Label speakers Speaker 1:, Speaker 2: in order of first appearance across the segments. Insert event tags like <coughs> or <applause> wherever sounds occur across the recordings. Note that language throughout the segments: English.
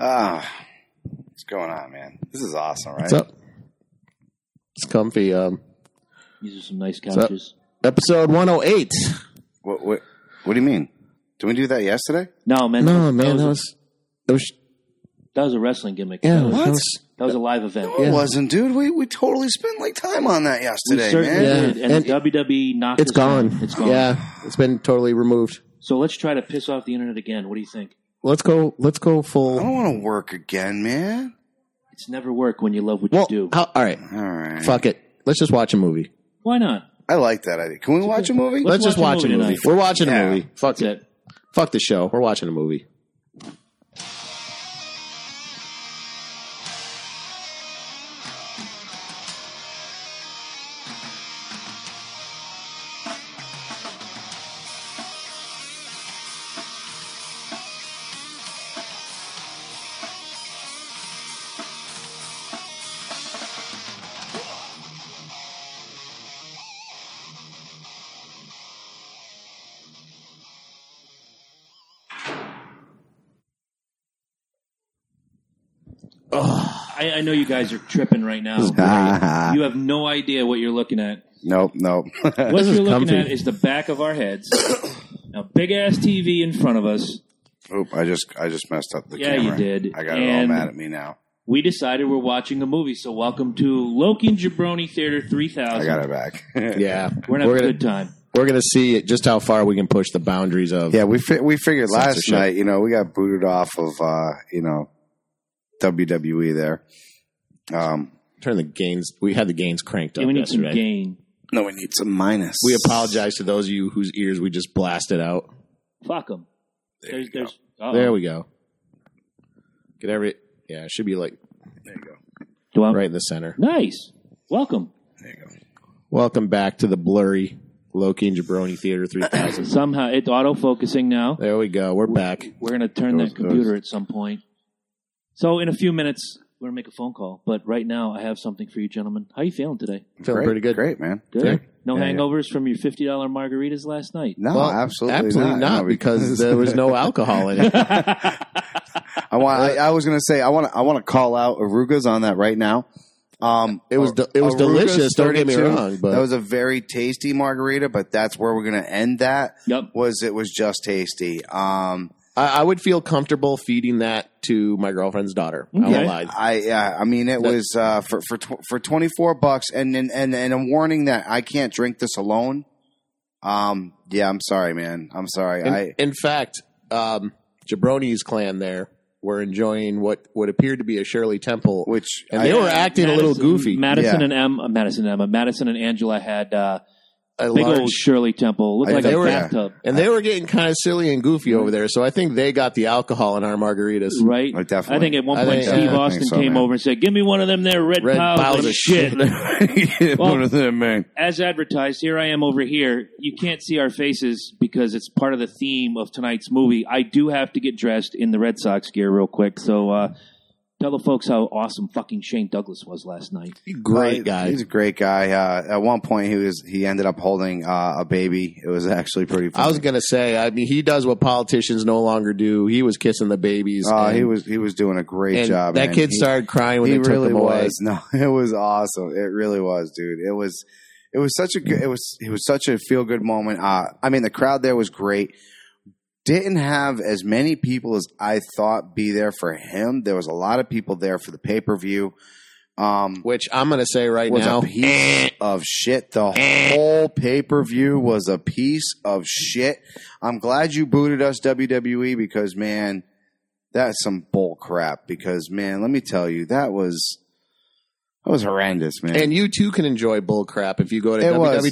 Speaker 1: Ah, what's going on, man? This is awesome, right?
Speaker 2: What's up? It's comfy. Um,
Speaker 3: These are some nice
Speaker 2: up?
Speaker 3: couches.
Speaker 2: episode 108.
Speaker 1: What, what, what do you mean? Did we do that yesterday?
Speaker 3: No, man.
Speaker 2: No,
Speaker 3: that
Speaker 2: man,
Speaker 3: was,
Speaker 2: that was that was
Speaker 3: that was a wrestling gimmick.
Speaker 2: yeah,
Speaker 3: that, was,
Speaker 2: that
Speaker 1: What?
Speaker 2: was-
Speaker 3: that was a live event.
Speaker 1: No, it wasn't, dude. We we totally spent like time on that
Speaker 3: We
Speaker 1: yesterday,
Speaker 3: certainly
Speaker 1: man.
Speaker 2: Yeah.
Speaker 3: did, and,
Speaker 2: And
Speaker 3: the WWE knocked
Speaker 2: it's
Speaker 3: us out.
Speaker 2: gone.
Speaker 3: It's gone.
Speaker 2: Yeah, it's been totally removed.
Speaker 3: So let's try to piss off the internet again. What do you think?
Speaker 2: Let's go. Let's go
Speaker 1: I
Speaker 2: full.
Speaker 1: don't want to work again, man.
Speaker 3: It's never work when you love what
Speaker 2: Well,
Speaker 3: you do.
Speaker 2: how, all right.
Speaker 1: All right,
Speaker 2: Fuck it. Let's just watch a movie.
Speaker 3: Why not?
Speaker 1: I like that idea. Can we watch a movie?
Speaker 2: Let's, just watch a movie.
Speaker 3: tonight.
Speaker 2: We're watching
Speaker 1: Yeah.
Speaker 2: a movie. Fuck it.
Speaker 3: That's it.
Speaker 2: Fuck the show. We're watching
Speaker 1: <laughs>
Speaker 2: a movie.
Speaker 3: I, I know you guys are tripping right now.
Speaker 1: great.
Speaker 3: you have no idea what you're looking at.
Speaker 1: <laughs> Nope, nope. <laughs>
Speaker 3: What
Speaker 2: This
Speaker 3: you're
Speaker 2: is
Speaker 3: looking
Speaker 2: comfy.
Speaker 3: at is the back of our heads. a big ass TV in front of us.
Speaker 1: Oop, I just I just messed up the
Speaker 3: Yeah, you
Speaker 1: camera.
Speaker 3: did.
Speaker 1: I got it all
Speaker 3: And-
Speaker 1: mad at me now.
Speaker 3: We decided we're watching a movie, so welcome to Loki and Jabroni Theater
Speaker 1: I
Speaker 3: 3000.
Speaker 1: got it back. <laughs>
Speaker 2: Yeah,
Speaker 3: We're gonna have a
Speaker 2: gonna
Speaker 3: good time.
Speaker 2: we're gonna see just how far we can push the boundaries of.
Speaker 1: Yeah, we fi- we figured last
Speaker 2: Censorship.
Speaker 1: night, you know, we got booted off of uh, you know WWE there. Um,
Speaker 2: Turn the gains. We had the gains cranked up
Speaker 3: Yeah, we need some
Speaker 2: yesterday.
Speaker 3: gain.
Speaker 1: no, we need some minus.
Speaker 2: We apologize to those of you whose ears we just blasted out.
Speaker 3: Fuck them. There's, there's, uh-oh.
Speaker 2: There we go. Get every yeah, it should be like
Speaker 1: There you go.
Speaker 3: Do I,
Speaker 2: right in the center.
Speaker 3: Nice. Welcome.
Speaker 1: There you go.
Speaker 2: Welcome back to the blurry Loki and Jabroni Theater
Speaker 3: <coughs>
Speaker 2: 3000.
Speaker 3: Somehow it's auto focusing now.
Speaker 2: there we go. We're back.
Speaker 3: We're going to turn
Speaker 1: Those-
Speaker 3: that computer at some point. So in a few minutes, we're going to make a phone call. But right now, I have something for you, gentlemen. How you feeling today?
Speaker 2: Feeling
Speaker 1: Great,
Speaker 2: pretty good.
Speaker 1: Great, man.
Speaker 3: Good.
Speaker 2: Yeah.
Speaker 3: No
Speaker 1: Yeah, yeah.
Speaker 3: hangovers from your fifty dollar margaritas last night.
Speaker 1: No,
Speaker 2: Well,
Speaker 1: absolutely,
Speaker 2: absolutely
Speaker 1: not, No,
Speaker 2: because there <laughs>
Speaker 1: <laughs>
Speaker 2: was no alcohol
Speaker 3: <laughs>
Speaker 2: in it.
Speaker 1: I want. I, I was going to say I want. to. I want to call out Arugas on that right now. Um,
Speaker 2: It was de- it was
Speaker 1: Arugas
Speaker 2: delicious, don't get me
Speaker 1: 32,
Speaker 2: wrong, but-
Speaker 1: that was a very tasty margarita. But that's where we're going to end. That
Speaker 3: Yep.
Speaker 1: was it was just tasty. Um,
Speaker 2: I, I would feel comfortable feeding that to my girlfriend's daughter. I
Speaker 3: Okay.
Speaker 2: won't lie.
Speaker 1: I yeah, I mean it
Speaker 2: That-
Speaker 1: was uh, for for tw- for twenty four bucks, and and and and a warning that I can't drink this alone. Um, yeah, I'm sorry, man. I'm sorry.
Speaker 2: In,
Speaker 1: I
Speaker 2: in fact, um, Jabroni's clan there were enjoying what would appear to be a Shirley Temple,
Speaker 1: which
Speaker 2: and
Speaker 1: I-
Speaker 2: they were acting a little goofy.
Speaker 3: Madison
Speaker 1: Yeah.
Speaker 3: and Em, uh, Madison and Emma, Madison and Angela had uh,
Speaker 2: A
Speaker 3: big
Speaker 2: large-
Speaker 3: old Shirley Temple. Looked
Speaker 1: I
Speaker 3: like
Speaker 2: think
Speaker 3: a
Speaker 2: they were-
Speaker 3: bathtub,
Speaker 2: And they were getting kind of silly and goofy over there, so I think they got the alcohol in our margaritas.
Speaker 3: right?
Speaker 1: I definitely-
Speaker 3: I think at one
Speaker 2: Oh, I
Speaker 3: point
Speaker 2: think-
Speaker 3: Steve
Speaker 2: yeah, I
Speaker 3: Austin
Speaker 1: think so,
Speaker 3: came
Speaker 1: man.
Speaker 3: over and said, "Give me one of them there red,
Speaker 2: Red
Speaker 3: piles,
Speaker 2: piles
Speaker 3: of
Speaker 2: of
Speaker 3: shit."
Speaker 1: <laughs> One of them, man.
Speaker 3: as advertised, here I am over here. You can't see our faces because it's part of the theme of tonight's movie. I do have to get dressed in the Red Sox gear real quick. So uh, tell the folks how awesome fucking Shane Douglas was last night.
Speaker 2: Great
Speaker 1: Uh,
Speaker 2: guy.
Speaker 1: He's a great guy. Uh, at one point, he was he ended up holding uh, a baby. It was actually pretty. Funny.
Speaker 2: I was gonna say, I mean, he does what politicians no longer do. He was kissing the babies.
Speaker 1: Uh,
Speaker 2: and-
Speaker 1: he was he was doing a great
Speaker 2: and
Speaker 1: job.
Speaker 2: That
Speaker 1: man.
Speaker 2: kid
Speaker 1: He-
Speaker 2: started crying when they took him away.
Speaker 1: was. <laughs> No, it was awesome. It really was, dude. It was it was such a good it was it was such a feel good moment. Uh, I mean, the crowd there was great. Didn't have as many people as I thought be there for him. There was a lot of people there for the pay per view. Um,
Speaker 2: Which I'm gonna say right
Speaker 1: was
Speaker 2: now,
Speaker 1: a
Speaker 2: <laughs>
Speaker 1: piece of shit. The whole pay per view was a piece of shit. I'm glad you booted us WWE because man, that's some bull crap. Because man, let me tell you, that was that was horrendous, man.
Speaker 2: and you too can enjoy bull crap if you go to
Speaker 1: It was.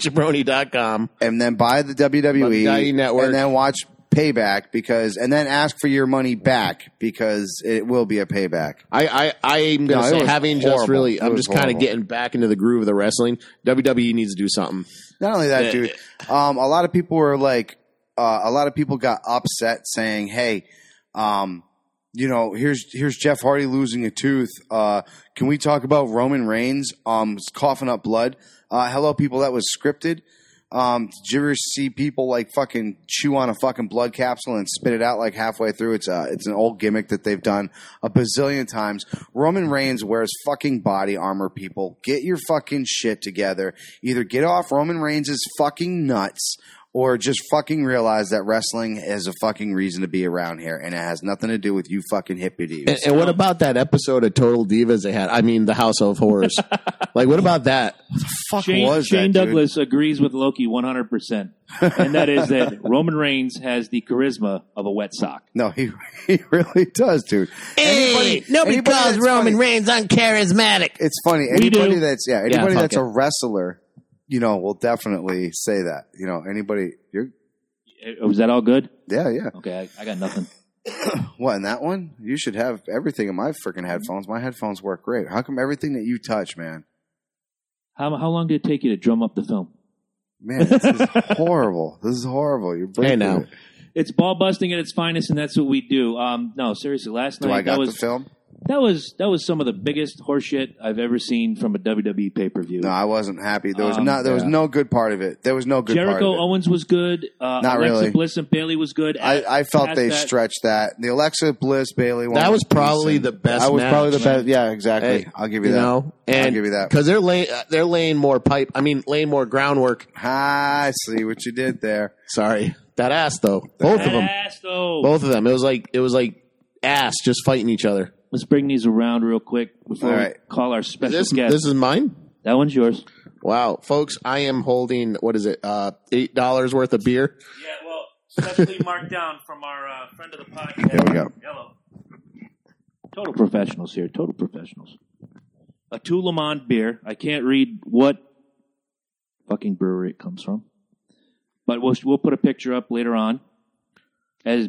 Speaker 2: www.lokinjabroni.com.
Speaker 1: and then buy the WWE
Speaker 2: WWE Network.
Speaker 1: and then watch payback because and then ask for your money back because it will be a payback.
Speaker 2: I, I, I'm
Speaker 1: No,
Speaker 2: gonna
Speaker 1: it
Speaker 2: say,
Speaker 1: was
Speaker 2: having just
Speaker 1: horrible.
Speaker 2: really,
Speaker 1: It
Speaker 2: I'm
Speaker 1: was
Speaker 2: just kind of
Speaker 1: horrible.
Speaker 2: getting back into the groove of the wrestling. WWE needs to do something.
Speaker 1: Not only that,
Speaker 2: Yeah.
Speaker 1: dude. Um, a lot of people were like, uh, a lot of people got upset saying, "Hey, um, you know, here's here's Jeff Hardy losing a tooth. Uh, can we talk about Roman Reigns um, coughing up blood? Uh, hello, people. That was scripted. Um, did you ever see people like fucking chew on a fucking blood capsule and spit it out like halfway through? It's a it's an old gimmick that they've done a bazillion times. Roman Reigns wears fucking body armor. People, get your fucking shit together. Either get off Roman Reigns' fucking nuts. Or just fucking realize that wrestling is a fucking reason to be around here, and it has nothing to do with you fucking hippies.
Speaker 2: And, and what about that episode of Total Divas they had? I mean, the House of
Speaker 3: <laughs>
Speaker 2: Horrors. like, what about that?
Speaker 1: fuck
Speaker 3: Shane,
Speaker 1: was
Speaker 3: Shane
Speaker 1: that, dude?
Speaker 3: Douglas agrees with Loki 100%. And that is that Roman Reigns has the charisma of a wet sock.
Speaker 1: No, he <laughs> he really does, dude. Anybody- anybody that's funny-
Speaker 2: Reigns uncharismatic.
Speaker 1: It's funny.
Speaker 3: We do.
Speaker 1: Anybody that's yeah, anybody
Speaker 2: fuck
Speaker 1: that's
Speaker 2: it.
Speaker 1: a wrestler, you know, will definitely say that. You know, anybody you're
Speaker 3: Uh, Was that all good?
Speaker 1: yeah, yeah.
Speaker 3: Okay, I, I got nothing.
Speaker 1: What in that one? You should have everything in my freaking headphones. My headphones work great. How come everything that you touch, man?
Speaker 3: How, how long did it take you to drum up the film?
Speaker 1: Man, this is horrible. This is horrible. You're breaking
Speaker 2: now.
Speaker 1: it.
Speaker 3: It's ball busting at its finest, and that's what we do. Um, no, seriously, last
Speaker 1: Do
Speaker 3: night
Speaker 1: I got
Speaker 3: that was
Speaker 1: the film?
Speaker 3: that was that was some of the biggest horseshit I've ever seen from a E WWE pay per view.
Speaker 1: No, I wasn't happy. There was
Speaker 3: Um,
Speaker 1: not. There was
Speaker 2: yeah.
Speaker 1: no good part of it. There was no good part
Speaker 3: Jericho
Speaker 1: of it.
Speaker 3: Owens was good. Uh,
Speaker 1: Not
Speaker 3: Alexa
Speaker 1: really.
Speaker 3: Bliss and Bailey was good.
Speaker 1: I, I felt
Speaker 3: Past
Speaker 1: they
Speaker 3: that-
Speaker 1: stretched that. The Alexa Bliss Bailey one.
Speaker 2: That was probably
Speaker 1: decent.
Speaker 2: the best
Speaker 1: That was
Speaker 2: match.
Speaker 1: probably the best. Yeah, exactly.
Speaker 2: Hey,
Speaker 1: I'll give you,
Speaker 2: You
Speaker 1: that.
Speaker 2: know, and
Speaker 1: I'll give you that.
Speaker 2: because they're laying uh, they're laying more pipe. I mean, laying more groundwork.
Speaker 1: I see what you did there.
Speaker 2: Sorry, that ass though. Both of them.
Speaker 3: Ass, though.
Speaker 2: Both of them. It was like it was like ass just fighting each other.
Speaker 3: Let's bring these around real quick before
Speaker 1: All
Speaker 3: we
Speaker 1: right.
Speaker 3: call our special
Speaker 2: This
Speaker 3: guest.
Speaker 2: this is mine.
Speaker 3: that one's yours.
Speaker 2: Wow, folks, I am holding what is it? Uh, Eight dollars worth of beer.
Speaker 3: Yeah, well, specially marked down from our uh, friend of the podcast.
Speaker 1: There we go.
Speaker 3: Yellow. Total professionals here. Total professionals. A Tulamon beer. I can't read what fucking brewery it comes from, but we'll we'll put a picture up later on as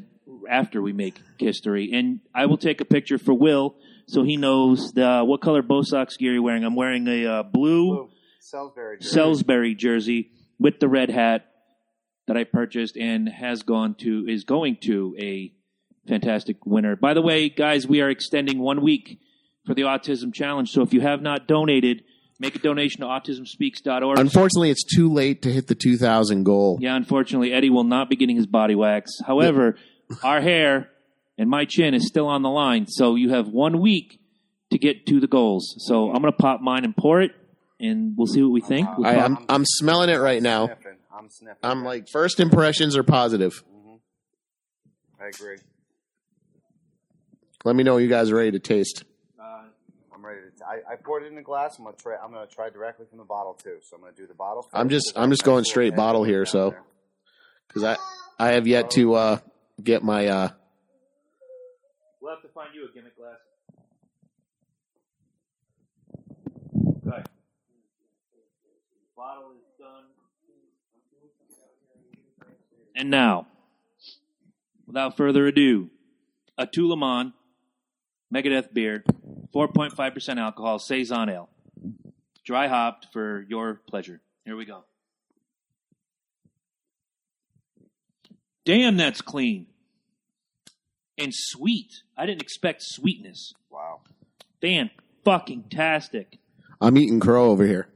Speaker 3: after we make history, and I will take a picture for Will so he knows the, what color Bo Sox gear you're wearing. I'm wearing a uh, blue
Speaker 1: Salisbury.
Speaker 3: Salisbury jersey with the red hat that I purchased and has gone to is going to a fantastic winner. By the way, guys, we are extending one week for the Autism Challenge. So if you have not donated, make a donation to autismspeaks.org.
Speaker 2: Unfortunately, it's too late to hit the two thousand goal.
Speaker 3: yeah, unfortunately, Eddie will not be getting his body wax. However, our hair and my chin is still on the line. So you have one week to get to the goals. So I'm going to pop mine and pour it, and we'll see what we think. We'll
Speaker 2: I,
Speaker 3: talk-
Speaker 2: I'm I'm smelling it right now.
Speaker 1: Sniffing. I'm sniffing.
Speaker 2: I'm like first impressions are positive.
Speaker 1: I agree.
Speaker 2: Let me know when you guys are ready to taste.
Speaker 1: I'm ready to. I, I poured it in a glass. I'm gonna try. I'm gonna try directly from the bottle too. So I'm gonna do the bottle. First
Speaker 2: I'm just-
Speaker 1: because
Speaker 2: I'm just
Speaker 1: that's
Speaker 2: going
Speaker 1: what
Speaker 2: straight
Speaker 1: I
Speaker 2: bottle
Speaker 1: have
Speaker 2: here,
Speaker 1: down
Speaker 2: so.
Speaker 1: there.
Speaker 2: because I I have yet to uh, get my uh,
Speaker 3: We'll have to find you a gimmick glass. Okay. Bottle is done. And now, without further ado, a Tulamon Megadeth beer, 4.5% alcohol, Saison ale. Dry hopped for your pleasure. Here we go. Damn, that's clean and sweet. I didn't expect sweetness.
Speaker 1: Wow.
Speaker 3: Fan fucking tastic.
Speaker 2: I'm eating crow over here.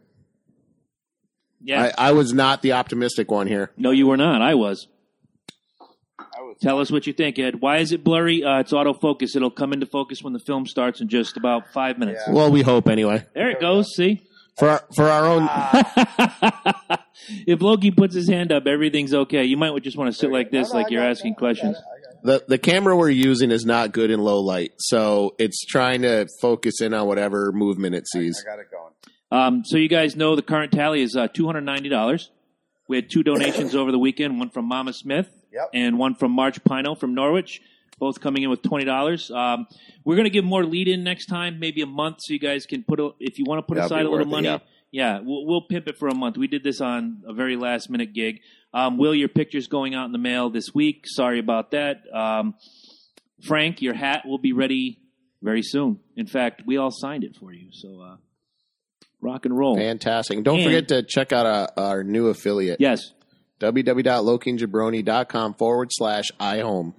Speaker 3: Yeah.
Speaker 2: I, I was not the optimistic one here.
Speaker 3: no, you were not. I was.
Speaker 1: I was.
Speaker 3: Tell us what you think, Ed. Why is it blurry? Uh, it's autofocus. It'll come into focus when the film starts in just about five minutes.
Speaker 1: Yeah.
Speaker 2: Well, we hope anyway
Speaker 3: There it goes. See? <laughs>
Speaker 2: for our, for our own.
Speaker 3: if Loki puts his hand up, everything's okay. You might just want to sit like this,
Speaker 1: No, no, I
Speaker 3: like you're
Speaker 1: got it.
Speaker 3: asking
Speaker 1: I got
Speaker 3: questions.
Speaker 1: it. I got it.
Speaker 2: The the camera we're using is not good in low light, so it's trying to focus in on whatever movement it sees.
Speaker 1: I got it going.
Speaker 3: Um, so you guys know the current tally is uh, $290. We had two donations over the weekend, one from Mama Smith
Speaker 1: Yep.
Speaker 3: and one from March Pino from Norwich, both coming in with $20. Um, we're going to give more lead in next time, maybe a month, so you guys can put, a, if you want to put
Speaker 2: That'd
Speaker 3: aside
Speaker 2: be
Speaker 3: a little
Speaker 2: worth it,
Speaker 3: money.
Speaker 2: yeah.
Speaker 3: yeah, we'll, we'll pimp it for a month. We did this on a very last minute gig. Um, Will, your picture's going out in the mail this week. Sorry about that. Um, Frank, your hat will be ready very soon. In fact, we all signed it for you. So uh, rock and roll.
Speaker 2: Fantastic! Don't
Speaker 3: Oh. And-
Speaker 2: forget to check out our, our new affiliate
Speaker 3: Yes.
Speaker 2: www.lokingjabroni.com forward slash iHome.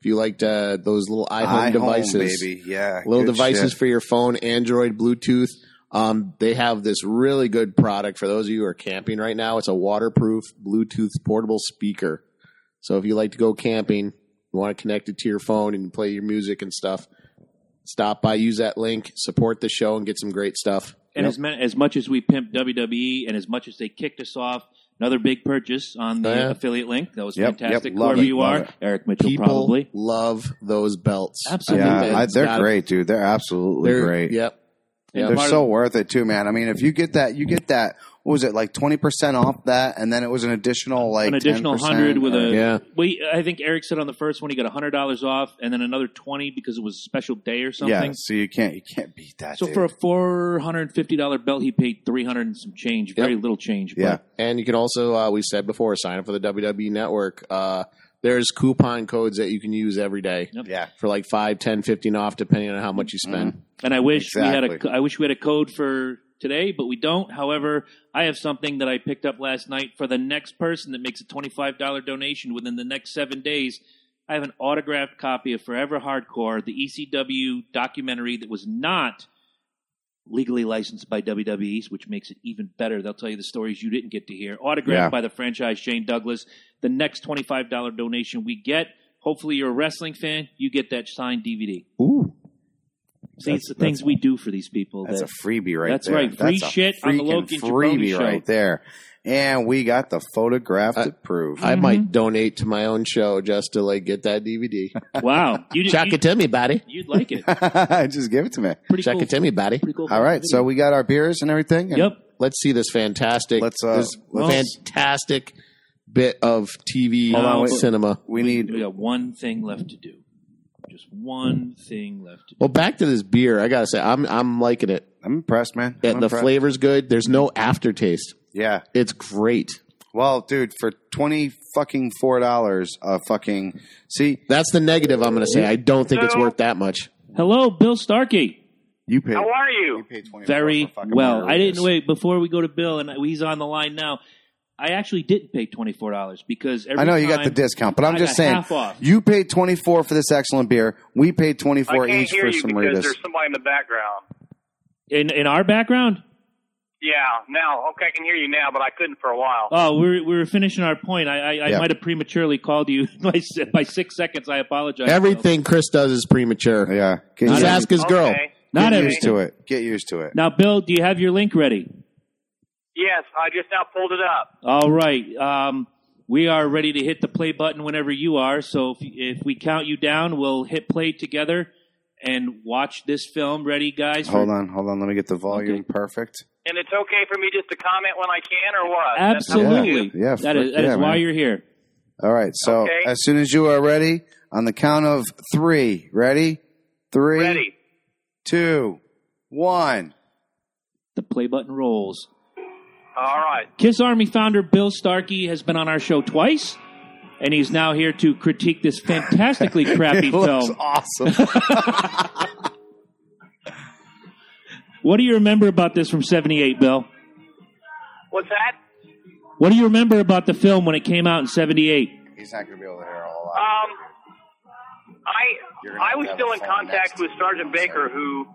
Speaker 2: If you liked uh, those little iHome
Speaker 1: iHome,
Speaker 2: devices,
Speaker 1: baby. Yeah.
Speaker 2: little
Speaker 1: good
Speaker 2: devices
Speaker 1: shit.
Speaker 2: for your phone, Android, Bluetooth. Um, they have this really good product for those of you who are camping right now. It's a waterproof Bluetooth portable speaker. So if you like to go camping, you want to connect it to your phone and play your music and stuff, stop by, use that link, support the show, and get some great stuff.
Speaker 3: And
Speaker 2: Yep.
Speaker 3: as, men, as much as we pimped WWE and as much as they kicked us off, another big purchase on the
Speaker 2: Yeah.
Speaker 3: affiliate link. That was
Speaker 1: Yep, yep,
Speaker 3: fantastic.
Speaker 1: love
Speaker 3: Whoever
Speaker 1: it,
Speaker 3: you
Speaker 1: love
Speaker 3: are,
Speaker 1: it.
Speaker 3: Eric Mitchell,
Speaker 2: people
Speaker 3: probably.
Speaker 2: love those belts.
Speaker 3: Absolutely.
Speaker 2: I think
Speaker 1: Yeah, I,
Speaker 2: that's
Speaker 1: they're
Speaker 2: gotta-
Speaker 1: great, dude. They're absolutely
Speaker 2: they're-
Speaker 1: great.
Speaker 2: Yep.
Speaker 3: And
Speaker 2: Yep.
Speaker 1: They're
Speaker 3: part
Speaker 1: so
Speaker 3: of-
Speaker 1: worth it too, man. I mean, if you get that, you get that. What was it like twenty percent off that, and then it was an additional like
Speaker 3: an additional
Speaker 1: 10%,
Speaker 3: hundred with
Speaker 1: or-
Speaker 3: a
Speaker 2: Yeah.
Speaker 3: We, I think Eric said on the first one he got hundred dollars off, and then another twenty because it was a special day or something.
Speaker 1: yeah. So you can't you can't beat that.
Speaker 3: So
Speaker 1: dude.
Speaker 3: for a four hundred and fifty dollar belt, he paid three hundred and some change. Very little change.
Speaker 1: yeah,
Speaker 2: And you can also, uh, we said before, sign up for the WWE Network. Uh, there's coupon codes that you can use every day
Speaker 3: Yep.
Speaker 1: yeah,
Speaker 2: for like 5, 10, 15 off, depending on how much you spend.
Speaker 3: And I wish we had
Speaker 1: Exactly.
Speaker 3: a I wish we had a code for today, but we don't. However, I have something that I picked up last night for the next person that makes a twenty five dollar donation within the next seven days. I have an autographed copy of Forever Hardcore, the ECW documentary that was not legally licensed by WWE, which makes it even better. They'll tell you the stories you didn't get to hear. Autographed
Speaker 1: Yeah.
Speaker 3: by the franchise Shane Douglas. The next $25 donation we get, hopefully you're a wrestling fan, you get that signed DVD.
Speaker 2: Ooh.
Speaker 3: See, it's
Speaker 1: That's-
Speaker 3: the things we do for these people.
Speaker 1: that's
Speaker 3: that-
Speaker 1: a freebie right
Speaker 3: That's
Speaker 1: there.
Speaker 3: right. Free
Speaker 1: That's a
Speaker 3: shit on the
Speaker 1: freaking
Speaker 3: Logan Jabroni
Speaker 1: freebie
Speaker 3: show.
Speaker 1: right there, and we got the photograph
Speaker 2: I-
Speaker 1: to prove.
Speaker 2: I might
Speaker 3: Mm-hmm.
Speaker 2: donate to my own show just to like get that DVD.
Speaker 1: <laughs>
Speaker 3: wow, <laughs> you
Speaker 2: Check
Speaker 3: you,
Speaker 2: it to me, buddy.
Speaker 3: You'd like it.
Speaker 1: Just give it to me.
Speaker 3: Pretty
Speaker 2: Check
Speaker 3: cool.
Speaker 2: it to me, buddy.
Speaker 3: Pretty cool.
Speaker 1: All right, so we got our beers and everything. and-
Speaker 3: yep.
Speaker 2: Let's see this fantastic,
Speaker 1: Let's, uh,
Speaker 2: this
Speaker 1: let's-
Speaker 2: fantastic bit of TV
Speaker 3: Hold on, wait.
Speaker 2: cinema.
Speaker 1: We need
Speaker 3: We got one thing left to do. Just one thing left to do.
Speaker 2: Well, back to this beer. I gotta say, I'm I'm liking it.
Speaker 1: I'm impressed, man.
Speaker 2: Yeah,
Speaker 1: I'm
Speaker 2: the
Speaker 1: impressed.
Speaker 2: flavor's good. There's no aftertaste.
Speaker 1: Yeah.
Speaker 2: It's great.
Speaker 1: Well, dude, for twenty fucking four dollars, a fucking see
Speaker 2: That's the negative I'm going to say. I don't think it's worth that much.
Speaker 3: Hello, Bill Starkey.
Speaker 1: you paid.
Speaker 4: How are you?
Speaker 1: you paid 24 for
Speaker 3: Very
Speaker 1: fucking
Speaker 3: well. I
Speaker 1: margaritas.
Speaker 3: didn't wait before we go to Bill, and he's on the line now. I actually didn't pay twenty four dollars because every
Speaker 1: I know you got the
Speaker 3: time-
Speaker 1: discount, but I'm
Speaker 3: I
Speaker 1: just
Speaker 3: got
Speaker 1: saying
Speaker 3: half off.
Speaker 1: you paid twenty four for this excellent beer. We paid twenty
Speaker 4: I
Speaker 1: four
Speaker 4: can't
Speaker 1: each
Speaker 4: hear
Speaker 1: for
Speaker 4: you
Speaker 1: some
Speaker 4: because
Speaker 1: margaritas.
Speaker 4: there's somebody in the background.
Speaker 3: in in our background.
Speaker 4: Yeah, now okay, I can hear you now, but I couldn't for a while.
Speaker 3: Oh, we were, we were finishing our point. I I, I
Speaker 1: Yeah.
Speaker 3: might have prematurely called you <laughs> by si- by six seconds. I apologize. Bill.
Speaker 2: Everything Chris does is premature.
Speaker 1: Yeah, get,
Speaker 2: Just
Speaker 1: used-
Speaker 2: ask his girl.
Speaker 4: Okay.
Speaker 1: get
Speaker 3: Not
Speaker 1: used
Speaker 3: everything.
Speaker 1: to it. Get used to it.
Speaker 3: Now, Bill, do you have your link ready?
Speaker 4: Yes, I just now pulled it up.
Speaker 3: All right. Um, we are ready to hit the play button whenever you are. So if, if we count you down, we'll hit play together and watch this film. Ready, guys?
Speaker 1: Hold on, hold on. Let me get the volume
Speaker 3: Okay.
Speaker 1: perfect.
Speaker 4: And it's okay for me just to comment when I can or what? That's how we do.
Speaker 3: Absolutely.
Speaker 1: Yeah, yeah,
Speaker 3: that is,
Speaker 1: frick
Speaker 3: that is
Speaker 1: yeah,
Speaker 3: why
Speaker 1: man.
Speaker 3: you're here.
Speaker 1: All right. So
Speaker 4: Okay.
Speaker 1: as soon as you are ready, on the count of three, ready, Three, two, one.
Speaker 4: Ready.
Speaker 3: <laughs> The play button rolls.
Speaker 4: All right.
Speaker 3: Kiss Army founder Bill Starkey has been on our show twice, and he's now here to critique this
Speaker 1: <laughs>
Speaker 3: fantastically crappy
Speaker 1: It looks
Speaker 3: film.
Speaker 1: awesome.
Speaker 3: <laughs> What do you remember about this from 78, Bill?
Speaker 4: What's that?
Speaker 3: What do you remember about the film when it came out in 78?
Speaker 1: He's not going to be able to hear all that.
Speaker 4: Um,
Speaker 1: You're
Speaker 4: I
Speaker 1: gonna
Speaker 4: I was
Speaker 1: have
Speaker 4: still
Speaker 1: a
Speaker 4: in
Speaker 1: phone
Speaker 4: contact
Speaker 1: next.
Speaker 4: with Sergeant Baker, who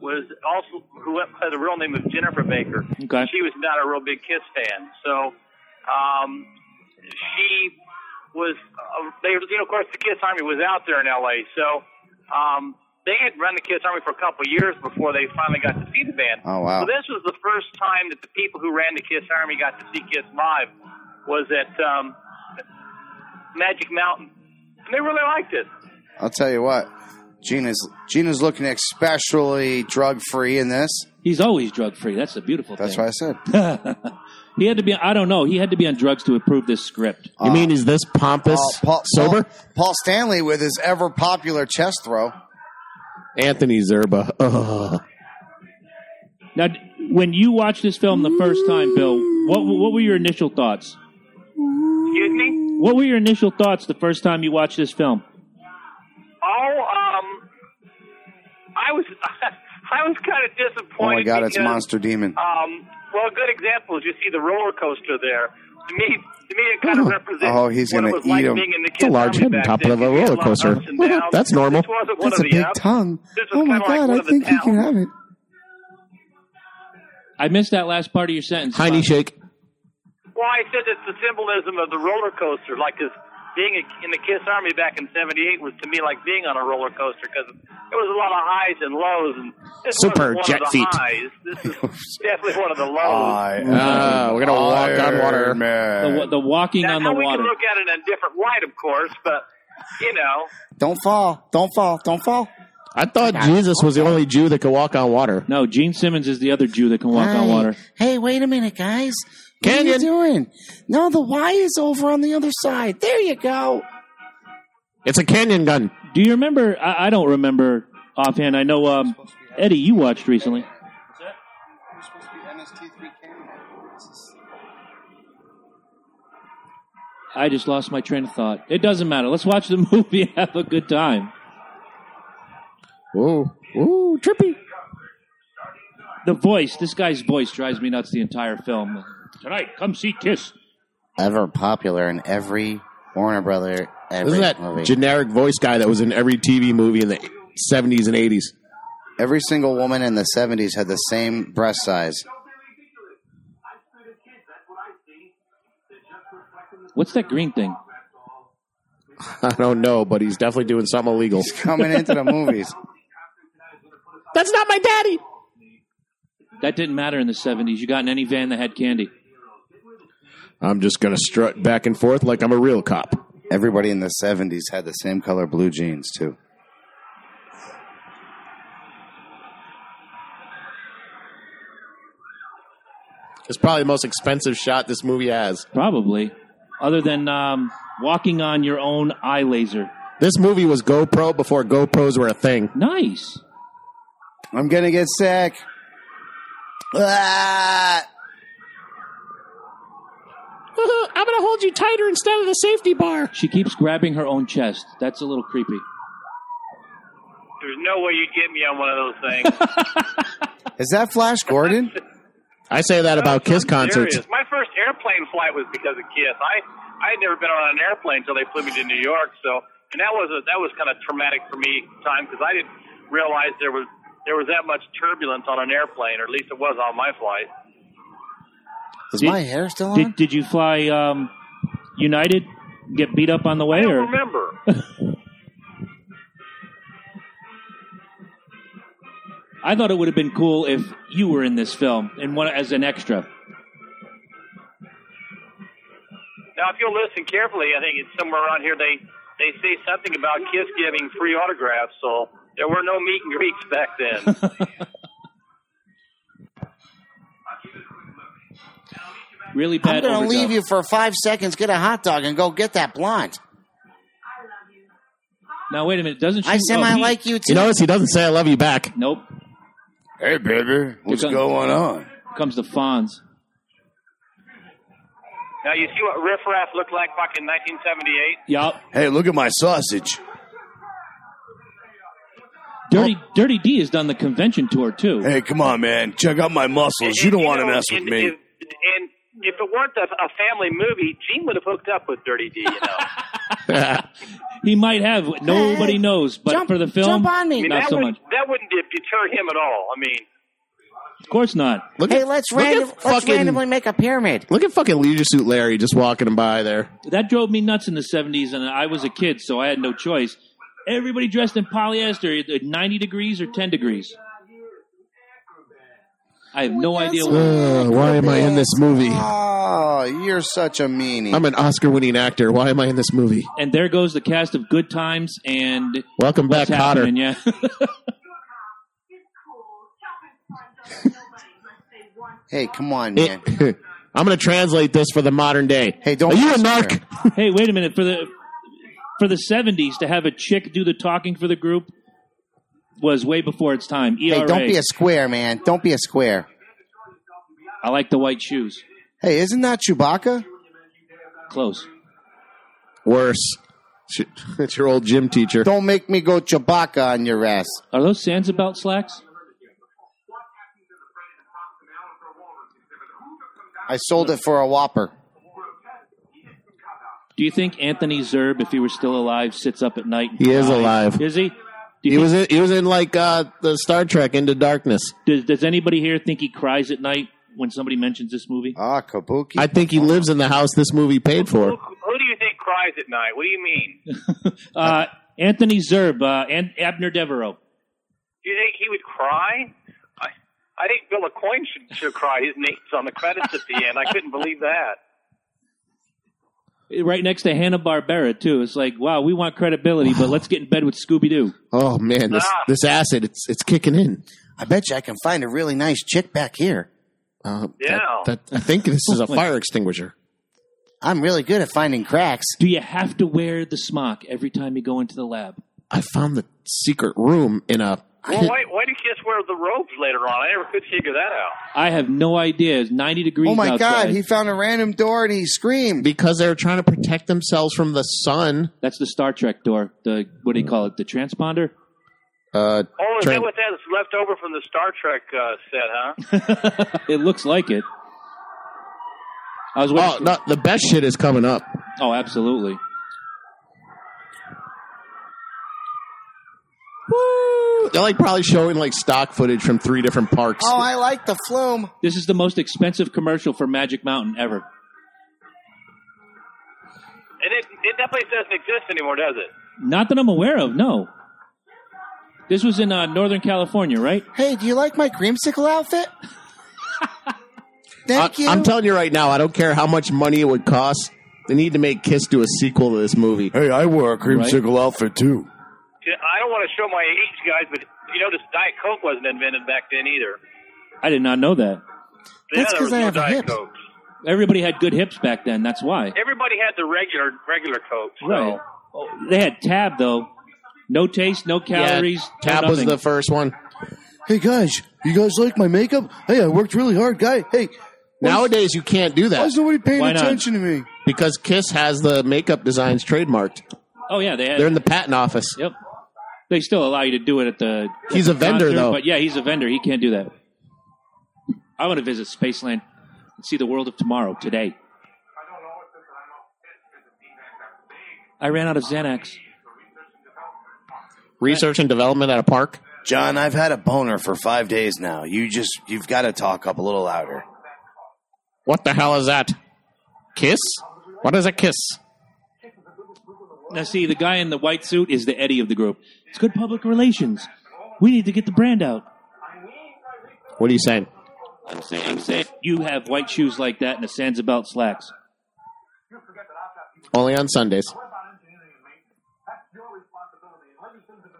Speaker 4: was also who had the real name of Jennifer Baker.
Speaker 3: Okay.
Speaker 4: She was not a real big Kiss fan, so um, she was. Uh, they, you know, of course, the Kiss Army was out there in L.A., so um, they had run the Kiss Army for a couple of years before they finally got to see the band.
Speaker 1: Oh, wow.
Speaker 4: So this was the first time that the people who ran the Kiss Army got to see Kiss live. Was at um, Magic Mountain, and they really liked it.
Speaker 1: I'll tell you what. Gina's Gina's looking especially drug free in this.
Speaker 3: He's always drug free. That's the beautiful
Speaker 1: That's
Speaker 3: thing.
Speaker 1: what I said.
Speaker 3: he had to be. I don't know. He had to be on drugs to approve this script.
Speaker 2: You mean is this pompous
Speaker 1: Uh, Paul,
Speaker 2: sober?
Speaker 1: Paul, Paul Stanley with his ever popular chest throw. Oh
Speaker 2: Anthony Zerba. Ugh.
Speaker 3: Now, d- when you watched this film the first time, Bill, what what were your initial thoughts?
Speaker 4: Excuse me.
Speaker 3: What were your initial thoughts the first time you watched this film?
Speaker 4: Oh, um, I was <laughs> I was kind of
Speaker 1: Oh
Speaker 4: disappointed.
Speaker 1: my God, it's
Speaker 4: because,
Speaker 1: Monster Demon.
Speaker 4: Um, well, a good example is you see the roller coaster there. To me, to me, it kind of represents
Speaker 1: Oh, he's
Speaker 4: what
Speaker 1: gonna
Speaker 4: it was
Speaker 1: eat
Speaker 4: like
Speaker 1: him.
Speaker 4: being in the
Speaker 2: It's a large head on top of a roller coaster. That's normal.
Speaker 4: This wasn't one
Speaker 1: That's
Speaker 4: of
Speaker 1: a
Speaker 4: the
Speaker 1: big
Speaker 4: ups.
Speaker 1: tongue.
Speaker 4: This was
Speaker 1: Oh my
Speaker 4: kinda like
Speaker 1: God,
Speaker 4: one
Speaker 1: I
Speaker 4: of the
Speaker 1: think you can
Speaker 4: towns.
Speaker 1: have it.
Speaker 3: I missed that last part of your sentence. Uh,
Speaker 2: Heine shake.
Speaker 4: Well, I said it's the symbolism of the roller coaster, like 'cause being a, in the Kiss Army back in '78 was to me like being on a roller coaster because there was a lot of highs and lows, and this
Speaker 2: Super
Speaker 4: wasn't one
Speaker 2: jet
Speaker 4: of the
Speaker 2: feet.
Speaker 4: Highs.
Speaker 2: <laughs>
Speaker 4: This is definitely one of the lows.
Speaker 1: Uh,
Speaker 2: Ah, we're gonna walk on water.
Speaker 3: The, wa-
Speaker 1: man.
Speaker 3: the walking
Speaker 4: now,
Speaker 3: on the
Speaker 4: now we
Speaker 3: water.
Speaker 4: can look at it in a different light, of course, but you know,
Speaker 1: Don't fall. Don't fall. Don't fall.
Speaker 2: I thought Jesus was the only Jew that could walk on water.
Speaker 3: No, Gene Simmons is the other Jew that can walk on water.
Speaker 1: Hey, wait a minute, guys. What are you
Speaker 2: Canyon.
Speaker 1: doing? No, the Y is over on the other side. There you go.
Speaker 2: It's a canyon gun.
Speaker 3: Do you remember? I, I don't remember offhand. I know um, Eddie, you watched recently. I just lost my train of thought. It doesn't matter. Let's watch the <laughs> movie and have a good time.
Speaker 2: Whoa, whoa, trippy.
Speaker 3: The voice, this guy's voice drives me nuts the entire film. Tonight, come see Kiss.
Speaker 1: Ever popular in every Warner Brother every
Speaker 2: This is that
Speaker 1: movie.
Speaker 2: generic voice guy that was in every TV movie in the seventies and eighties. <laughs>
Speaker 1: every single woman in the '70s had the same breast size.
Speaker 3: What's that green thing?
Speaker 2: I don't know, but he's definitely doing something illegal.
Speaker 1: Coming into the <laughs> movies.
Speaker 2: That's not my daddy.
Speaker 3: That didn't matter in the 70s. You got in any van that had candy.
Speaker 2: I'm just gonna strut back and forth like I'm a real cop.
Speaker 1: Everybody in the '70s had the same color blue jeans too.
Speaker 2: It's probably the most expensive shot this movie has.
Speaker 3: Probably. Other than um, walking on your own eye laser.
Speaker 2: This movie was GoPro before GoPros were a thing.
Speaker 3: Nice.
Speaker 1: I'm gonna get sick. Ah!
Speaker 2: <laughs> I'm gonna hold you tighter instead of the safety bar.
Speaker 3: She keeps grabbing her own chest. That's a little creepy.
Speaker 4: there's no way you'd get me on one of those things.
Speaker 1: Is that Flash Gordon?
Speaker 2: I say that <laughs> about
Speaker 4: I'm
Speaker 2: Kiss concerts.
Speaker 4: serious. My first airplane flight was because of Kiss. I I had never been on an airplane until they flew me to New York. So, and that was a, that was kind of traumatic for me at the time because I didn't realize there was there was that much turbulence on an airplane, or at least it was on my flight.
Speaker 1: Is
Speaker 3: Did-
Speaker 1: my hair still on?
Speaker 3: Did, did you fly um, United? Get beat up on the
Speaker 4: I
Speaker 3: way?
Speaker 4: don't
Speaker 3: Or
Speaker 4: remember.
Speaker 3: I thought it would have been cool if you were in this film and one as an extra.
Speaker 4: Now, if you'll listen carefully, I think it's somewhere around here they they say something about Kiss giving free autographs. So there were no meet and greets back then.
Speaker 3: Really bad.
Speaker 1: I'm gonna
Speaker 3: overdub.
Speaker 1: leave you for five seconds, get a hot dog, and go get that blonde.
Speaker 3: Now wait a minute. Doesn't she?
Speaker 1: I said
Speaker 3: oh,
Speaker 1: I
Speaker 3: he-
Speaker 1: like you too.
Speaker 2: You notice he doesn't say I love you back.
Speaker 3: Nope.
Speaker 1: hey, baby, what's
Speaker 3: Because-
Speaker 1: going on?
Speaker 3: Comes the Fonz.
Speaker 4: now you see what Riff Raff looked like back in 1978.
Speaker 3: Yup.
Speaker 1: Hey, look at my sausage.
Speaker 3: Dirty Dirty D has done the convention tour too.
Speaker 1: Hey, come on, man, check out my muscles. You don't want to
Speaker 4: know,
Speaker 1: mess with
Speaker 4: and
Speaker 1: me.
Speaker 4: If, and if it weren't a, a family movie, Gene would have hooked up with Dirty D. You know, I
Speaker 3: He might have. Nobody knows. But
Speaker 1: jump-
Speaker 3: for the film,
Speaker 1: jump on me.
Speaker 4: mean,
Speaker 3: not
Speaker 4: that,
Speaker 3: so
Speaker 4: wouldn't,
Speaker 3: much.
Speaker 4: that wouldn't de- deter him at all. I mean,
Speaker 3: Of course not.
Speaker 2: Look
Speaker 1: Hey,
Speaker 2: at-
Speaker 1: let's
Speaker 2: look at
Speaker 1: random, let's
Speaker 2: fucking-
Speaker 1: randomly make a pyramid.
Speaker 2: Look at fucking Leisure Suit Larry just walking by there.
Speaker 3: That drove me nuts in the 70s, and I was a kid, so I had no choice. Everybody dressed in polyester, either 90 degrees or 10 degrees. I have no idea. What,
Speaker 2: Ugh, why am I in this movie?
Speaker 1: Oh, you're such a meanie.
Speaker 2: I'm an Oscar-winning actor. Why am I in this movie?
Speaker 3: and there goes the cast of Good Times and
Speaker 2: Welcome back,
Speaker 3: What's
Speaker 2: Cotter.
Speaker 3: Happening, yeah. <laughs>
Speaker 1: hey, come on, man.
Speaker 2: It- <laughs> I'm going to translate this for the modern day.
Speaker 1: Hey, don't
Speaker 2: Are you a
Speaker 1: mess
Speaker 2: narc?
Speaker 1: with
Speaker 3: hey, wait a minute for the for the 70s to have a chick do the talking for the group was way before its time. E ERA.
Speaker 1: hey, don't be a square, man. Don't be a square.
Speaker 3: I like the white shoes.
Speaker 1: Hey, isn't that Chewbacca?
Speaker 3: Close.
Speaker 2: Worse. Sh- <laughs> It's your old gym teacher.
Speaker 1: Don't make me go Chewbacca on your ass.
Speaker 3: Are those Sansa belt slacks?
Speaker 1: I sold it for a Whopper.
Speaker 3: Do you think Anthony Zerb, if he were still alive, sits up at night? And
Speaker 2: He is
Speaker 3: cries?
Speaker 2: alive.
Speaker 3: Is he? Do you
Speaker 2: He
Speaker 3: think-
Speaker 2: was in, he was in like uh, the Star Trek Into Darkness.
Speaker 3: does, does anybody here think he cries at night when somebody mentions this movie?
Speaker 1: Ah, Kabuki.
Speaker 2: I think he lives in the house this movie paid
Speaker 4: Who,
Speaker 2: for.
Speaker 4: who do you think cries at night? What do you mean? Do
Speaker 3: Uh, Anthony Zerb uh, and Abner Devereaux.
Speaker 4: you think he would cry? I, I think Bill O'Coin should, should cry. His name's on the credits at the end. I couldn't believe that.
Speaker 3: Right next to Hanna Barbera too. It's like, wow, we want credibility, but let's get in bed with Scooby Doo.
Speaker 2: Oh man, this
Speaker 4: Ah.
Speaker 2: this acid it's it's kicking in.
Speaker 1: I bet you I can find a really nice chick back here.
Speaker 2: Uh,
Speaker 4: Yeah.
Speaker 2: that, that- I think this is a fire extinguisher.
Speaker 1: I'm really good at finding cracks.
Speaker 3: Do you have to wear the smock every time you go into the lab?
Speaker 2: I found the secret room in a.
Speaker 4: Well, why, why did Kiss wear the robes later on? I never could figure that out.
Speaker 3: I have no idea. It's ninety degrees.
Speaker 1: Oh my
Speaker 3: outside.
Speaker 1: god, he found a random door and he screamed.
Speaker 2: because they were trying to protect themselves from the sun.
Speaker 3: That's the Star Trek door. The what do you call it? The transponder.
Speaker 2: Uh,
Speaker 4: Oh, is
Speaker 2: Trent-
Speaker 4: that what that is left over from the Star Trek uh, set, huh?
Speaker 3: it looks like it. I was
Speaker 2: oh,
Speaker 3: waiting.
Speaker 2: no, the best shit is coming up.
Speaker 3: oh, absolutely.
Speaker 2: They're like probably showing like stock footage from three different parks.
Speaker 1: Oh, I like the flume.
Speaker 3: This is the most expensive commercial for Magic Mountain ever.
Speaker 4: And it, it that place doesn't exist anymore, does it?
Speaker 3: Not that I'm aware of. No. This was in uh, Northern California, right?
Speaker 1: Hey, do you like my creamsicle outfit? Thank you.
Speaker 2: I, am telling you right now, I don't care how much money it would cost. They need to make Kiss do a sequel to this movie.
Speaker 5: Hey, I wore a creamsicle outfit too.
Speaker 4: Yeah, I don't want to show my age, guys, but you notice Diet Coke wasn't invented back then either.
Speaker 3: I did not know that.
Speaker 1: That's 'cause
Speaker 4: yeah, there was
Speaker 1: I
Speaker 4: no
Speaker 1: have a
Speaker 4: Diet
Speaker 1: hip.
Speaker 4: Coke.
Speaker 3: Everybody had good hips back then. That's why.
Speaker 4: Everybody had the regular regular Coke. So.
Speaker 3: Right. Oh, they had Tab though. No taste, no calories. no
Speaker 2: Tab was
Speaker 3: nothing.
Speaker 2: the first one.
Speaker 5: Hey guys, you guys like my makeup? Hey, I worked really hard, guy. Hey,
Speaker 2: Nowadays, you can't do
Speaker 5: why
Speaker 2: that
Speaker 5: is nobody paying
Speaker 3: Why not?
Speaker 5: attention to me?
Speaker 2: because Kiss has the makeup designs trademarked.
Speaker 3: oh yeah, they had.
Speaker 2: They're in the patent office.
Speaker 3: yep. They still allow you to do it at the. at
Speaker 2: He's
Speaker 3: the
Speaker 2: a vendor,
Speaker 3: concert,
Speaker 2: though.
Speaker 3: But yeah, he's a vendor. He can't do that. I want to visit Spaceland and see the world of tomorrow today. I ran out of Xanax.
Speaker 2: Research and development at a park.
Speaker 1: John, I've had a boner for five days now. You just, you've got to talk up a little louder.
Speaker 2: What the hell is that? Kiss? What is a kiss?
Speaker 3: Now, see, the guy in the white suit is the Eddie of the group. It's good public relations. We need to get the brand out.
Speaker 2: What are you saying?
Speaker 3: I'm saying, I'm saying. You have white shoes like that and a Sansa belt slacks.
Speaker 2: Only on Sundays.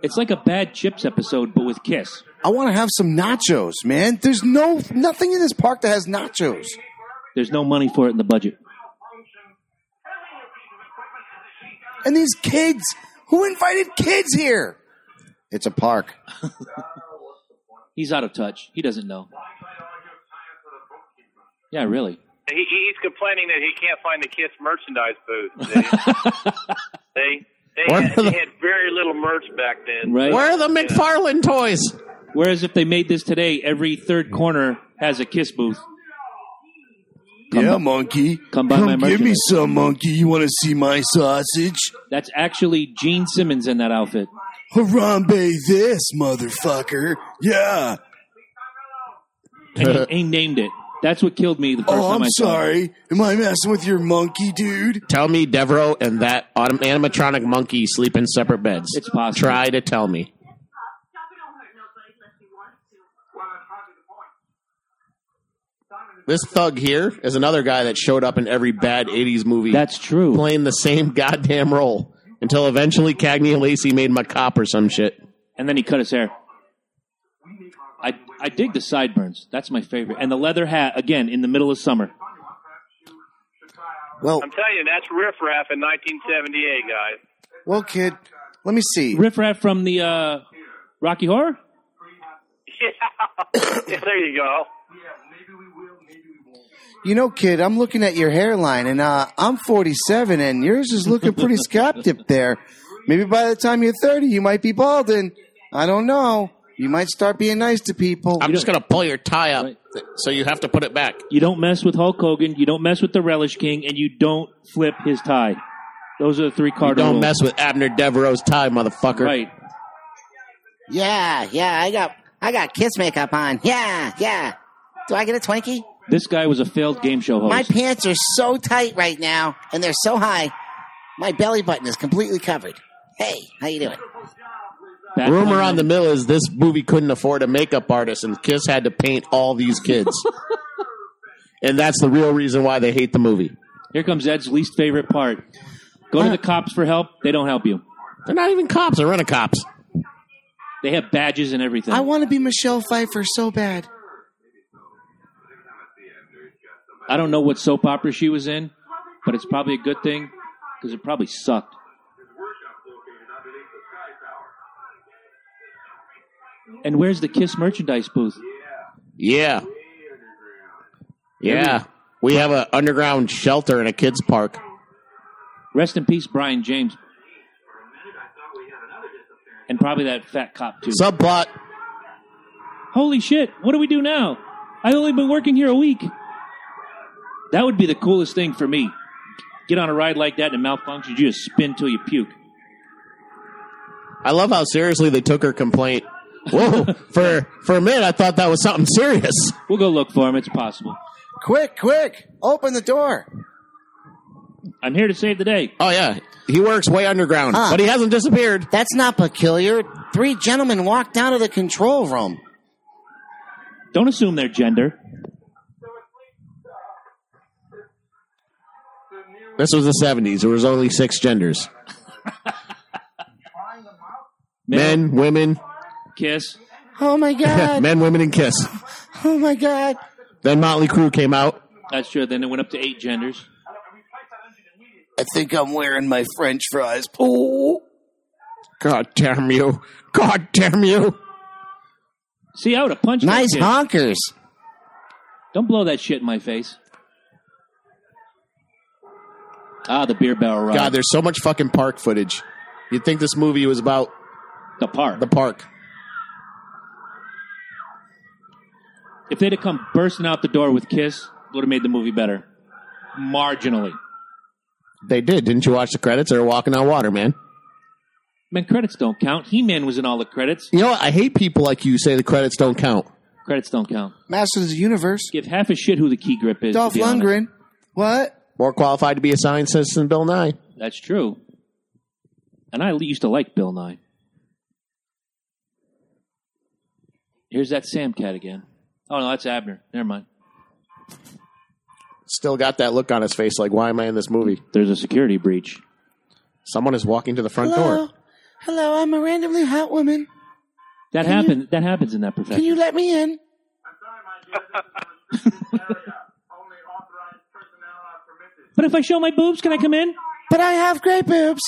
Speaker 3: It's like a bad chips episode, but with Kiss.
Speaker 1: I want to have some nachos, man. There's no, nothing in this park that has nachos.
Speaker 3: There's no money for it in the budget.
Speaker 1: And these kids, who invited kids here? It's a park.
Speaker 3: He's out of touch. He doesn't know. Yeah, really.
Speaker 4: He, he's complaining that he can't find the Kiss merchandise booth.
Speaker 1: <laughs>
Speaker 4: They they, they,
Speaker 2: What
Speaker 4: had,
Speaker 2: are the-
Speaker 4: they had very little merch back then.
Speaker 3: Right.
Speaker 2: Where are the McFarlane toys?
Speaker 3: Whereas if they made this today, every third corner has a Kiss booth.
Speaker 5: yeah, monkey.
Speaker 3: come buy my
Speaker 5: give me
Speaker 3: merchandise.
Speaker 5: some, monkey. You want to see my sausage?
Speaker 3: That's actually Gene Simmons in that outfit.
Speaker 5: Harambe this, motherfucker. Yeah.
Speaker 3: And
Speaker 5: <laughs>
Speaker 3: he, and he named it. That's what killed me the first
Speaker 5: Oh,
Speaker 3: time
Speaker 5: I'm
Speaker 3: I saw it.
Speaker 5: sorry. Am I messing with your monkey, dude?
Speaker 2: Tell me Devereaux and that autom- animatronic monkey sleep in separate beds.
Speaker 3: It's possible.
Speaker 2: Try to tell me.
Speaker 6: Stop it, don't hurt nobody unless you want to. Well, that's probably the point.
Speaker 2: This thug here is another guy that showed up in every bad 80s movie
Speaker 3: That's true.
Speaker 2: playing the same goddamn role until eventually Cagney and Lacey made him a cop or some shit.
Speaker 3: and then he cut his hair. I I dig the sideburns. That's my favorite. And the leather hat again in the middle of summer.
Speaker 1: Well,
Speaker 4: I'm telling you, that's riff raff in 1978, guys. <laughs>
Speaker 1: well, kid, let me see.
Speaker 3: Riff Raff from the uh, Rocky Horror.
Speaker 4: Yeah. <laughs> yeah, there you go.
Speaker 1: You know, kid, I'm looking at your hairline, and uh, I'm 47, and yours is looking
Speaker 3: <laughs>
Speaker 1: pretty scalped up there. Maybe by the time you're 30, you might be balding. I don't know. You might start being nice to people.
Speaker 2: I'm just going to pull your tie up
Speaker 3: Right.
Speaker 2: so you have to put it back.
Speaker 3: You don't mess with Hulk Hogan. You don't mess with the Relish King, and you don't flip his tie. Those are the three cardinal
Speaker 2: Don't
Speaker 3: rules.
Speaker 2: mess with Abner Devereaux's tie, motherfucker.
Speaker 3: Right.
Speaker 7: Yeah, yeah, I got I got kiss makeup on. Yeah, yeah. Do I get a Twinkie?
Speaker 3: This guy was a failed game show host.
Speaker 7: My pants are so tight right now, and they're so high. My belly button is completely covered. Hey, how you doing?
Speaker 3: Back
Speaker 2: Rumor
Speaker 3: line.
Speaker 2: on the mill is this movie couldn't afford a makeup artist, and Kiss had to paint all these
Speaker 3: <laughs>
Speaker 2: kids. and that's the real reason why they hate the movie.
Speaker 3: Here comes Ed's least favorite part. Go to
Speaker 2: Uh,
Speaker 3: the cops for help. They don't help you.
Speaker 2: They're not even cops. They're rent a cops.
Speaker 3: They have badges and everything.
Speaker 7: I want to be Michelle Pfeiffer so bad.
Speaker 3: I don't know what soap opera she was in, but it's probably a good thing because it probably sucked. And where's the Kiss merchandise booth?
Speaker 2: Yeah. Yeah. We have an underground shelter in a kids' park.
Speaker 3: Rest in peace, Brian James. And probably that fat cop, too.
Speaker 2: Subplot.
Speaker 3: Holy shit, what do we do now? I've only been working here a week. That would be the coolest thing for me. Get on a ride like that and it malfunctions. You just spin till you puke.
Speaker 2: I love how seriously they took her complaint. Whoa! <laughs> for for a minute, I thought that was something serious.
Speaker 3: We'll go look for him. It's possible.
Speaker 1: Quick, quick, open the door.
Speaker 3: I'm here to save the day.
Speaker 2: Oh yeah, he works way underground,
Speaker 7: Huh.
Speaker 2: but he hasn't disappeared.
Speaker 7: That's not peculiar. Three gentlemen walked out of the control room.
Speaker 3: Don't assume their gender.
Speaker 2: This was the seventies. There was only six genders:
Speaker 3: Male,
Speaker 2: men, women,
Speaker 3: kiss.
Speaker 7: Oh <laughs> my
Speaker 2: <laughs>
Speaker 7: god.
Speaker 2: men, women, and Kiss.
Speaker 7: oh my god.
Speaker 2: Then Motley Crue came out.
Speaker 3: That's true. Then it went up to eight genders.
Speaker 7: I think I'm wearing my French fries. Ooh.
Speaker 2: God damn you! God damn you!
Speaker 3: See, I would have punched
Speaker 7: Nice
Speaker 3: that kid.
Speaker 7: honkers.
Speaker 3: Don't blow that shit in my face. Ah, the beer barrel ride.
Speaker 2: God, there's so much fucking park footage. You'd think this movie was about
Speaker 3: the park.
Speaker 2: the park.
Speaker 3: If they'd have come bursting out the door with Kiss, would have made the movie better. Marginally.
Speaker 2: They did. Didn't you watch the credits? They were walking on water, man.
Speaker 3: Man, credits don't count. He Man was in all the credits.
Speaker 2: You know, what? I hate people like you who say the credits don't count.
Speaker 3: Credits don't count.
Speaker 1: Masters of the Universe.
Speaker 3: Give half a shit who the key grip is. to
Speaker 1: Dolph
Speaker 3: be honest.
Speaker 1: Lundgren. What?
Speaker 2: More qualified to be a science citizen than Bill Nye.
Speaker 3: That's true. And I used to like Bill Nye. Here's that Sam cat again. Oh no, that's Abner. Never mind.
Speaker 2: Still got that look on his face like, why am I in this movie?
Speaker 3: There's a security breach.
Speaker 2: Someone is walking to the front
Speaker 7: Hello.
Speaker 2: door.
Speaker 7: Hello, I'm a randomly hot woman.
Speaker 3: That happened. That happens in that
Speaker 7: Can
Speaker 3: profession.
Speaker 7: you let me in?
Speaker 6: <laughs> Only authorized personnel are permitted.
Speaker 3: but if I show my boobs, can I come in?
Speaker 7: But I have great boobs.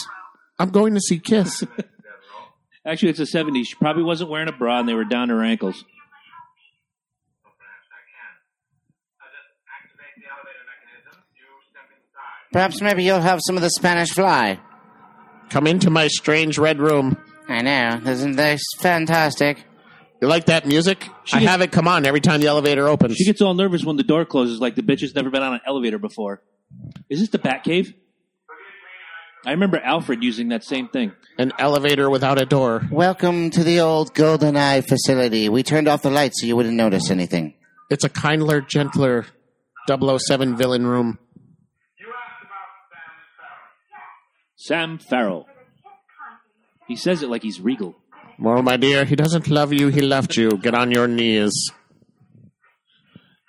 Speaker 2: I'm going to see
Speaker 3: <laughs>
Speaker 2: Kiss.
Speaker 3: Actually, it's the '70s. She probably wasn't wearing a bra, and they were down to her ankles.
Speaker 6: Activate the elevator mechanism. You step inside.
Speaker 7: Perhaps maybe you'll have some of the Spanish fly.
Speaker 2: Come into my strange red room.
Speaker 7: I know. Isn't this fantastic?
Speaker 2: You like that music? I
Speaker 3: gets-
Speaker 2: have it come on every time the elevator opens.
Speaker 3: She gets all nervous when the door closes, like the bitch has never been on an elevator before. Is this the Batcave? I remember Alfred using that same thing.
Speaker 2: An elevator without a door.
Speaker 7: Welcome to the old Golden Eye facility. We turned off the lights so you wouldn't notice anything.
Speaker 2: It's a kindler, gentler 007 villain room.
Speaker 3: Sam Farrell. He says it like he's regal.
Speaker 2: Well, my dear, he doesn't love you. He left you. Get on your knees.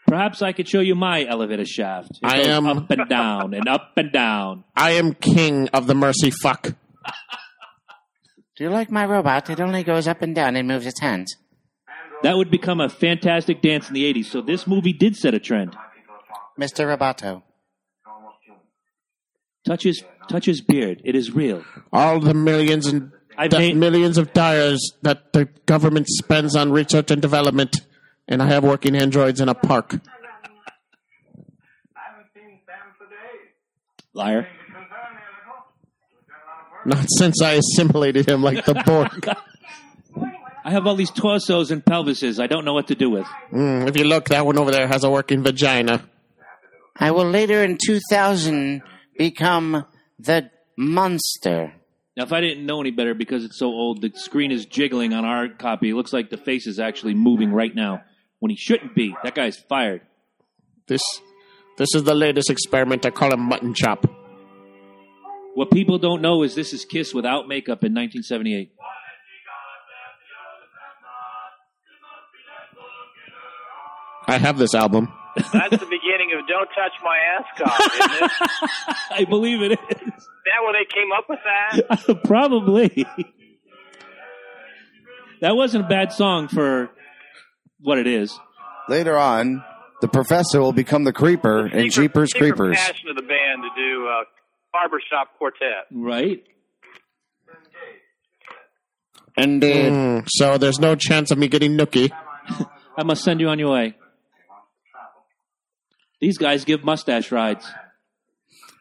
Speaker 3: Perhaps I could show you my elevator shaft. It
Speaker 2: I
Speaker 3: goes
Speaker 2: am-
Speaker 3: up and down and up and down.
Speaker 2: I am king of the mercy fuck.
Speaker 7: Do you like my robot? It only goes up and down and moves its hands.
Speaker 3: That would become a fantastic dance in the '80s. So this movie did set a trend.
Speaker 7: Mr. Roboto.
Speaker 3: Touch his, touch his beard. It is real.
Speaker 2: All the millions and
Speaker 3: I've
Speaker 2: the
Speaker 3: made-
Speaker 2: millions of dollars that the government spends on research and development, and I have working androids in a park.
Speaker 6: I haven't seen Sam for days.
Speaker 3: Liar.
Speaker 6: Concerned, Nickel? We've done a lot of work.
Speaker 2: Not <laughs> since I assimilated him like the Borg.
Speaker 3: I have all these torsos and pelvises. I don't know what to do with.
Speaker 2: Mm, if you look, that one over there has a working vagina.
Speaker 7: I will later in 2000 become the monster.
Speaker 3: Now, if I didn't know any better because it's so old, the screen is jiggling on our copy. It looks like the face is actually moving right now when he shouldn't be. That guy's fired.
Speaker 2: This this is the latest experiment. I call him mutton chop.
Speaker 3: What people don't know is this is Kiss without makeup in 1978.
Speaker 2: I have this album.
Speaker 4: That's the beginning of "Don't Touch My Ascot." Isn't it?
Speaker 3: <laughs> I believe it is. <laughs>
Speaker 4: that where they came up with that?
Speaker 3: Probably. that wasn't a bad song for what it is.
Speaker 1: Later on, the professor will become the creeper in
Speaker 4: Secret-
Speaker 1: Jeepers
Speaker 4: secret
Speaker 1: Creepers.
Speaker 4: Passion of the band to do uh, barbershop quartet.
Speaker 3: Right?
Speaker 1: Indeed.
Speaker 2: Mm, so there's no chance of me getting nookie.
Speaker 3: I must send you on your way. These guys give mustache rides.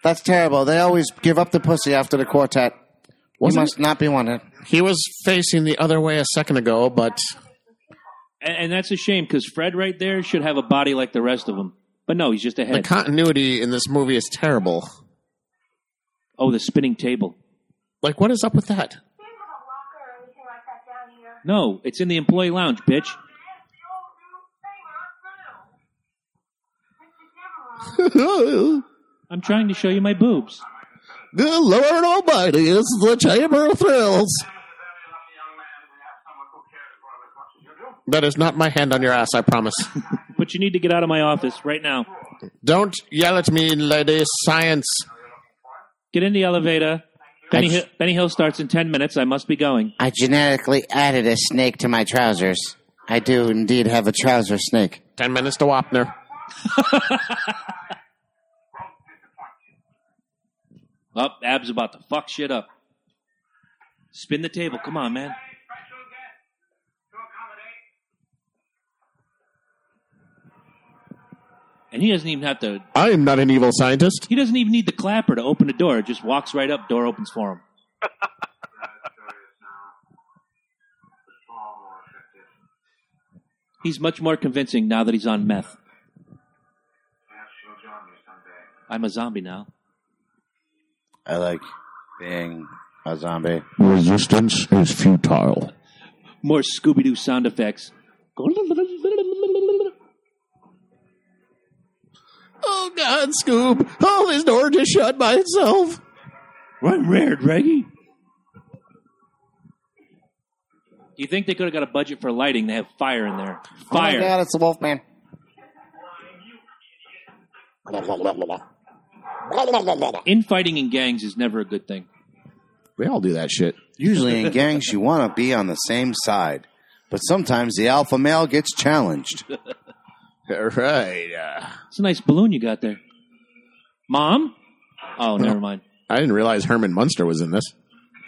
Speaker 1: That's terrible. They always give up the pussy after the quartet. You
Speaker 2: Wasn't-
Speaker 1: must not be wanted.
Speaker 2: He was facing the other way a second ago, but
Speaker 3: And, and that's a shame because Fred right there should have a body like the rest of them. But no, he's just a
Speaker 2: the
Speaker 3: head.
Speaker 2: continuity in this movie is terrible.
Speaker 3: oh, the spinning table.
Speaker 2: Like, what is up with that? <laughs>
Speaker 6: We have a locker or anything like that down here.
Speaker 3: No, it's in the employee lounge, bitch.
Speaker 2: the
Speaker 3: I'm trying to show you my boobs.
Speaker 2: Lord Almighty is the Chamber of Thrills. That is not my hand on your ass, I promise.
Speaker 3: But you need to get out of my office right now.
Speaker 2: Don't yell at me, lady science.
Speaker 3: Get in the elevator. Benny,
Speaker 7: I-
Speaker 3: Hill, Benny Hill starts in 10 minutes. I must be going.
Speaker 7: I genetically added a snake to my trousers. I do indeed have a trouser snake.
Speaker 2: Ten minutes to Wapner.
Speaker 3: Up, Oh, Ab's about to fuck shit up. Spin the table. Come on, man. And he doesn't even have to.
Speaker 2: I am not an evil scientist.
Speaker 3: He doesn't even need the clapper to open the door. It just walks right up. Door opens for him. He's much more convincing now that he's on meth. I'm a zombie now.
Speaker 1: I like being a zombie.
Speaker 2: Resistance is futile.
Speaker 3: More Scooby Doo sound effects.
Speaker 2: Oh God, Scoob! Oh, this door just shut by itself.
Speaker 3: Run rare, Reggie. You think they could have got a budget for lighting? They have fire in there.
Speaker 7: Oh my
Speaker 3: Fire.
Speaker 7: god, it's the Wolfman.
Speaker 3: Infighting in gangs is never a good thing.
Speaker 2: They all do that shit.
Speaker 1: Usually in gangs, you want to be on the same side, but sometimes the alpha male gets challenged.
Speaker 2: Right. Uh,
Speaker 3: It's a nice balloon you got there. Mom? Oh, never mind.
Speaker 2: I didn't realize Herman Munster was in this.
Speaker 3: <laughs>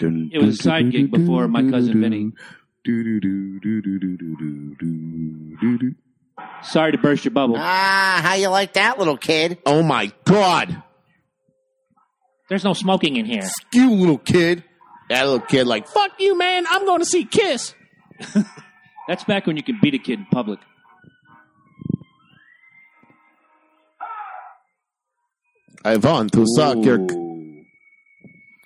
Speaker 3: It was a side
Speaker 1: <laughs>
Speaker 3: gig before my cousin Vinny. Sorry to burst your bubble.
Speaker 7: Ah, how you like that little kid?
Speaker 2: Oh my God!
Speaker 3: There's no smoking in here.
Speaker 1: You little kid.
Speaker 2: That little kid, like, fuck you, man! I'm going to see Kiss.
Speaker 3: That's back when you could beat a kid in public.
Speaker 2: I want to suck your.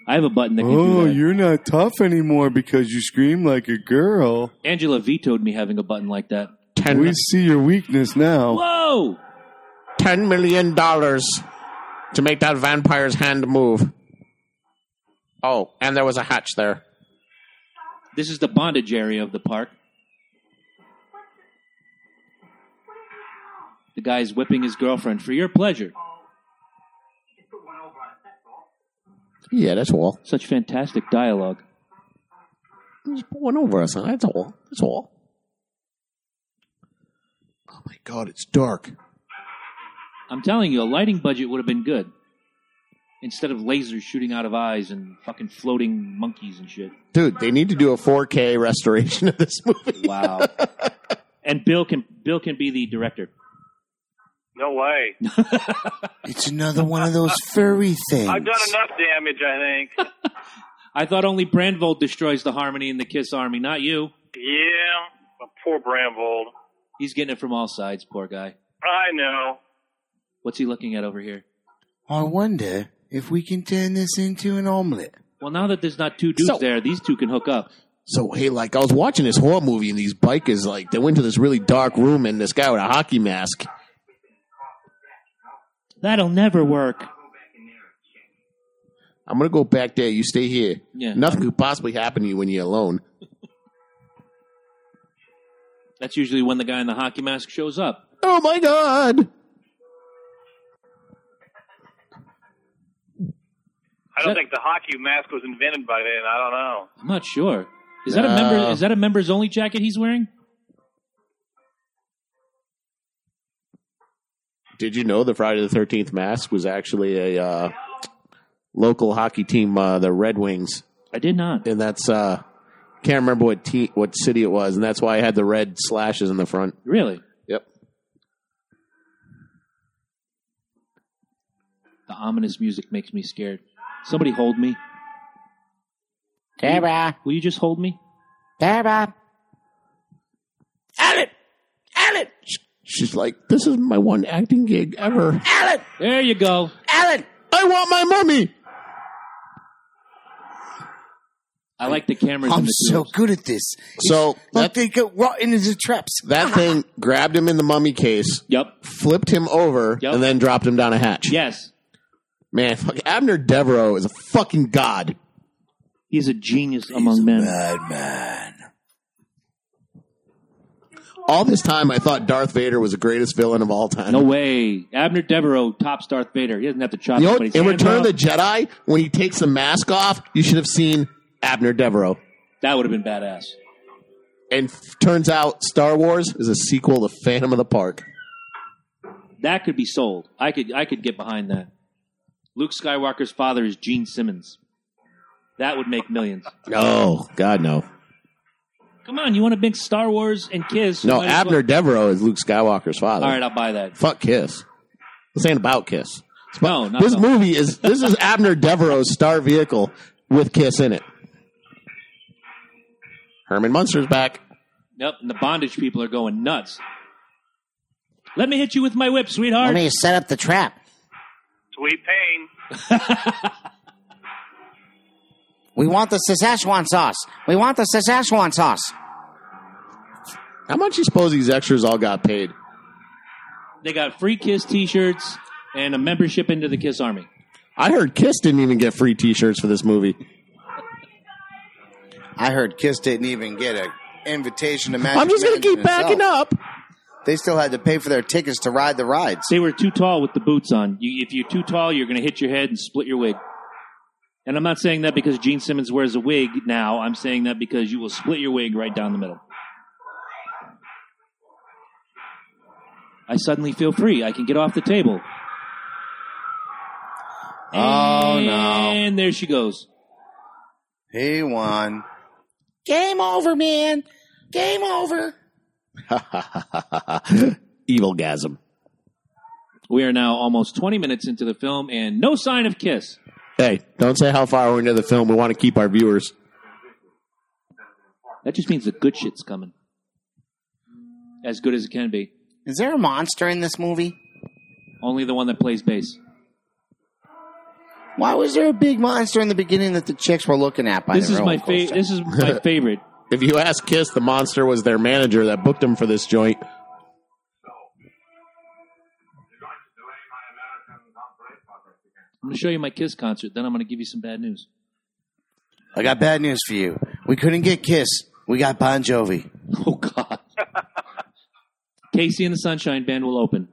Speaker 3: I have a button that can
Speaker 5: Oh,
Speaker 3: do that.
Speaker 5: you're not tough anymore because you scream like a girl.
Speaker 3: Angela vetoed me having a button like that.
Speaker 2: Ten,
Speaker 5: We see your weakness now.
Speaker 3: Whoa!
Speaker 2: ten million dollars to make that vampire's hand move. Oh, and there was a hatch there.
Speaker 3: This is the bondage area of the park. The guy's whipping his girlfriend for your pleasure.
Speaker 2: Yeah, that's all.
Speaker 3: Such fantastic dialogue.
Speaker 2: Just put one over us. huh? That's all. That's all. Oh my god, it's dark.
Speaker 3: I'm telling you, a lighting budget would have been good. Instead of lasers shooting out of eyes and fucking floating monkeys and shit.
Speaker 2: Dude, they need to do a 4K restoration of this movie.
Speaker 3: <laughs> Wow. and Bill can Bill can be the director.
Speaker 4: No way.
Speaker 1: It's another one of those furry things.
Speaker 4: I've done enough damage, I think.
Speaker 3: I thought only Brandvold destroys the harmony in the Kiss Army, not you.
Speaker 4: yeah, poor Brambold.
Speaker 3: He's getting it from all sides, poor guy.
Speaker 4: I know.
Speaker 3: What's he looking at over here?
Speaker 1: I wonder if we can turn this into an omelet.
Speaker 3: Well, now that there's not two dudes
Speaker 2: So-
Speaker 3: there, these two can hook up.
Speaker 2: So hey, like I was watching this horror movie and these bikers like they went to this really dark room and this guy with a hockey mask.
Speaker 3: That'll never work.
Speaker 2: I'm gonna go back there. You stay here.
Speaker 3: Yeah.
Speaker 2: Nothing could possibly happen to you when you're alone.
Speaker 3: That's usually when the guy in the hockey mask shows up.
Speaker 2: Oh my god!
Speaker 4: I don't think the hockey mask was invented by then. I don't know.
Speaker 3: I'm not sure. Is that a
Speaker 2: No.
Speaker 3: member? Is that a members only jacket he's wearing?
Speaker 2: Did you know the Friday the Thirteenth mask was actually a uh, local hockey team, uh, the Red Wings,
Speaker 3: I did not.
Speaker 2: and that's uh, can't remember what te- what city it was, and that's why I had the red slashes in the front.
Speaker 3: Really?
Speaker 2: Yep.
Speaker 3: The ominous music makes me scared. Somebody hold me.
Speaker 7: Tara.
Speaker 3: Will you just hold me?
Speaker 7: Tara. Alan! Alan!
Speaker 2: She's like, "This is my one acting gig ever.
Speaker 7: Alan!
Speaker 3: There you go.
Speaker 7: Alan!
Speaker 2: I want my mummy."
Speaker 3: I like the cameras. in
Speaker 1: I'm
Speaker 3: the
Speaker 1: so
Speaker 3: tubes.
Speaker 1: good at this.
Speaker 2: So
Speaker 1: Look,
Speaker 2: that
Speaker 1: they go rotten into traps.
Speaker 2: that thing grabbed him in the mummy case,
Speaker 3: Yep.
Speaker 2: flipped him over,
Speaker 3: Yep.
Speaker 2: and then dropped him down a hatch.
Speaker 3: Yes.
Speaker 2: Man, fuck, Abner Devereaux is a fucking god.
Speaker 3: He's a genius among men.
Speaker 1: Madman.
Speaker 2: All this time, I thought Darth Vader was the greatest villain of all time.
Speaker 3: No way. Abner Devereaux tops Darth Vader. He doesn't have to chop
Speaker 2: You know,
Speaker 3: somebody's
Speaker 2: in
Speaker 3: hands
Speaker 2: Return of the
Speaker 3: off.
Speaker 2: Jedi, when he takes the mask off, you should have seen Abner Devereaux.
Speaker 3: That would have been badass.
Speaker 2: And f- turns out Star Wars is a sequel to Phantom of the Park.
Speaker 3: That could be sold. I could I could get behind that. Luke Skywalker's father is Gene Simmons. That would make millions.
Speaker 2: No, God, no.
Speaker 3: Come on, you want to mix Star Wars and Kiss? you
Speaker 2: No,
Speaker 3: might as
Speaker 2: Abner Devereaux is Luke Skywalker's father.
Speaker 3: Well. All right, I'll buy that.
Speaker 2: Fuck Kiss. This ain't about Kiss.
Speaker 3: No, not
Speaker 2: this
Speaker 3: no.
Speaker 2: movie is this is Abner Devereaux's star vehicle with Kiss in it. Herman Munster's back.
Speaker 3: Yep, and the bondage people are going nuts. Let me hit you with my whip,
Speaker 7: Let
Speaker 3: sweetheart.
Speaker 7: me set up the trap.
Speaker 4: Sweet pain.
Speaker 7: We want the Szechuan sauce. We want the Szechuan sauce.
Speaker 2: How much do you suppose these extras all got paid?
Speaker 3: They got free Kiss T-shirts and a membership into the Kiss Army.
Speaker 2: I heard Kiss didn't even get free T-shirts for this movie.
Speaker 1: I heard Kiss didn't even get a invitation to Magic
Speaker 2: I'm just gonna
Speaker 1: Mountain
Speaker 2: keep backing
Speaker 1: itself.
Speaker 2: up.
Speaker 1: They still had to pay for their tickets to ride the rides.
Speaker 3: They were too tall with the boots on. You, if you're too tall, you're going to hit your head and split your wig. And I'm not saying that because Gene Simmons wears a wig now. I'm saying that because you will split your wig right down the middle. I suddenly feel free. I can get off the table.
Speaker 1: Oh, no.
Speaker 3: And there she goes.
Speaker 1: He won.
Speaker 7: Game over, man. Game over.
Speaker 2: Evil gasm.
Speaker 3: We are now almost 20 minutes into the film and no sign of Kiss.
Speaker 2: Hey, don't say how far we're into the film. We want to keep our viewers.
Speaker 3: That just means the good shit's coming. As good as it can be.
Speaker 7: Is there a monster in this movie?
Speaker 3: Only the one that plays bass.
Speaker 7: Why was there a big monster in the beginning that the chicks were looking at by
Speaker 3: This
Speaker 7: the
Speaker 3: is my
Speaker 7: roller
Speaker 3: favorite.
Speaker 7: coaster?
Speaker 3: This is <laughs> my favorite.
Speaker 2: If you ask Kiss, the monster was their manager that booked him for this joint.
Speaker 3: I'm going to show you my Kiss concert. Then I'm going to give you some bad news.
Speaker 1: I got bad news for you. We couldn't get Kiss. We got Bon Jovi.
Speaker 3: Oh God. <laughs> Casey and the Sunshine Band will open.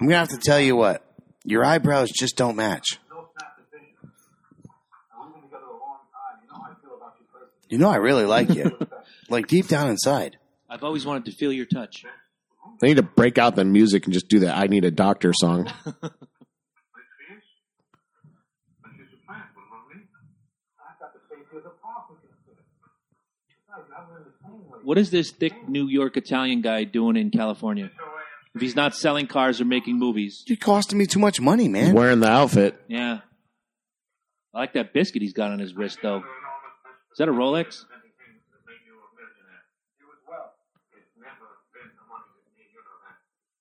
Speaker 1: I'm gonna have to tell you what. Your eyebrows just don't match. You know I really like
Speaker 7: <laughs>
Speaker 1: you. like deep down inside.
Speaker 3: I've always wanted to feel your touch.
Speaker 2: They need to break out the music and just do that. I need a doctor song.
Speaker 3: What is this thick New York Italian guy doing in California? If he's not selling cars or making movies,
Speaker 1: You're costing me too much money, man.
Speaker 2: Wearing the outfit.
Speaker 3: yeah. I like that biscuit he's got on his wrist though. Is that a Rolex?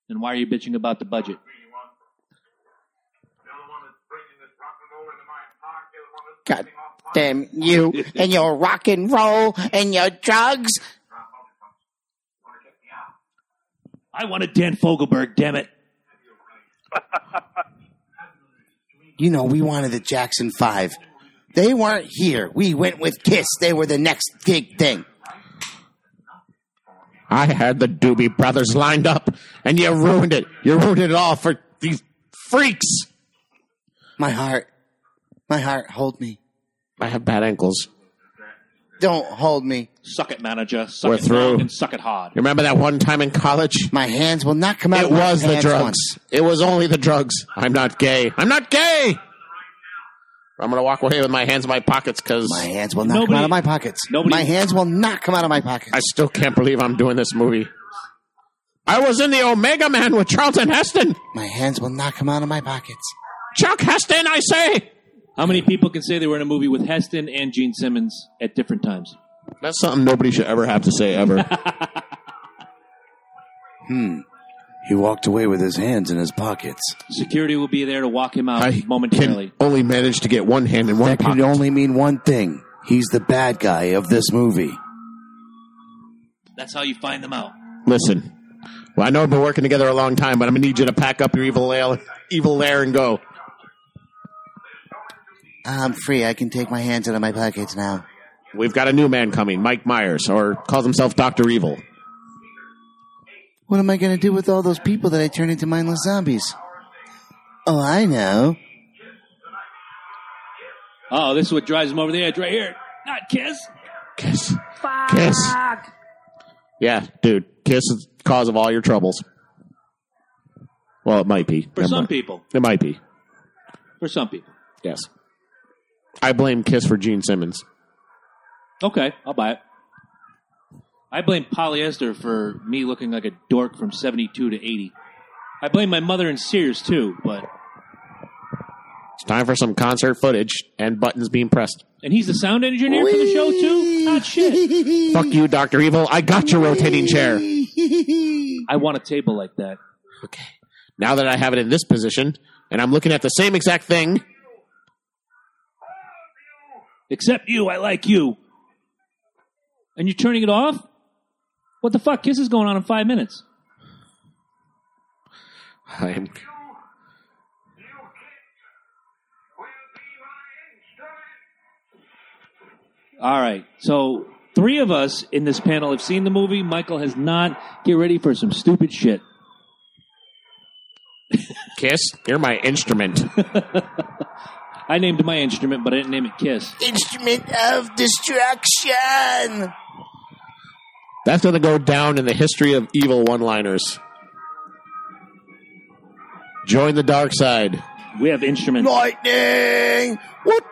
Speaker 3: Then why are you bitching about the budget?
Speaker 7: God damn you and your rock and roll and your drugs.
Speaker 3: I wanted Dan Fogelberg, damn it.
Speaker 7: You know, we wanted the Jackson Five. They weren't here. We went with Kiss. They were the next big thing.
Speaker 2: I had the Doobie Brothers lined up, and you ruined it. You ruined it all for these freaks.
Speaker 7: My heart, my heart, hold me.
Speaker 2: I have bad ankles.
Speaker 7: Don't hold me.
Speaker 3: Suck it, manager. Suck
Speaker 2: We're
Speaker 3: it
Speaker 2: through.
Speaker 3: down and suck it hard.
Speaker 2: You remember that one time in college?
Speaker 7: My hands will not come out.
Speaker 2: It
Speaker 7: of my
Speaker 2: was the
Speaker 7: pants
Speaker 2: drugs.
Speaker 7: once.
Speaker 2: It was only the drugs. I'm not gay. I'm not gay. I'm gonna walk away with my hands in my pockets because
Speaker 7: My hands will not come
Speaker 3: Nobody-
Speaker 7: out of my pockets.
Speaker 3: nobody-
Speaker 7: my hands will not come out of my pockets.
Speaker 2: I still can't believe I'm doing this movie. I was in the Omega Man with Charlton Heston.
Speaker 7: my hands will not come out of my pockets.
Speaker 2: Chuck Heston, I say.
Speaker 3: How many people can say they were in a movie with Heston and Gene Simmons at different times?
Speaker 2: That's something nobody should ever have to say ever.
Speaker 1: He walked away with his hands in his pockets.
Speaker 3: Security will be there to walk him out
Speaker 2: I
Speaker 3: momentarily.
Speaker 2: can only manage to get one hand in one
Speaker 1: That could
Speaker 2: pocket.
Speaker 1: only mean one thing. He's the bad guy of this movie.
Speaker 3: That's how you find them out.
Speaker 2: Listen, well, I know we've been working together a long time, but I'm gonna need you to pack up your evil lair, evil lair, and go.
Speaker 7: I'm free. I can take my hands out of my pockets now.
Speaker 2: We've got a new man coming, Mike Myers, or calls himself Doctor Evil.
Speaker 7: What am I going to do with all those people that I turn into mindless zombies? Oh, I know.
Speaker 3: Oh, this is what drives them over the edge right here. Not Kiss.
Speaker 2: Kiss. Kiss. Yeah, dude. Kiss is the cause of all your troubles. Well, it might be.
Speaker 3: For
Speaker 2: It
Speaker 3: some
Speaker 2: might-
Speaker 3: people.
Speaker 2: It might be.
Speaker 3: For some people.
Speaker 2: Yes. I blame Kiss for Gene Simmons.
Speaker 3: Okay, I'll buy it. I blame polyester for me looking like a dork from 72 to 80. I blame my mother and Sears too, but.
Speaker 2: It's time for some concert footage and buttons being pressed.
Speaker 3: And he's the sound engineer for the show too? Hot shit.
Speaker 2: Fuck you, Dr. Evil. I got your rotating chair.
Speaker 3: I want a table like that.
Speaker 2: Okay. Now that I have it in this position and I'm looking at the same exact thing,
Speaker 3: Except you, I like you. And you're turning it off? What the fuck? Kiss is going on in five minutes.
Speaker 2: I am.
Speaker 3: All right. So three of us in this panel have seen the movie. Michael has not. Get ready for some stupid shit.
Speaker 2: Kiss, you're my instrument.
Speaker 3: I named my instrument, but I didn't name it Kiss.
Speaker 7: Instrument of destruction.
Speaker 2: That's going to go down in the history of evil one liners. Join the dark side.
Speaker 3: We have instruments.
Speaker 1: Lightning! What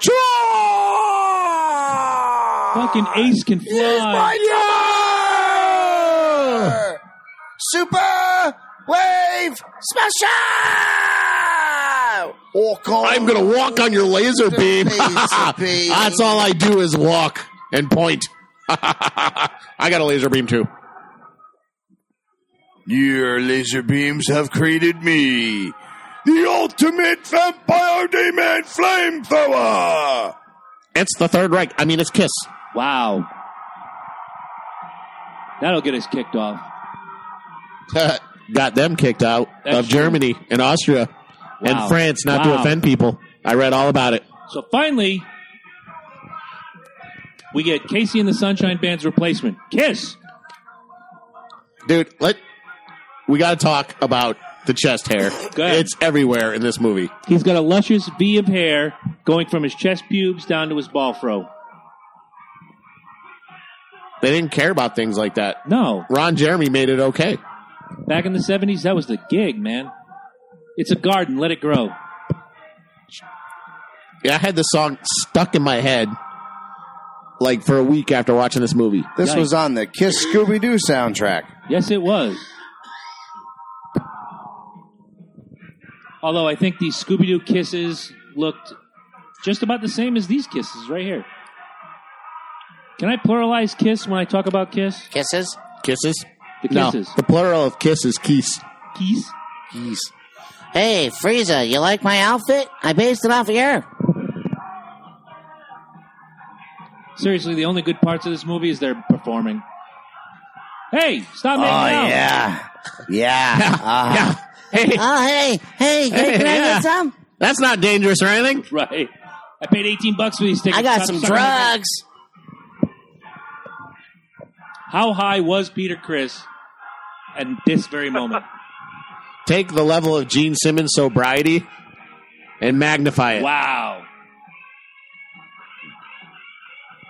Speaker 3: Fucking Ace can fly.
Speaker 7: Oh!
Speaker 2: <laughs>
Speaker 1: Super wave smasher! Walk on.
Speaker 2: I'm going to walk on your laser beam. <laughs>
Speaker 7: Laser beam.
Speaker 2: That's all I do is walk and point. <laughs> I got a laser beam too.
Speaker 1: Your laser beams have created me, the ultimate vampire demon flamethrower.
Speaker 2: It's the Third Reich. I mean, it's Kiss.
Speaker 3: Wow. That'll get us kicked off.
Speaker 2: <laughs> got them kicked out
Speaker 3: That's
Speaker 2: of
Speaker 3: true.
Speaker 2: Germany and Austria
Speaker 3: Wow.
Speaker 2: and France, not to
Speaker 3: Wow.
Speaker 2: offend people. I read all about it.
Speaker 3: So finally, we get Casey and the Sunshine Band's replacement, Kiss.
Speaker 2: dude. Let we got to talk about the chest hair.
Speaker 3: <laughs> Go ahead.
Speaker 2: It's everywhere in this movie.
Speaker 3: He's got a luscious V of hair going from his chest pubes down to his ball fro.
Speaker 2: They didn't care about things like that.
Speaker 3: No,
Speaker 2: Ron Jeremy made it okay.
Speaker 3: back in the 70s, that was the gig, man. It's a garden, let it grow.
Speaker 2: Yeah, I had this song stuck in my head like for a week after watching this movie.
Speaker 1: This was on the Kiss Scooby Doo soundtrack.
Speaker 3: Yes, it was. Although I think these Scooby Doo kisses looked just about the same as these kisses right here. Can I pluralize kiss when I talk about kiss?
Speaker 7: Kisses?
Speaker 2: Kisses.
Speaker 3: The
Speaker 2: No,
Speaker 3: kisses.
Speaker 2: the plural of kiss is kiss.
Speaker 3: Kiss?
Speaker 7: Jeez. Hey, Frieza, you like my outfit? I based it off of your.
Speaker 3: Seriously, the only good parts of this movie is they're performing. Hey, stop
Speaker 7: Oh
Speaker 3: making out.
Speaker 7: yeah, yeah. <laughs> Uh,
Speaker 2: Uh-huh.
Speaker 3: Ah.
Speaker 2: <laughs> Hey,
Speaker 7: Oh hey, hey, can,
Speaker 2: Hey,
Speaker 7: can I
Speaker 2: yeah. <laughs>
Speaker 7: get some?
Speaker 2: that's not dangerous or anything.
Speaker 3: <laughs> Right. I paid 18 bucks for these tickets.
Speaker 7: I got
Speaker 3: Stop
Speaker 7: some
Speaker 3: sucking my dick.
Speaker 7: drugs.
Speaker 3: How high was Peter Chris at this very moment?
Speaker 2: Take the level of Gene Simmons' sobriety and magnify it.
Speaker 3: wow.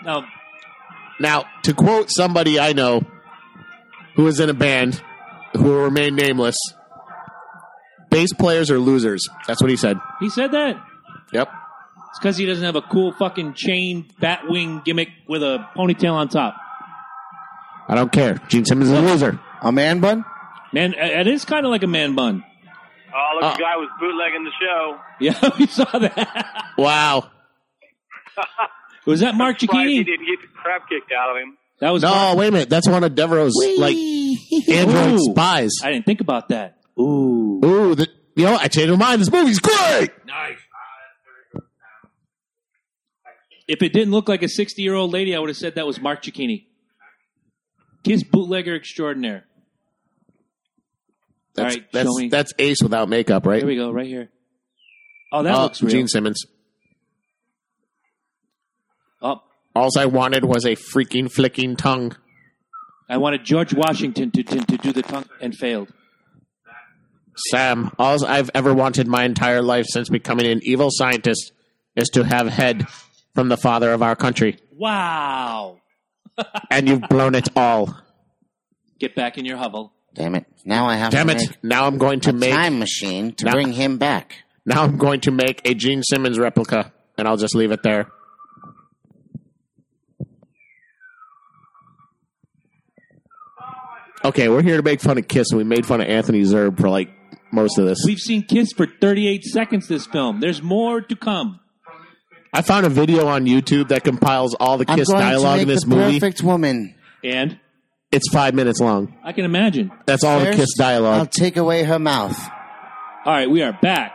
Speaker 3: Now,
Speaker 2: Now, to quote somebody I know who is in a band who will remain nameless, bass players are losers. That's what he said.
Speaker 3: he said that.
Speaker 2: Yep.
Speaker 3: It's because he doesn't have a cool fucking chain bat wing gimmick with a ponytail on top.
Speaker 2: I don't care. Gene Simmons is a loser.
Speaker 1: A man bun?
Speaker 3: Man, it is kind of like a man bun. <laughs>
Speaker 4: Oh, look,
Speaker 2: Uh.
Speaker 4: the guy was bootlegging the show.
Speaker 3: Yeah, we saw that. <laughs>
Speaker 2: Wow.
Speaker 3: Was that Mark
Speaker 4: Surprised he
Speaker 3: Cicchini?
Speaker 4: didn't get the crap kicked out of him.
Speaker 3: That was Mark.
Speaker 2: No, wait a minute. That's one of Devereaux's like android
Speaker 3: Ooh.
Speaker 2: spies.
Speaker 3: I didn't think about that. Ooh.
Speaker 2: Ooh, the, you know, what? I changed my mind. This movie's great.
Speaker 3: Nice. If it didn't look like a 60 year old lady, I would have said that was Mark Cicchini. Kiss bootlegger extraordinaire. All
Speaker 2: That's
Speaker 3: right,
Speaker 2: that's
Speaker 3: show me.
Speaker 2: that's Ace without makeup, right?
Speaker 3: Here
Speaker 2: <clears throat>
Speaker 3: we go, right here. Oh, that
Speaker 2: Uh,
Speaker 3: looks real.
Speaker 2: Gene Simmons.
Speaker 3: Oh,
Speaker 2: All I wanted was a freaking flicking tongue.
Speaker 3: I wanted George Washington to, to, to do the tongue and failed.
Speaker 2: Sam, all I've ever wanted my entire life since becoming an evil scientist is to have head from the father of our country.
Speaker 3: Wow.
Speaker 2: And you've blown it all.
Speaker 3: Get back in your hovel.
Speaker 7: Damn it! Now I have
Speaker 2: Damn
Speaker 7: to
Speaker 2: it.
Speaker 7: make
Speaker 2: Now I'm going to
Speaker 7: a
Speaker 2: make
Speaker 7: time machine to
Speaker 2: Now-
Speaker 7: bring him back.
Speaker 2: now I'm going to make a Gene Simmons replica and I'll just leave it there. Okay, we're here to make fun of Kiss and we made fun of Anthony Zerb for like most of this.
Speaker 3: We've seen Kiss for 38 seconds this film. There's more to come.
Speaker 2: I found a video on YouTube that compiles all the Kiss
Speaker 7: I'm going
Speaker 2: dialogue
Speaker 7: to
Speaker 2: in
Speaker 7: make
Speaker 2: this
Speaker 7: the
Speaker 2: movie.
Speaker 7: perfect woman.
Speaker 3: And
Speaker 2: It's five minutes long.
Speaker 3: I can imagine.
Speaker 2: That's all the
Speaker 7: First,
Speaker 2: Kiss
Speaker 7: I'll
Speaker 2: dialogue.
Speaker 7: take away her mouth.
Speaker 3: All right, we are back.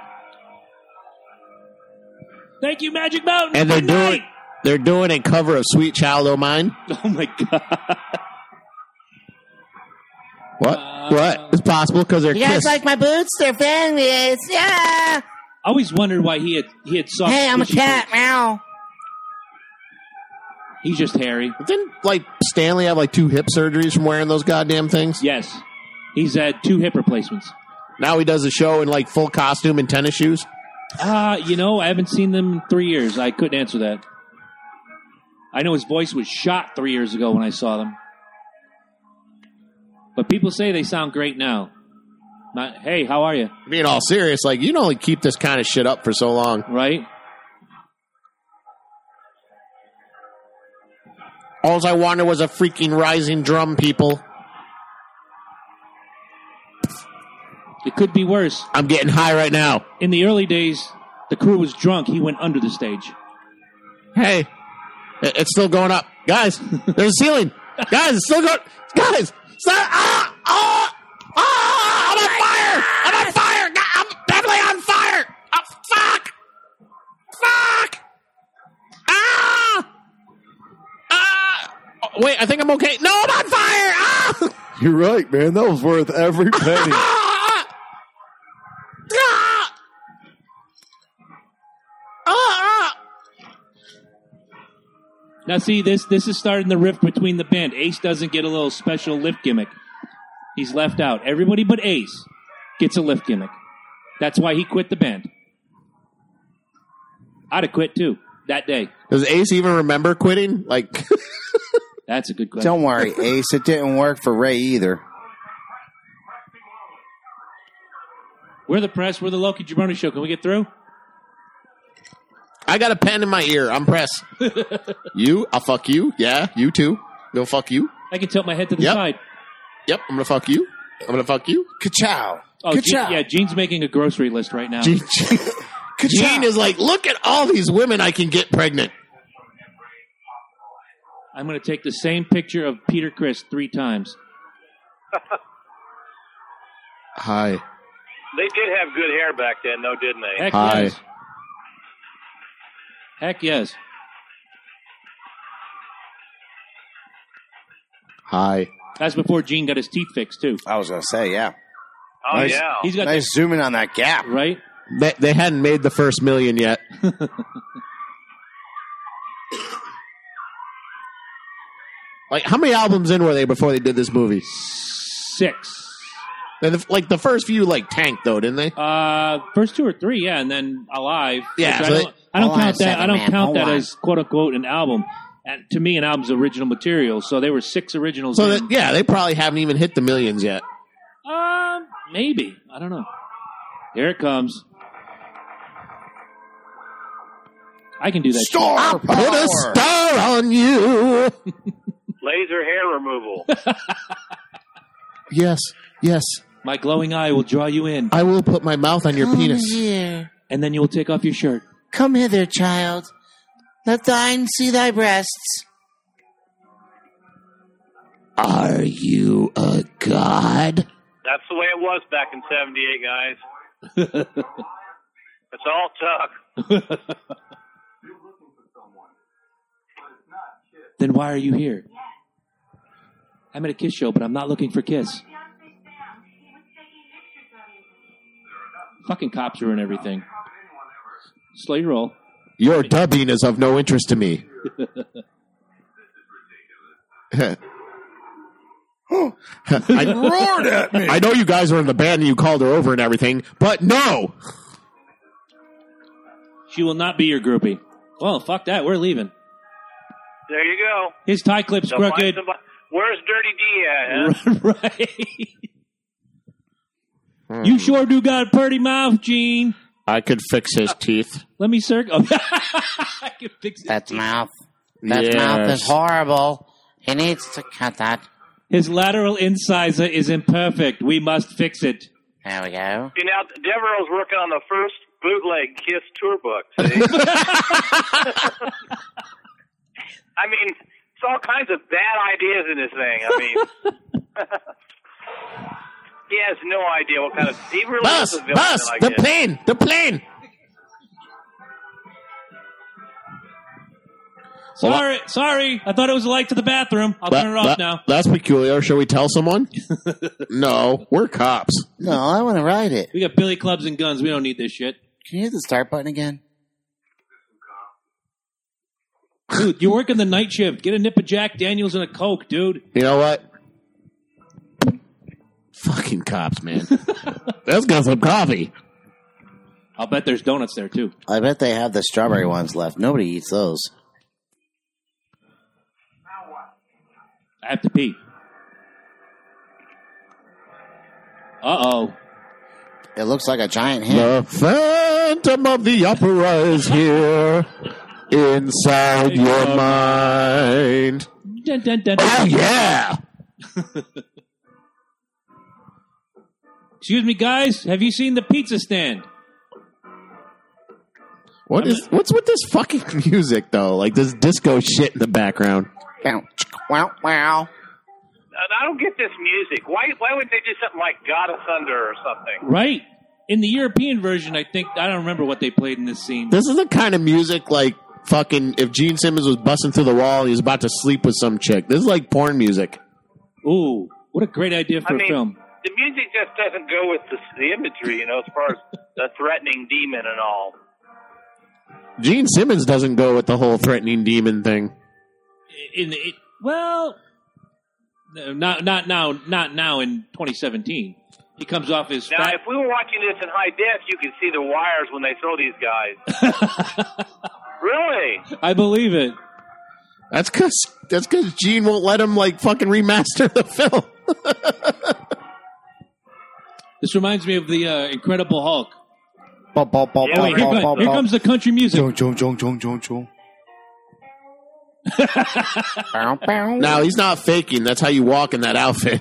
Speaker 3: Thank you, Magic Mountain.
Speaker 2: and they're
Speaker 3: Good
Speaker 2: doing
Speaker 3: night.
Speaker 2: they're doing a cover of "Sweet Child O' Mine."
Speaker 3: <laughs> Oh my god!
Speaker 2: What?
Speaker 3: Uh,
Speaker 2: what? It's possible because they're
Speaker 7: You guys
Speaker 2: Kiss.
Speaker 7: like my boots? They're fabulous. Yeah.
Speaker 3: I always wondered why he had he had
Speaker 2: Oh,
Speaker 3: soft.
Speaker 7: hey, I'm a
Speaker 3: squishy
Speaker 7: cat. Meow.
Speaker 3: boots. He's just hairy.
Speaker 2: Didn't like Stanley have like two hip surgeries from wearing those goddamn things?
Speaker 3: Yes, he's had two hip replacements.
Speaker 2: Now he does a show in like full costume and tennis shoes.
Speaker 3: Uh, you know, I haven't seen them in three years. I couldn't answer that. I know his voice was shot three years ago when I saw them. But people say they sound great now. Not, hey, how are you?
Speaker 2: Being all serious, like you can only keep this kind of shit up for so long.
Speaker 3: Right?
Speaker 2: All I wanted was a freaking rising drum. People,
Speaker 3: It could be worse.
Speaker 2: I'm getting high right now.
Speaker 3: In the early days, the crew was drunk. He went under the stage.
Speaker 2: Hey, it- it's still going up, guys. There's a ceiling, guys. It's still going, guys. Stop! Ah! Ah! Ah! I'm on fire! I'm on fire! God, I'm definitely on fire! Oh, fuck! Fuck! Ah! Ah! Oh, Wait, I think I'm okay. No, I'm on fire! Ah!
Speaker 5: You're right, man. That was worth every penny.
Speaker 1: <laughs>
Speaker 2: Ah! Ah! Ah!
Speaker 3: Now, see this. This is starting the rift between the band. Ace doesn't get a little special lift gimmick. He's left out. Everybody but Ace gets a lift gimmick. That's why he quit the band. I'd have quit too that day.
Speaker 2: Does Ace even remember quitting? Like.
Speaker 3: That's a good question.
Speaker 1: Don't worry, Ace. It didn't work for Ray either.
Speaker 3: We're the press. We're the Loki Jabroni show. Can we get through?
Speaker 2: I got a pen in my ear. I'm press. <laughs> you? I'll fuck you. Yeah, you too. Go fuck you.
Speaker 3: I can tilt my head to the
Speaker 2: Yep.
Speaker 3: side.
Speaker 2: Yep, I'm gonna fuck you. I'm gonna fuck you.
Speaker 1: Ka-chow.
Speaker 3: Oh,
Speaker 1: Good
Speaker 3: Gene,
Speaker 1: job.
Speaker 3: yeah. Gene's making a grocery list right now.
Speaker 2: Gene, <laughs> Gene is like, look at all these women I can get pregnant.
Speaker 3: I'm going to take the same picture of Peter Chris three times.
Speaker 2: Hi.
Speaker 4: They did have good hair back then, though, didn't they?
Speaker 3: Heck
Speaker 2: Hi.
Speaker 3: yes. Heck yes.
Speaker 2: Hi.
Speaker 3: That's before Gene got his teeth fixed too.
Speaker 1: I was gonna say, yeah.
Speaker 4: Oh
Speaker 1: Nice.
Speaker 4: yeah.
Speaker 3: He's got
Speaker 1: Nice zooming on that gap.
Speaker 3: that, right.
Speaker 2: They, they hadn't made the first million <laughs> yet. like, how many albums in were they before they did this movie?
Speaker 3: Six.
Speaker 2: And the, like the first few, like tanked though, didn't they?
Speaker 3: Uh, first two or three, yeah, and then Alive.
Speaker 2: Yeah,
Speaker 3: which
Speaker 2: so
Speaker 3: I
Speaker 2: they-
Speaker 3: don't, I don't
Speaker 7: Alive
Speaker 3: count that. I
Speaker 7: Seven
Speaker 3: don't
Speaker 7: Man,
Speaker 3: count that
Speaker 7: Alive.
Speaker 3: as quote unquote an album. And to me, an album's original material. So there were six originals.
Speaker 2: So
Speaker 3: in-
Speaker 2: that, yeah, they probably haven't even hit the millions yet.
Speaker 3: Um, maybe. I don't know. Here it comes. I can do that.
Speaker 1: Star
Speaker 2: I put a
Speaker 1: power.
Speaker 2: star on you. <laughs>
Speaker 4: Laser hair removal.
Speaker 2: Yes, yes,
Speaker 3: shit. My glowing eye will draw you in,
Speaker 2: I will put my mouth on your
Speaker 1: Mm-hmm.
Speaker 7: Come
Speaker 2: penis.
Speaker 7: Here.
Speaker 3: and then you will take off your shirt.
Speaker 7: Come hither, child. Let thine see thy breasts.
Speaker 2: Are you a god?
Speaker 4: That's the way it was back in '78,
Speaker 2: <laughs>
Speaker 4: guys. it's all tuck.
Speaker 3: Then why are you here? I'm at a kiss show, but I'm not looking for kiss. Fucking cops ruin everything. Slow your roll.
Speaker 2: Your dubbing is of no interest
Speaker 1: <laughs>
Speaker 2: to me. <laughs> I,
Speaker 1: Roared at me.
Speaker 2: I know you guys are in the band and you called her over and everything, but no.
Speaker 3: She will not be your groupie. Well, fuck that. We're leaving.
Speaker 4: There you go.
Speaker 3: His tie clip's
Speaker 4: So find
Speaker 3: crooked.
Speaker 4: somebody- Where's Dirty D at?
Speaker 3: <laughs>
Speaker 4: huh?
Speaker 3: right. You sure do got a pretty mouth, Gene.
Speaker 2: I could fix his teeth.
Speaker 3: Let me circle. <laughs> I can fix it.
Speaker 7: That mouth. That
Speaker 2: Yes.
Speaker 7: mouth is horrible. He needs to cut that.
Speaker 3: His lateral incisor is imperfect. We must fix it.
Speaker 7: There we go.
Speaker 4: See, now Devereaux's working on the first bootleg Kiss tour book.
Speaker 2: <laughs>
Speaker 4: See? I mean, it's all kinds of bad ideas in this thing. I mean,
Speaker 2: <laughs>
Speaker 4: he has no idea what kind of he really
Speaker 2: Bus,
Speaker 4: is a villain.
Speaker 2: bus,
Speaker 4: I
Speaker 2: the
Speaker 4: guess.
Speaker 2: plane, the plane. Well,
Speaker 3: Sorry, sorry. I thought it was a light to the bathroom. I'll turn it off
Speaker 2: That-
Speaker 3: now.
Speaker 2: That's peculiar. Shall we
Speaker 1: <laughs>
Speaker 2: tell someone? no, we're cops.
Speaker 7: No, I want to ride it.
Speaker 3: We got Billy clubs and guns. We don't need this shit.
Speaker 7: Can you hit the start button again?
Speaker 3: Dude, you're working the night shift. Get a nip of Jack Daniels and a Coke, dude.
Speaker 2: You know what? Fucking cops, <laughs> man. Let's get some coffee.
Speaker 3: I'll bet there's donuts there too.
Speaker 7: I bet they have the strawberry ones left. Nobody eats those.
Speaker 3: I have to pee. Uh oh.
Speaker 7: It looks like a giant hand.
Speaker 2: The Phantom of the Opera is here inside your mind.
Speaker 3: Dun, dun, dun,
Speaker 2: Oh
Speaker 3: dun.
Speaker 2: yeah!
Speaker 3: Excuse me, guys. Have you seen the pizza stand?
Speaker 2: What is what's with this fucking <laughs> music though? Like this disco shit in the background.
Speaker 7: Wow, wow, wow.
Speaker 4: And I don't get this music. Why? Why would they do something like God of Thunder or something?
Speaker 3: Right. In the European version, I think I don't remember what they played in this scene.
Speaker 2: This is the kind of music like fucking if Gene Simmons was busting through the wall and he was about to sleep with some chick. This is like porn music.
Speaker 3: Ooh, what a great idea for
Speaker 4: I
Speaker 3: a
Speaker 4: mean,
Speaker 3: film.
Speaker 4: the music just doesn't go with the, the imagery, you know, as far as <laughs> the threatening demon and all.
Speaker 2: Gene Simmons doesn't go with the whole threatening demon thing.
Speaker 3: In the, it, well, no, not not now, not now in 2017. He comes off as
Speaker 4: Now,
Speaker 3: fat.
Speaker 4: if we were watching this in high def, you could see the wires when they throw these
Speaker 3: <laughs>
Speaker 4: guys. really?
Speaker 3: I believe it.
Speaker 2: That's cause that's cause Gene won't let him like fucking remaster the film.
Speaker 3: This reminds me of the uh, Incredible Hulk.
Speaker 1: Bop, bop, bop,
Speaker 4: Yeah,
Speaker 1: bop,
Speaker 3: Wait, here,
Speaker 1: bop,
Speaker 3: come-
Speaker 1: bop,
Speaker 3: here
Speaker 1: bop.
Speaker 3: comes the country music.
Speaker 5: Chong, chong, chong, chong, chong, chong.
Speaker 7: Bow, bow.
Speaker 2: No, he's not faking. That's how you walk in that outfit.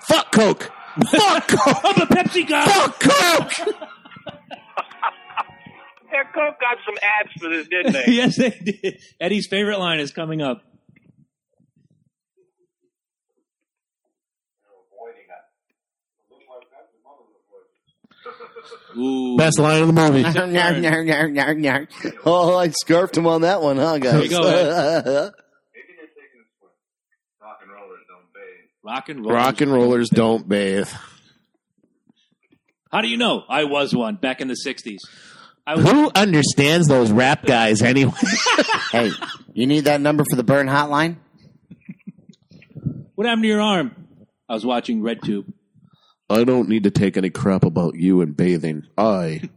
Speaker 2: Fuck Coke. Fuck <laughs> Coke.
Speaker 3: Oh, the Pepsi guy.
Speaker 2: Fuck Coke.
Speaker 4: Yeah, Coke got some abs for this, didn't they?
Speaker 3: <laughs> yes, they did. Eddie's favorite line is coming up.
Speaker 6: <laughs>
Speaker 3: Ooh.
Speaker 2: Best line of the movie.
Speaker 7: Nyar, nyar, nyar, nyar, nyar, nyar.
Speaker 5: Oh, I scarfed him on that one, huh, guys?
Speaker 3: There you go,
Speaker 5: go,
Speaker 3: Rock and roll.
Speaker 2: Rock and rollers don't bathe.
Speaker 3: How do you know? I was one back in the '60s. I was
Speaker 2: Who understands those rap guys anyway? <laughs>
Speaker 7: Hey, you need that number for the burn hotline?
Speaker 3: What happened to your arm? I was watching RedTube.
Speaker 2: I don't need to take any crap about you and bathing. I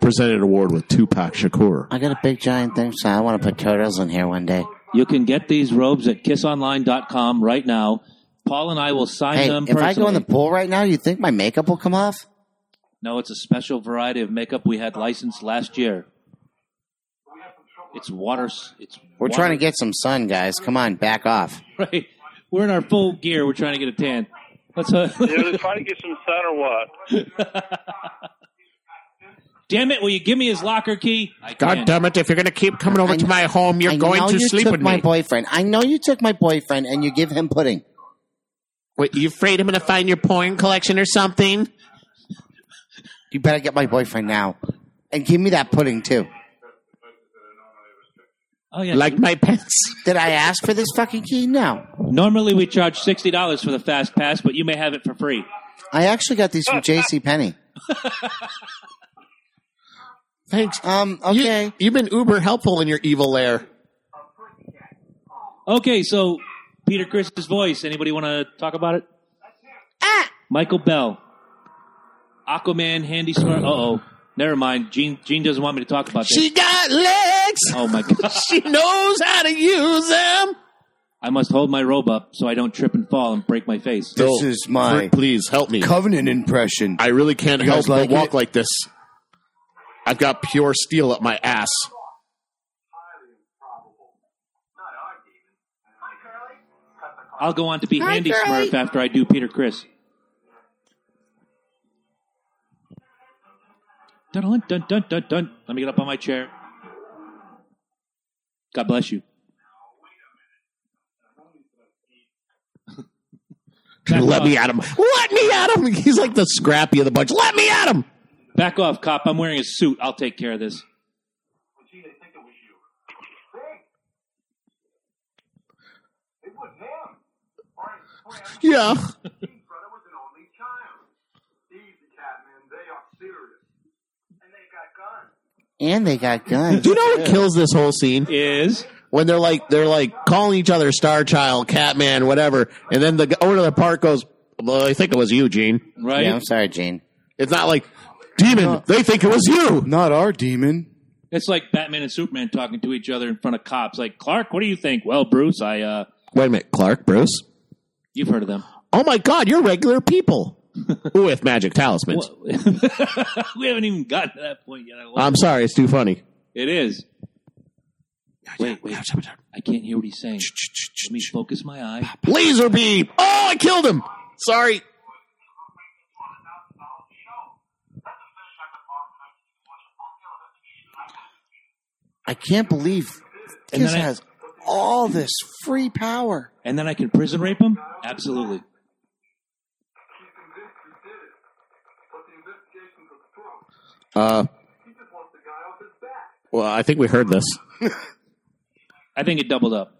Speaker 2: presented an award with Tupac Shakur.
Speaker 7: I got a big giant thing, so I want to put turtles in here one day.
Speaker 3: You can get these robes at kissonline.com right now. Paul and I will sign
Speaker 7: Hey,
Speaker 3: them
Speaker 7: if I go in the
Speaker 3: personally.
Speaker 7: pool right now, you think my makeup will come off?
Speaker 3: No, it's a special variety of makeup we had licensed last year. It's water. It's
Speaker 7: We're trying to get some sun, guys. Come on, back off.
Speaker 3: get <laughs> right. We're in our full gear. We're trying to get a tan. Let's. Uh,
Speaker 4: You're just trying to get some sun or what?
Speaker 3: <laughs>
Speaker 4: <laughs>
Speaker 3: damn it! Will you give me his locker key? I can't.
Speaker 2: damn it! If you're gonna keep coming over
Speaker 7: I- to my
Speaker 2: home,
Speaker 7: I know you took my boyfriend. I know you took my boyfriend, and you give him pudding.
Speaker 2: Wait, you afraid I'm gonna find your porn collection or something?
Speaker 7: You better get my boyfriend now, and give me that pudding too.
Speaker 3: Oh yeah.
Speaker 2: Like my pants?
Speaker 7: Did I ask for this fucking key? No.
Speaker 3: normally we charge sixty dollars for the fast pass, but you may have it for free.
Speaker 7: I actually got these from J.C. Penney.
Speaker 2: Thanks.
Speaker 7: Um. Okay.
Speaker 2: <laughs> You, have been uber helpful in your evil lair.
Speaker 3: Okay, so Peter Chris's voice. Anybody want to talk about it? Michael Bell, Aquaman, Handy Smart. Uh oh, never mind. Gene Gene doesn't want me to talk about this.
Speaker 2: She got legs.
Speaker 3: oh my god!
Speaker 2: She knows how to use them.
Speaker 3: I must hold my robe up so I don't trip and fall and break my face.
Speaker 1: This is my
Speaker 2: Please help
Speaker 5: <laughs>
Speaker 2: me.
Speaker 1: covenant impression.
Speaker 2: I really can't
Speaker 1: You guys
Speaker 2: help but
Speaker 1: like
Speaker 2: walk
Speaker 1: it?
Speaker 2: like this. I've got pure steel up my ass.
Speaker 3: I'll go on to be Handy Smurf after I do Peter Chris. Dun dun dun dun dun. Let me get up on my chair. God bless you. Back
Speaker 2: Let
Speaker 3: off.
Speaker 2: me at him. Let me at him. <laughs> He's like the scrappy of the bunch. Let me at him.
Speaker 3: Back off, cop. I'm wearing a suit. I'll take care of this.
Speaker 2: Yeah.
Speaker 6: brother was an only child. These Catman, they are serious. And they got guns.
Speaker 7: And they got
Speaker 2: <laughs>
Speaker 7: guns.
Speaker 2: Do you know what kills this whole scene?
Speaker 3: Is
Speaker 2: When they're like they're like calling each other Star Child, Catman, whatever, and then the owner of the park goes, "Well, I think it was you, Gene."
Speaker 3: right.
Speaker 7: yeah, I'm sorry, Gene.
Speaker 2: It's not like demon. They think it was you.
Speaker 1: Not our demon.
Speaker 3: It's like Batman and Superman talking to each other in front of cops. Like Clark, what do you think? Well, Bruce, I uh,
Speaker 2: Wait a minute, Clark, Bruce.
Speaker 3: you've heard of them.
Speaker 2: Oh my God, you're regular people with magic talismans.
Speaker 3: Well, <laughs> we haven't even gotten to that point yet. I love
Speaker 2: I'm sorry, it's too funny.
Speaker 3: it is. Wait, wait. I can't hear what he's saying. Let me focus my eye.
Speaker 2: Laser beam. Oh, I killed him. Sorry.
Speaker 7: I can't believe
Speaker 3: And
Speaker 7: Kiss
Speaker 3: then I-
Speaker 7: has all this free power.
Speaker 3: And then I can prison rape him? Absolutely.
Speaker 6: He convinced he did it.
Speaker 2: Uh,
Speaker 6: But the investigations are strong. He just wants the guy off his back.
Speaker 2: well, I think we heard this.
Speaker 3: I think it doubled up.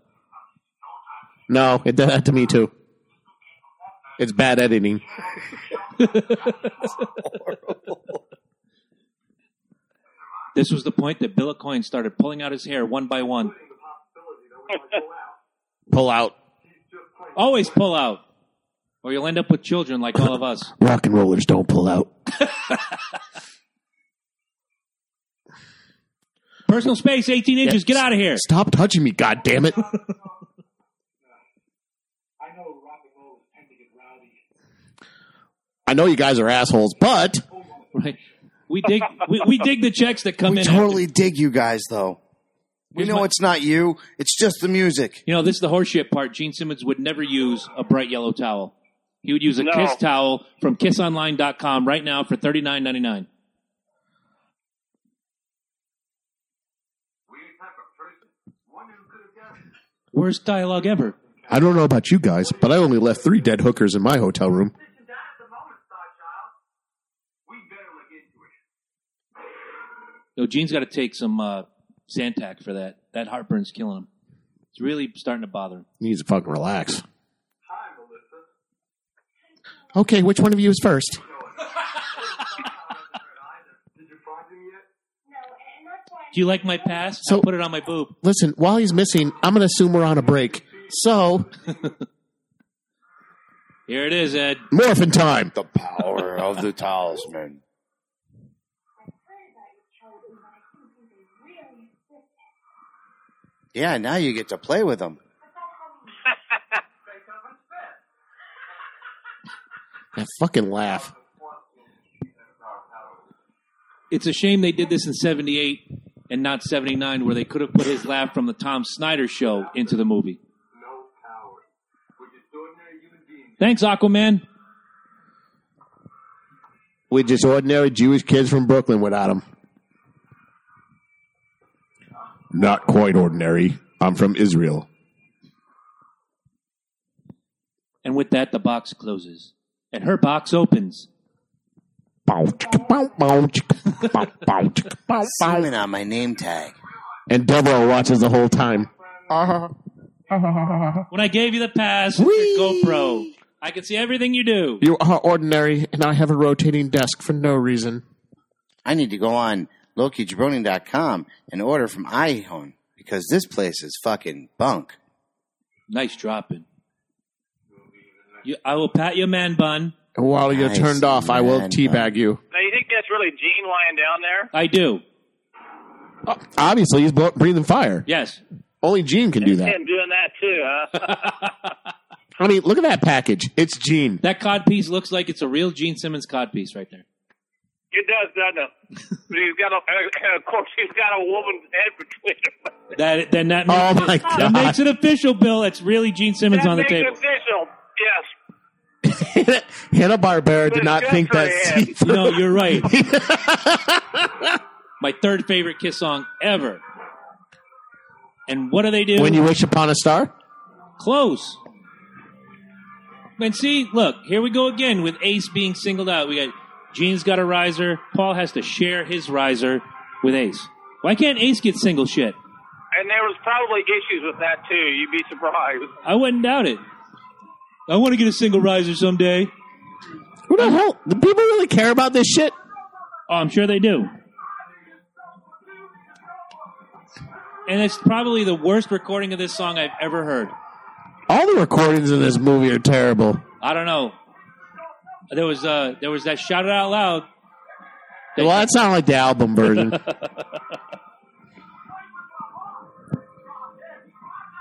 Speaker 2: No, it did that to me too. It's bad editing.
Speaker 3: This was the point that Bill Coin started pulling out his hair one by one.
Speaker 2: Pull out.
Speaker 3: Always pull out, or you'll end up with children like all of us.
Speaker 2: Rock and rollers don't pull out.
Speaker 3: Personal space, 18 inches. Get out of here.
Speaker 2: Stop touching me, God damn it!
Speaker 6: I know rock and roll is tend to get rowdy.
Speaker 2: I know you guys are assholes, but
Speaker 3: Right. We dig. We, we dig the checks that come
Speaker 1: We
Speaker 3: in.
Speaker 1: totally dig you guys, though. We
Speaker 3: Here's
Speaker 1: know
Speaker 3: my-
Speaker 1: it's not you. It's just the music.
Speaker 3: You know, this is the horseshit part. Gene Simmons would never use a bright yellow towel. He would use a
Speaker 4: No.
Speaker 3: kiss towel from kissonline.com right now for thirty nine ninety nine. Worst dialogue ever.
Speaker 2: I don't know about you guys, but I only left three dead hookers in my hotel room.
Speaker 6: This is not the moment, Star Child. We better look into it.
Speaker 3: No, Gene's got to take some uh, Zantac for that. That heartburn's killing him. It's really starting to bother him.
Speaker 2: He needs to fucking relax.
Speaker 6: Hi, Melissa.
Speaker 2: Okay, which one of you is first?
Speaker 6: Did you find him yet?
Speaker 3: Do you like my pass?
Speaker 2: So-
Speaker 3: I'll put it on my boob.
Speaker 2: Listen, while he's missing, I'm going to assume we're on a break. So,
Speaker 3: Here it is, Ed.
Speaker 2: morphin' time.
Speaker 1: The power of the talisman.
Speaker 7: Yeah, now you get to play with them.
Speaker 2: That fucking laugh.
Speaker 3: It's a shame they did this in 78 and not 79, where they could have put his laugh from the Tom Snyder show into the movie.
Speaker 6: No power. We're just ordinary human beings.
Speaker 3: Thanks, Aquaman.
Speaker 2: We're just ordinary Jewish kids from Brooklyn without him. Not quite ordinary. I'm from Israel.
Speaker 3: And with that, the box closes. And her box opens.
Speaker 7: Simon on my name tag.
Speaker 2: And Deborah watches the whole time.
Speaker 3: When I gave you the pass, it's your GoPro. I can see everything you do.
Speaker 2: You are ordinary, and I have a rotating desk for no reason.
Speaker 7: I need to go on LokiJabroni.com and order from iHone because this place is fucking bunk.
Speaker 3: Nice dropping. You, I will pat your man bun.
Speaker 2: And while you're
Speaker 7: Nice,
Speaker 2: turned off, I will
Speaker 7: man.
Speaker 2: teabag you.
Speaker 4: Now, you think that's really Gene lying down there?
Speaker 3: I do.
Speaker 2: Uh, Obviously, he's blow- breathing fire.
Speaker 3: Yes.
Speaker 2: Only Gene can do that.
Speaker 4: Him doing that too, huh? <laughs>
Speaker 2: I mean, look at that package. It's <laughs> Gene.
Speaker 3: That codpiece looks like it's a real Gene Simmons codpiece right there.
Speaker 4: it does,
Speaker 3: <laughs>
Speaker 4: doesn't it? He's got a, <coughs> of course, he's got a woman's head between him.
Speaker 3: That then that makes,
Speaker 2: Oh my
Speaker 3: that makes
Speaker 2: god!
Speaker 3: it official, Bill. It's really Gene Simmons
Speaker 4: That
Speaker 3: on the
Speaker 4: makes it
Speaker 3: table.
Speaker 4: official. Yes.
Speaker 2: Hanna Barbera did not
Speaker 4: Good
Speaker 2: think
Speaker 4: for
Speaker 2: that.
Speaker 4: him.
Speaker 2: see-
Speaker 3: No, you're
Speaker 4: <laughs>
Speaker 3: right. My third favorite Kiss song ever. And what do they
Speaker 2: <laughs>
Speaker 3: do?
Speaker 2: When you wish upon a star.
Speaker 3: Close. And see, look, here we go again with Ace being singled out. We got Gene's got a riser. Paul has to share his riser with Ace. Why can't Ace get single shit?
Speaker 4: And there was probably issues with that too. You'd be surprised.
Speaker 3: I wouldn't doubt it. I want to get a single riser someday.
Speaker 2: Who the hell? Do people really care about this shit?
Speaker 3: Oh, I'm sure they do. And it's probably the worst recording of this song I've ever heard.
Speaker 2: All the recordings in this movie are terrible.
Speaker 3: I don't know. There was uh there was that shout it out loud.
Speaker 2: Well, that sounded like the album version.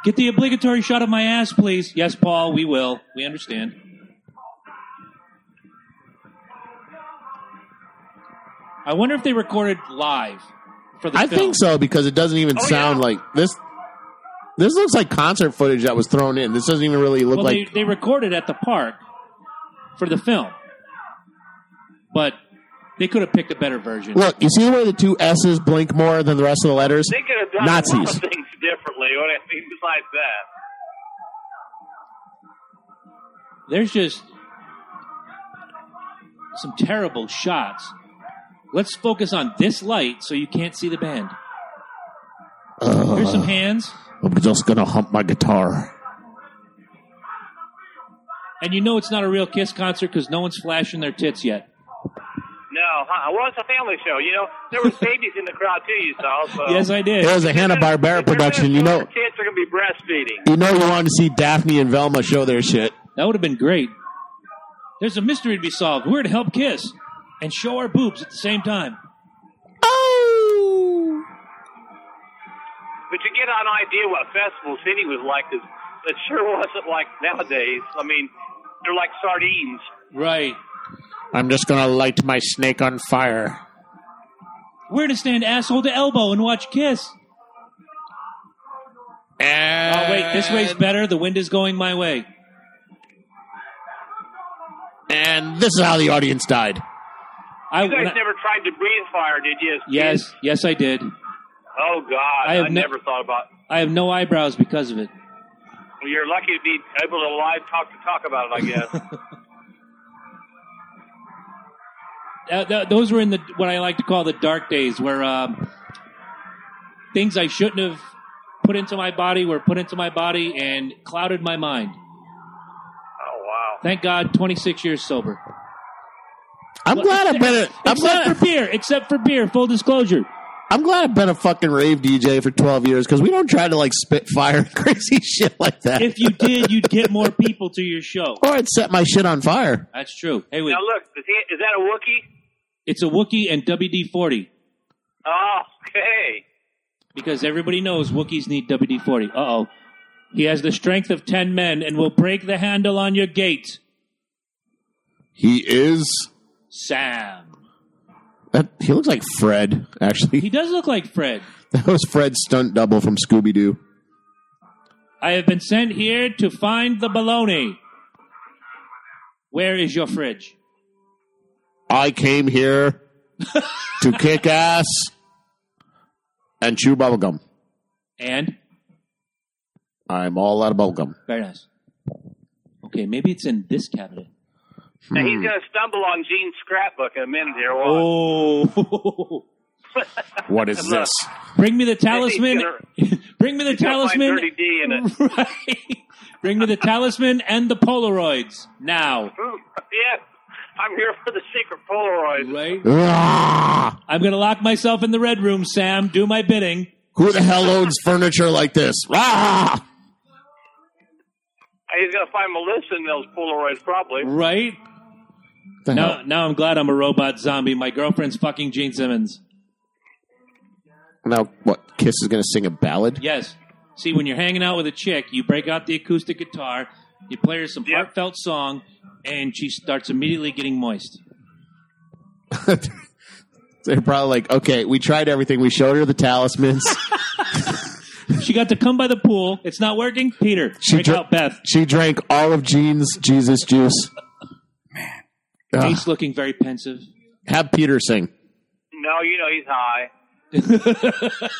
Speaker 3: Get the obligatory shot of my ass, please. Yes, Paul, we will. We understand. I wonder if they recorded live for the
Speaker 2: I
Speaker 3: film.
Speaker 2: think so because it doesn't even
Speaker 4: Oh,
Speaker 2: sound
Speaker 4: yeah.
Speaker 2: like this. This looks like concert footage that was thrown in. This doesn't even really look
Speaker 3: Well,
Speaker 2: like.
Speaker 3: they, they recorded at the park for the film, but they could have picked a better version.
Speaker 2: Look, you see the way the two S's blink more than the rest of the letters?
Speaker 4: They could have done a lot
Speaker 2: Nazis.
Speaker 4: of things differently. What I mean, <laughs> besides that,
Speaker 3: There's just some terrible shots. Let's focus on this light so you can't see the band.
Speaker 2: Uh.
Speaker 3: Here's some hands,
Speaker 2: I'm just gonna hump my guitar.
Speaker 3: and you know it's not a real Kiss concert because no one's flashing their tits yet.
Speaker 4: no. Huh? Well, it's a family show. You know, there were babies in the crowd too. You saw. So.
Speaker 3: Yes, I did.
Speaker 2: It was a Hanna
Speaker 4: If
Speaker 2: Barbera
Speaker 4: they're gonna
Speaker 2: production. You
Speaker 4: show
Speaker 2: know,
Speaker 4: the kids are gonna be breastfeeding.
Speaker 2: you know, you wanted to see Daphne and Velma show their shit.
Speaker 3: That would have been great. There's a mystery to be solved. We're to help Kiss and show our boobs at the same time.
Speaker 4: But you get an idea what festival city was like. 'cause It sure <laughs> wasn't like nowadays. I mean, they're like sardines.
Speaker 3: Right.
Speaker 2: I'm just gonna light my snake on fire.
Speaker 3: We're to stand asshole to elbow and watch Kiss.
Speaker 2: And
Speaker 3: Oh, wait, this way's better. The wind is going my way.
Speaker 2: And this is how the audience died.
Speaker 3: I,
Speaker 4: You
Speaker 3: when
Speaker 4: guys
Speaker 3: I-
Speaker 4: never tried to breathe fire, did you? as kids?
Speaker 3: yes, yes, I did.
Speaker 4: Oh God,
Speaker 3: I
Speaker 4: I,
Speaker 3: have ne-
Speaker 4: never thought about.
Speaker 3: I have no eyebrows because of it.
Speaker 4: Well, you're lucky to be able to live talk to talk about it. I guess.
Speaker 3: Uh, th- those were in the what I like to call the dark days, where um, things I shouldn't have put into my body were put into my body and clouded my mind.
Speaker 4: oh wow.
Speaker 3: Thank God, 26 years sober.
Speaker 2: I'm glad I've been a, I'm
Speaker 3: except
Speaker 2: glad,
Speaker 3: for beer. Except for beer. Full disclosure.
Speaker 2: I'm glad I've been a fucking rave DJ for 12 years because we don't try to like spit fire <laughs> and crazy shit like that.
Speaker 3: If you did, you'd get more people to your show.
Speaker 2: or I'd set my shit on fire.
Speaker 3: That's true. Hey, wait.
Speaker 4: Now look, is, he, is that a Wookie?
Speaker 3: It's a Wookiee and WD 40
Speaker 4: Oh, okay.
Speaker 3: because everybody knows Wookiees need WD 40. Uh oh. He has the strength of 10 men and will break the handle on your gate.
Speaker 2: He is.
Speaker 3: Sam.
Speaker 2: That, he looks like Fred,
Speaker 3: He
Speaker 2: actually.
Speaker 3: does look like Fred.
Speaker 2: <laughs> That was Fred's stunt double from Scooby Doo.
Speaker 3: I have been sent here to find the baloney. Where is your fridge?
Speaker 2: I came here to kick ass and chew bubblegum.
Speaker 3: And?
Speaker 2: I'm all out of bubblegum.
Speaker 3: Very nice. Okay, maybe it's in this cabinet.
Speaker 4: Now
Speaker 3: Hmm.
Speaker 4: he's going to stumble on Gene's scrapbook in a minute here. Well,
Speaker 3: Oh.
Speaker 2: What is this?
Speaker 3: <laughs> Bring me the talisman.
Speaker 4: uh,
Speaker 3: <laughs> Bring me the talisman.
Speaker 4: Dirty D in it.
Speaker 3: <laughs> Right. Bring me the talisman and the Polaroids now.
Speaker 4: Ooh, <laughs> yeah, I'm here for the secret Polaroid.
Speaker 3: Oh. Right?
Speaker 2: Ah!
Speaker 3: I'm going to lock myself in the red room, Sam. Do my bidding.
Speaker 2: Who the hell owns furniture like this? Ah!
Speaker 4: He's going to find Melissa in those Polaroids, probably.
Speaker 3: Right?
Speaker 2: The
Speaker 4: Uh-huh.
Speaker 3: Now,
Speaker 2: hell?
Speaker 3: now I'm glad I'm a robot zombie. My girlfriend's fucking Gene Simmons.
Speaker 2: Now, what? Kiss is going to sing a ballad?
Speaker 3: Yes. See, when you're hanging out with a chick, you break out the acoustic guitar, you play her some
Speaker 4: Yep.
Speaker 3: heartfelt song, and she starts immediately getting moist.
Speaker 2: <laughs> They're probably like, okay, we tried everything. We showed her the talismans.
Speaker 3: She got to come by the pool. It's not working. Peter,
Speaker 2: She
Speaker 3: break
Speaker 2: dr-
Speaker 3: out Beth.
Speaker 2: she drank all of Jean's Jesus juice. Man.
Speaker 3: Ace looking very pensive.
Speaker 2: have Peter sing.
Speaker 4: No, you know he's high.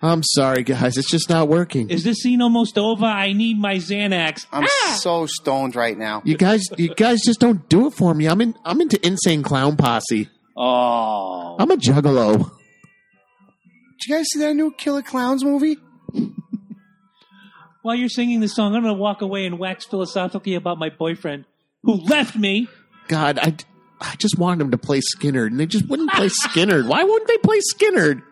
Speaker 2: I'm sorry, guys. It's just not working.
Speaker 3: Is this scene almost over? I need my Xanax.
Speaker 1: I'm
Speaker 2: Ah!
Speaker 1: so stoned right now.
Speaker 2: you guys, you guys just don't do it for me. I'm in. I'm into insane clown posse.
Speaker 3: Oh.
Speaker 2: I'm a juggalo.
Speaker 1: Did you guys see that new Killer Clowns movie?
Speaker 3: While you're singing this song, I'm going to walk away and wax philosophically about my boyfriend who left me.
Speaker 2: God, I, I just wanted them to play Skinner, and they just wouldn't <laughs> play Skinner. Why wouldn't they play Skinner?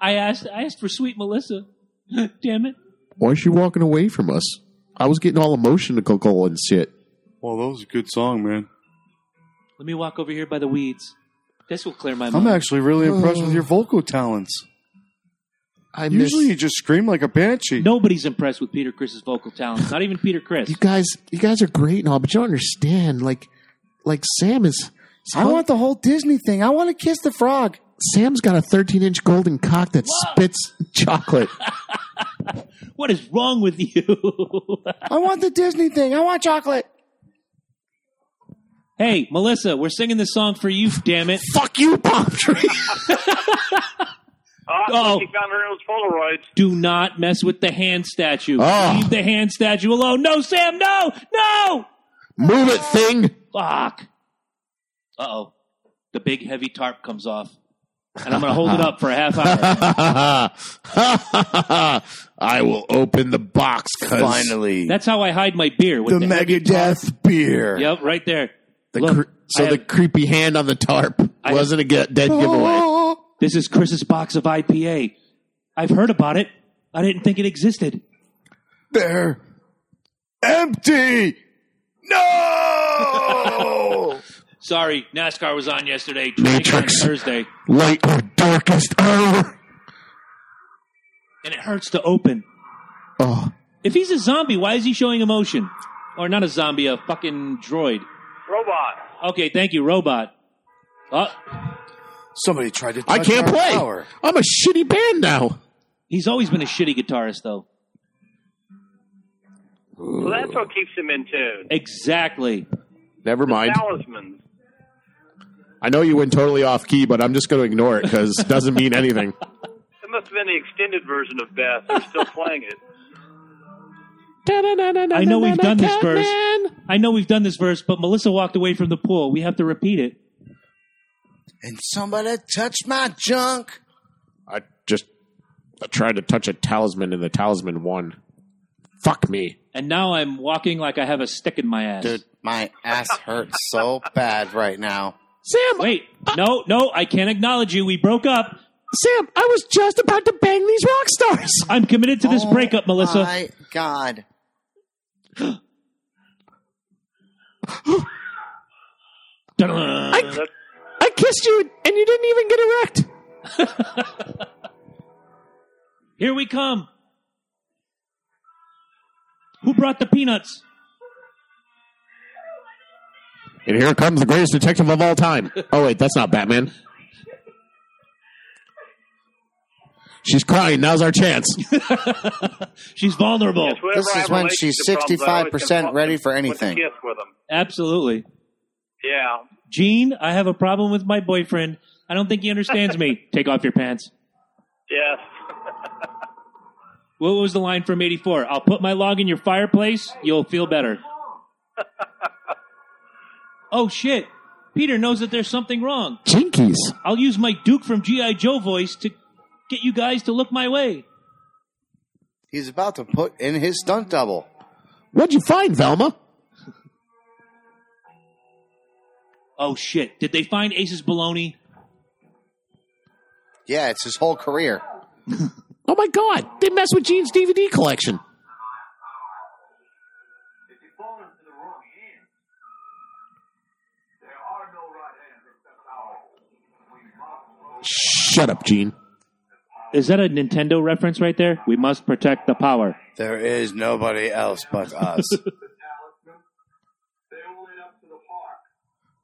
Speaker 3: I asked, I asked for sweet Melissa. <laughs> Damn it.
Speaker 2: Why is she walking away from us? I was getting all emotional and shit.
Speaker 5: Well, Oh, that was a good song, man.
Speaker 3: Let me walk over here by the weeds. This will clear my
Speaker 5: I'm
Speaker 3: mind.
Speaker 5: actually really impressed with your vocal talents.
Speaker 2: I miss-
Speaker 5: Usually, you just scream like a banshee.
Speaker 3: Nobody's impressed with Peter Chris's vocal talents. Not even Peter Chris.
Speaker 2: you guys, you guys are great and all, but you don't understand. Like, like Sam is.
Speaker 1: I want the whole Disney thing. I want to kiss the frog.
Speaker 2: Sam's got a 13 inch golden cock that spits <laughs> chocolate.
Speaker 3: What is wrong with you? <laughs>
Speaker 1: I want the Disney thing. I want chocolate.
Speaker 3: hey, Melissa, we're singing this song for you, damn it.
Speaker 2: Fuck you, palm tree.
Speaker 4: Oh, I
Speaker 3: Oh.
Speaker 4: thought he found her in those Polaroids.
Speaker 3: Do not mess with the hand statue.
Speaker 2: Oh.
Speaker 3: Leave the hand statue alone. No, Sam, no, no!
Speaker 2: Move it, thing.
Speaker 3: Fuck. Uh oh. The big heavy tarp comes off. And I'm going to hold it up for a half
Speaker 2: <laughs>
Speaker 3: hour.
Speaker 2: I will open the box. 'cause
Speaker 1: Finally,
Speaker 3: That's how I hide my beer. With
Speaker 5: The
Speaker 3: the, heavy tarp.
Speaker 5: Megadeth beer.
Speaker 3: Yep, right there.
Speaker 2: the
Speaker 3: Look,
Speaker 2: cre- so
Speaker 3: I
Speaker 2: the
Speaker 3: have-
Speaker 2: creepy hand on the tarp
Speaker 3: I
Speaker 2: wasn't a get- dead
Speaker 1: Oh,
Speaker 2: giveaway.
Speaker 3: This is Chris's box of IPA. I've heard about it. I didn't think it existed.
Speaker 5: They're empty. No.
Speaker 3: Sorry, NASCAR was on yesterday.
Speaker 2: Matrix.
Speaker 3: on Thursday,
Speaker 2: <laughs> Light or darkest hour.
Speaker 3: and it hurts to open.
Speaker 2: Oh,
Speaker 3: If he's a zombie, why is he showing emotion? Or not a zombie, a fucking droid.
Speaker 4: Robot.
Speaker 3: Okay, thank you, robot. Uh,
Speaker 5: Somebody tried to.
Speaker 2: I
Speaker 5: touch
Speaker 2: can't
Speaker 5: our
Speaker 2: play.
Speaker 5: power.
Speaker 2: I'm a shitty band now.
Speaker 3: he's always been a shitty guitarist, though.
Speaker 4: Well, that's what keeps him in tune.
Speaker 3: Exactly.
Speaker 2: Never mind.
Speaker 4: Talismans.
Speaker 2: I know you went totally off key, but I'm just going to ignore it because it doesn't mean anything.
Speaker 4: It must have been the extended version of Beth. They're
Speaker 3: <laughs>
Speaker 4: still playing it.
Speaker 3: I know we've done this verse. I know we've done this verse, but Melissa walked away from the pool. We have to repeat it.
Speaker 1: and somebody touched my junk.
Speaker 2: I just tried to touch a talisman, and the talisman won. Fuck me.
Speaker 3: And now I'm walking like I have a stick in my ass.
Speaker 7: Dude, my ass hurts so bad right now.
Speaker 2: <laughs> Sam,
Speaker 3: Wait, no, no, I can't acknowledge you. We broke up.
Speaker 2: Sam, I was just about to bang these rock stars.
Speaker 3: I'm committed to this
Speaker 7: Oh
Speaker 3: breakup, Melissa.
Speaker 7: My God.
Speaker 3: Dun-dun.
Speaker 2: I, I kissed you and you didn't even get erect.
Speaker 3: <laughs> Here we come. Who brought the peanuts?
Speaker 2: And here comes the greatest detective of all time. <laughs> Oh wait, that's not Batman. She's crying. Now's our chance.
Speaker 3: She's vulnerable.
Speaker 4: Yes, whenever
Speaker 7: This
Speaker 4: I
Speaker 7: is
Speaker 4: have
Speaker 7: when
Speaker 4: relationship problems,
Speaker 7: she's
Speaker 4: I always
Speaker 7: 65%
Speaker 4: consult
Speaker 7: ready
Speaker 4: them
Speaker 7: for
Speaker 4: with the
Speaker 7: anything.
Speaker 4: kiss with them.
Speaker 3: Absolutely.
Speaker 4: Yeah.
Speaker 3: Gene, I have a problem with my boyfriend. I don't think he understands
Speaker 7: <laughs>
Speaker 3: me. Take off your pants.
Speaker 4: Yes.
Speaker 3: What was the line from 84? I'll put my log in your fireplace. You'll feel better. <laughs> oh, shit. Peter knows that there's something wrong.
Speaker 2: <laughs> Jinkies.
Speaker 3: I'll use my Duke from G.I. Joe voice to get you guys to look my way.
Speaker 1: He's about to put in his stunt double.
Speaker 2: What'd you find, Velma?
Speaker 3: Oh, shit. Did they find Ace's baloney?
Speaker 1: Yeah, it's his whole career.
Speaker 2: Oh my God! They messed with Gene's DVD collection.
Speaker 6: If you fall into the wrong hands, there are no right hands except ours. We must know
Speaker 2: Shut up, Gene.
Speaker 3: Is that a Nintendo reference right there? We must protect the power.
Speaker 1: There is nobody else but us.
Speaker 6: the talisman. They will lead up to the park.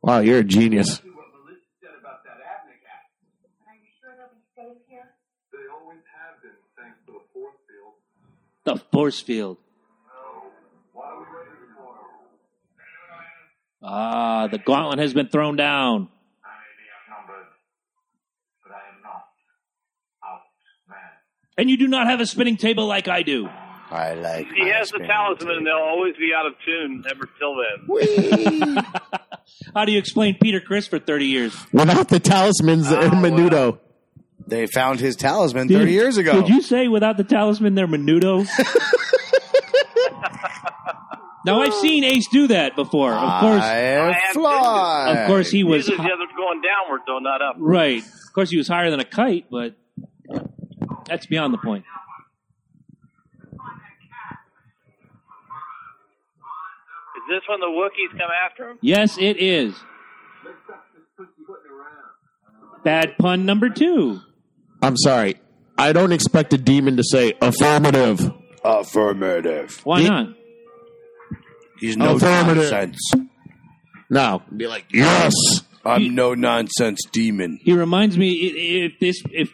Speaker 2: Wow, you're a genius.
Speaker 6: See what Melissa said about that Abney guy.
Speaker 8: Are you sure they'll be safe here?
Speaker 6: They always have been, thanks to the force field.
Speaker 3: The force field.
Speaker 6: Why are we ready to tomorrow?
Speaker 3: Ah, the gauntlet has been thrown down.
Speaker 6: I may be outnumbered, but I am not outmanned.
Speaker 3: And you do not have a spinning table like I do.
Speaker 1: I like.
Speaker 4: He
Speaker 1: my
Speaker 4: has the
Speaker 1: spinning
Speaker 4: talisman,
Speaker 1: tape.
Speaker 4: and they'll always be out of tune ever till then.
Speaker 3: How do you explain Peter Chris for 30 years?
Speaker 2: Without the talismans, they're menudo.
Speaker 1: They found his talisman 30 years ago.
Speaker 3: Did you say without the talisman
Speaker 1: <laughs>
Speaker 3: they're menudo? now, I've seen Ace do that before. Of course.
Speaker 1: I
Speaker 4: am
Speaker 1: fly.
Speaker 3: Of course, he was.
Speaker 4: Usually
Speaker 3: hi-
Speaker 4: the other's going downward, though, not up.
Speaker 3: Right. Of course, he was higher than a kite, but that's beyond the point.
Speaker 4: Is this when the Wookiees come after him?
Speaker 3: Yes, it is. Bad pun number two.
Speaker 2: I'm sorry. I don't expect a demon to say affirmative.
Speaker 1: Affirmative.
Speaker 3: Why
Speaker 2: Yeah.
Speaker 3: not?
Speaker 1: He's
Speaker 2: Oh,
Speaker 1: no
Speaker 2: Affirmative.
Speaker 1: nonsense.
Speaker 2: No, be like yes.
Speaker 1: I'm no nonsense demon.
Speaker 3: He reminds me i- if this if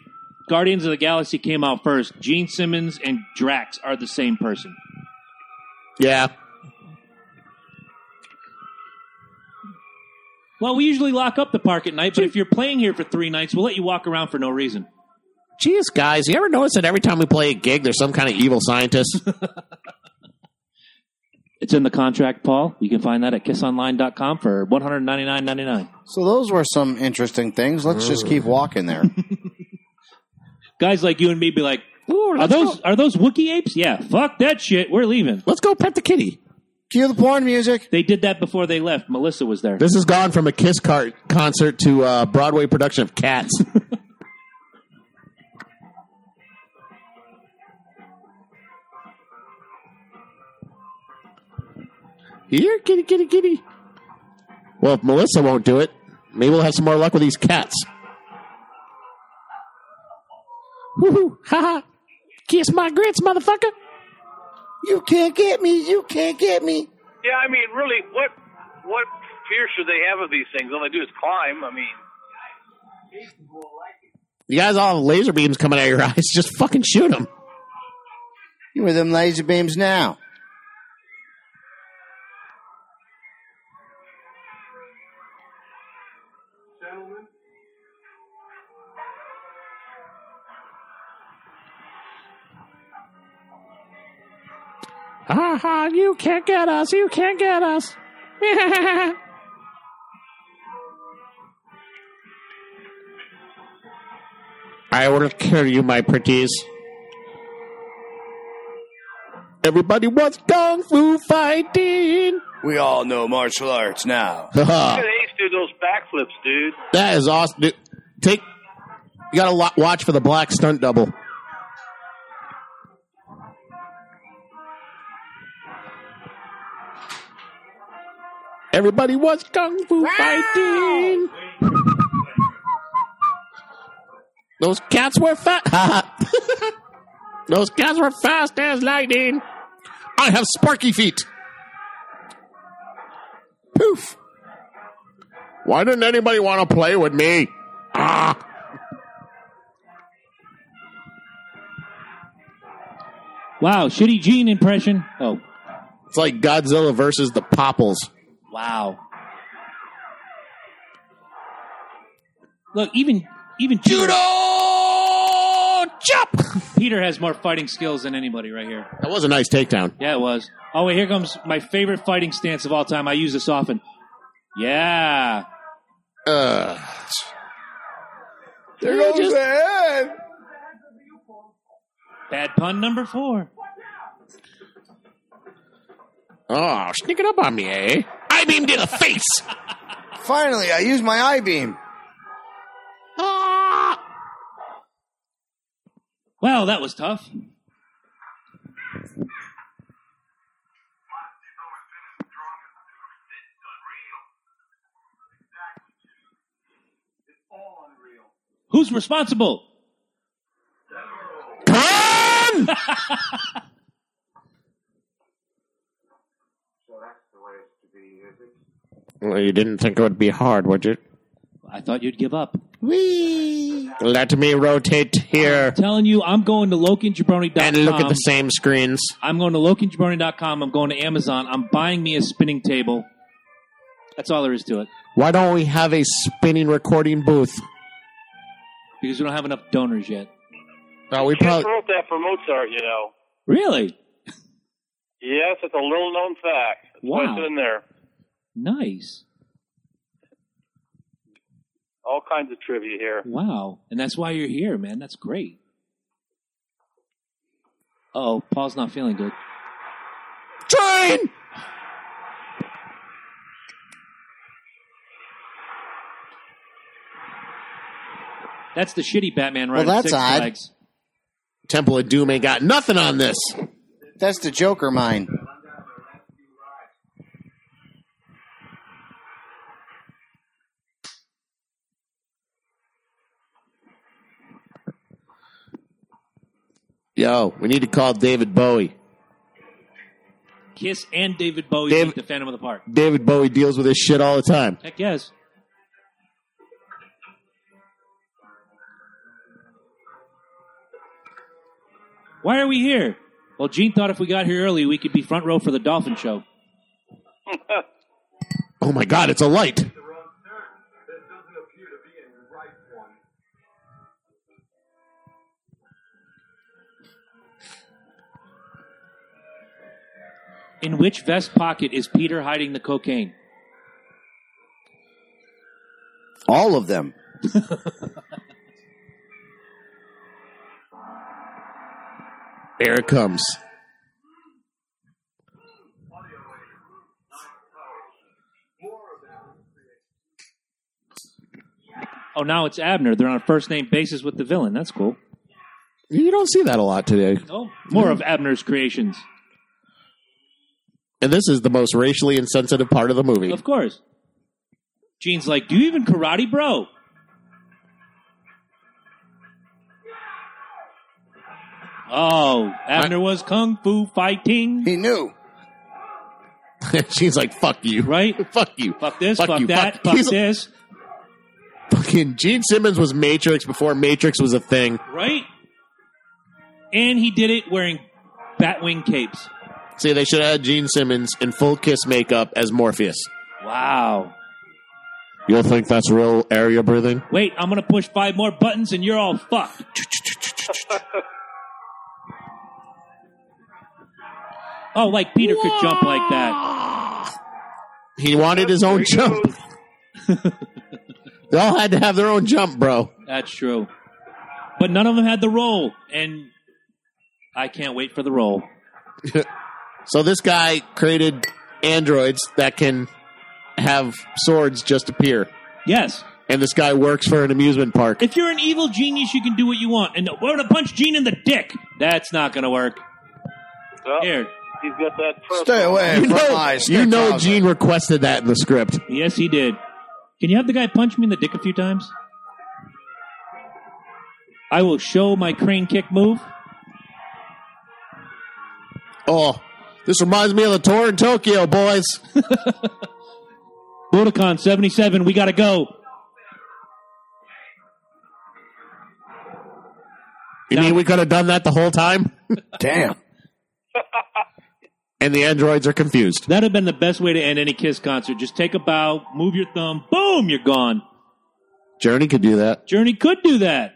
Speaker 3: Guardians of the Galaxy came out first, Gene Simmons and Drax are the same person.
Speaker 2: Yeah.
Speaker 3: Well, we usually lock up the park at night, but if you're playing here for three nights, we'll let you walk around for no reason.
Speaker 2: Jeez, guys, you ever notice that every time we play a gig, there's some kind of evil <laughs> scientist?
Speaker 3: It's in the contract, Paul. You can find that at kissonline.com for one hundred ninety nine ninety nine.
Speaker 1: So those were some interesting things. Let's just keep walking
Speaker 3: <laughs>
Speaker 1: there.
Speaker 3: Guys like you and me be like,
Speaker 2: Ooh,
Speaker 3: are
Speaker 2: let's
Speaker 3: those
Speaker 2: Go,
Speaker 3: are those Wookiee apes? Yeah, fuck that shit. We're leaving.
Speaker 2: let's go pet the kitty.
Speaker 1: Cue the porn music.
Speaker 3: They did that before they left. Melissa was there.
Speaker 2: This has gone from a Kiss cart concert to a Broadway production of <laughs> Cats. Here, kitty, kitty, kitty. Well, if Melissa won't do it, maybe we'll have some more luck with these cats. Woohoo! Ha ha! Kiss my grits, motherfucker!
Speaker 7: You can't get me. You can't get me.
Speaker 4: Yeah, I mean, really, what what fear should they have of these things? All they do is climb. I mean,
Speaker 2: You guys all have laser beams coming out of your <laughs> eyes. Just fucking shoot them.
Speaker 1: You with them laser beams now.
Speaker 6: Gentlemen,
Speaker 2: Ha ha, you can't get us, you can't get <laughs> us. I will kill you, my pretties. Everybody wants kung fu fighting. <laughs>
Speaker 1: We all know martial arts now.
Speaker 4: Look at Ace do those backflips, dude.
Speaker 2: That is awesome. Dude, take you got to watch for the black stunt double. Everybody wants kung fu fighting. Those cats were <laughs> fast. <laughs> Those cats were fast as lightning. I have sparky feet. Poof. Why didn't anybody want to play with me? Ah.
Speaker 3: Wow, shitty Gene impression. Oh,
Speaker 2: It's like Godzilla versus the Popples.
Speaker 3: wow. Look, even even Peter,
Speaker 2: Judo chop.
Speaker 3: Peter has more fighting skills than anybody right here.
Speaker 2: That was a nice takedown.
Speaker 3: Yeah, it was. Oh wait, here comes my favorite fighting stance of all time. I use this often. Yeah,
Speaker 2: Uh,
Speaker 1: There goes
Speaker 2: Just-
Speaker 1: the head.
Speaker 3: bad pun number four.
Speaker 2: oh, sneak it up on me, eh? I beamed in the face.
Speaker 1: Finally, I used my I beam.
Speaker 2: Ah!
Speaker 3: Wow, that was tough. Who's responsible?
Speaker 2: Come! Well, you didn't think it would be hard, would you?
Speaker 3: I thought you'd give up.
Speaker 2: Let me rotate here
Speaker 3: Telling you, I'm going to lokinjabroni.com.
Speaker 2: and look at the same screens.
Speaker 3: I'm going to lokinjabroni.com. I'm going to Amazon. I'm buying me a spinning table. That's all there is to it.
Speaker 2: Why don't we have a spinning recording booth?
Speaker 3: Because we don't have enough donors yet.
Speaker 2: Oh, we
Speaker 4: Kiss
Speaker 2: probably
Speaker 4: wrote that for Mozart, you know.
Speaker 3: Really?
Speaker 4: Yes, it's a little known fact. That's why
Speaker 3: Wow.
Speaker 4: it's in there.
Speaker 3: Nice.
Speaker 4: All kinds of trivia here.
Speaker 3: Wow. And that's why you're here, man. That's great. Oh, Paul's not feeling good.
Speaker 2: train.
Speaker 3: That's the shitty Batman right?
Speaker 7: Well, that's
Speaker 3: Six
Speaker 7: odd.
Speaker 3: Flags.
Speaker 2: Temple of Doom ain't got nothing on this.
Speaker 7: That's the Joker mine.
Speaker 2: Yo, we need to call David Bowie.
Speaker 3: Kiss and David Bowie
Speaker 2: David-
Speaker 3: beat the Phantom of the Park.
Speaker 2: David Bowie deals with this shit all the time.
Speaker 3: Heck yes. Why are we here? Well, Gene thought if we got here early, we could be front row for the Dolphin Show.
Speaker 2: Oh my god, it's a light.
Speaker 6: There doesn't appear to be any right one.
Speaker 3: In which vest pocket is Peter hiding the cocaine?
Speaker 1: All of them.
Speaker 2: There it comes.
Speaker 3: Oh, now it's Abner. They're on a first name basis with the villain. That's cool.
Speaker 2: You don't see that a lot today.
Speaker 3: Oh, more of Abner's creations.
Speaker 2: And this is the most racially insensitive part of the movie. <laughs>
Speaker 3: Of course. Gene's like, Do you even karate, bro? Oh, Abner was kung fu fighting,
Speaker 1: He knew.
Speaker 2: She's like, fuck you.
Speaker 3: right?
Speaker 2: <laughs> Fuck you.
Speaker 3: Fuck this, fuck,
Speaker 2: Fuck you,
Speaker 3: that,
Speaker 2: fuck-
Speaker 3: fuck,
Speaker 2: he's-
Speaker 3: this,
Speaker 2: Fucking Gene Simmons was Matrix before Matrix was a thing.
Speaker 3: right? And he did it wearing batwing capes.
Speaker 2: See, they should have had Gene Simmons in full kiss makeup as Morpheus.
Speaker 3: Wow.
Speaker 2: You'll think that's real area breathing?
Speaker 3: Wait, I'm gonna push five more buttons and you're all fucked. oh, like Peter could jump like that.
Speaker 2: He wanted his own jump. They all had to have their own jump, bro.
Speaker 3: That's true. But none of them had the roll, and I can't wait for the roll.
Speaker 2: so this guy created androids that can have swords just appear.
Speaker 3: Yes.
Speaker 2: And this guy works for an amusement park.
Speaker 3: If you're an evil genius, you can do what you want. And we're gonna punch Gene in the dick. That's not gonna work.
Speaker 4: Well,
Speaker 3: Here.
Speaker 4: He's got that. first
Speaker 1: Stay
Speaker 4: one.
Speaker 1: away
Speaker 2: you
Speaker 1: from
Speaker 2: know,
Speaker 1: my stick
Speaker 2: you know
Speaker 1: trouser.
Speaker 2: Gene requested that in the script.
Speaker 3: Yes, he did. Can you have the guy punch me in the dick a few times? I will show my crane kick move.
Speaker 2: Oh, this reminds me of the tour in Tokyo, boys.
Speaker 3: Budokan 77, we gotta go.
Speaker 2: You mean we could have done that the whole <laughs> time?
Speaker 1: Damn.
Speaker 2: And the androids are confused.
Speaker 3: That'd have been the best way to end any Kiss concert. Just take a bow, move your thumb, boom, you're gone.
Speaker 2: Journey could do that.
Speaker 3: Journey could do that.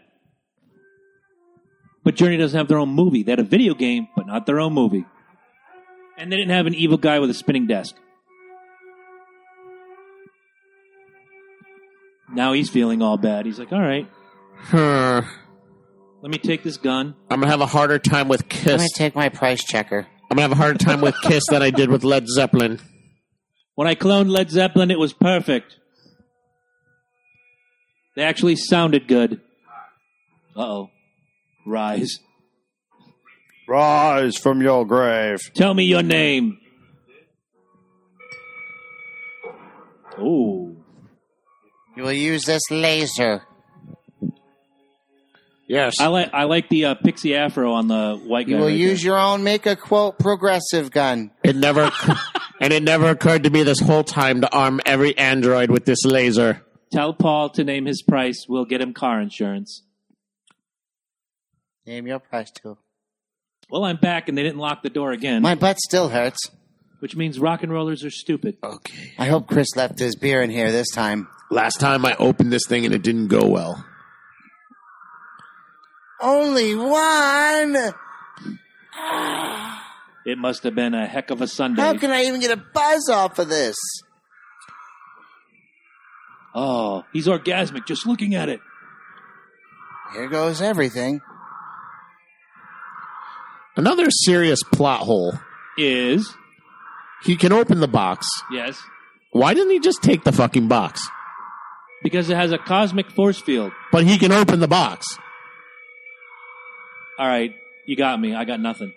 Speaker 3: But Journey doesn't have their own movie. They had a video game, but not their own movie. And they didn't have an evil guy with a spinning desk. Now he's feeling all bad. He's like, all right,
Speaker 2: Huh.
Speaker 3: let me take this gun.
Speaker 2: I'm gonna have a harder time with
Speaker 7: I'm gonna
Speaker 2: Kiss.
Speaker 7: take my price checker.
Speaker 2: I'm gonna have a harder time with Kiss than I did with Led Zeppelin.
Speaker 3: When I cloned Led Zeppelin, it was perfect. They actually sounded good. Uh oh. Rise.
Speaker 1: Rise from your grave.
Speaker 3: Tell me your name. Oh.
Speaker 7: You will use this laser.
Speaker 2: Yes.
Speaker 3: I like I like the uh, pixie afro on the white guy.
Speaker 7: You will
Speaker 3: right
Speaker 7: use your own make a quote progressive gun.
Speaker 2: It never, and it never occurred to me this whole time to arm every android with this laser.
Speaker 3: there. Tell Paul to name his price. We'll get him car insurance.
Speaker 7: Name your price too.
Speaker 3: Well, I'm back, and they didn't lock the door again,
Speaker 7: My butt still hurts.
Speaker 3: which means rock and rollers are stupid.
Speaker 2: Okay.
Speaker 7: I hope Chris left his beer in here this time.
Speaker 2: Last time I opened this thing and it didn't go well.
Speaker 7: Only one.
Speaker 3: It must have been a heck of a Sunday.
Speaker 7: How can I even get a buzz off of this?
Speaker 3: oh, he's orgasmic just looking at it.
Speaker 7: Here goes everything.
Speaker 2: Another serious plot hole.
Speaker 3: Is
Speaker 2: He can open the box.
Speaker 3: yes,
Speaker 2: Why didn't he just take the fucking box?
Speaker 3: because it has a cosmic force field.
Speaker 2: But he can open the box.
Speaker 3: All right, you got me. I got nothing.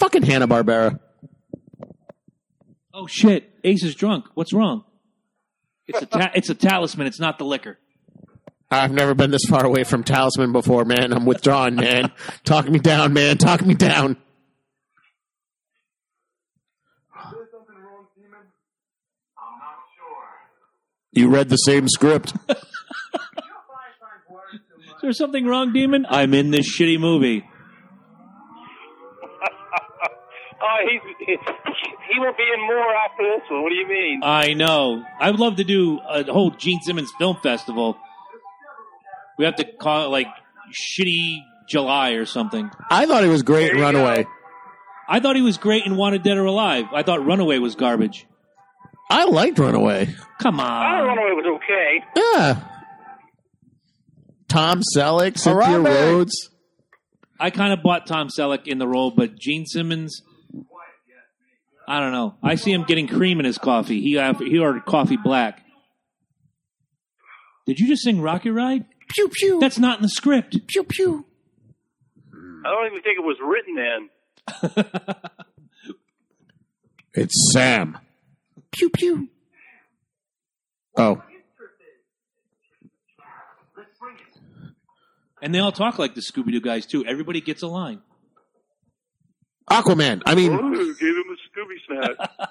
Speaker 2: Fucking Hanna Barbera.
Speaker 3: Oh shit, Ace is drunk. What's wrong? It's a ta- it's a talisman. It's not the liquor.
Speaker 2: I've never been this far away from Talisman before, man. I'm withdrawn, man. Talk me down, man. Talk me down.
Speaker 6: Is something wrong, Demon? I'm not sure.
Speaker 2: You read the same script.
Speaker 6: You'll find times worse than
Speaker 3: Is there something wrong, demon? I'm in this shitty movie.
Speaker 4: Oh, he's, he will be in more after this one. What do you mean?
Speaker 3: I know. I would love to do a whole Gene Simmons film festival. We have to call it like shitty July or something.
Speaker 2: <laughs> I thought it was great in Runaway.
Speaker 3: I thought he was great in Wanted Dead or Alive. I thought Runaway was garbage.
Speaker 2: I liked Runaway.
Speaker 3: Come
Speaker 2: Uh,
Speaker 4: I don't
Speaker 3: on.
Speaker 4: know it was okay.
Speaker 2: Yeah. Tom Selleck, Cynthia
Speaker 1: Harambe.
Speaker 2: Rhodes.
Speaker 3: I kind of bought Tom Selleck in the role, but Gene Simmons. I don't know. I see him getting cream in his coffee. He he ordered coffee black. Did you just sing Rocky Ride?
Speaker 7: Pew pew
Speaker 3: That's not in the script.
Speaker 7: pew pew.
Speaker 4: I don't even think it was written then.
Speaker 2: It's Sam.
Speaker 7: Pew pew.
Speaker 2: Oh.
Speaker 3: And they all talk like the Scooby Doo guys too. Everybody gets a line.
Speaker 2: Aquaman. I mean,
Speaker 4: Ooh, gave him
Speaker 2: <laughs>
Speaker 4: a Scooby snack.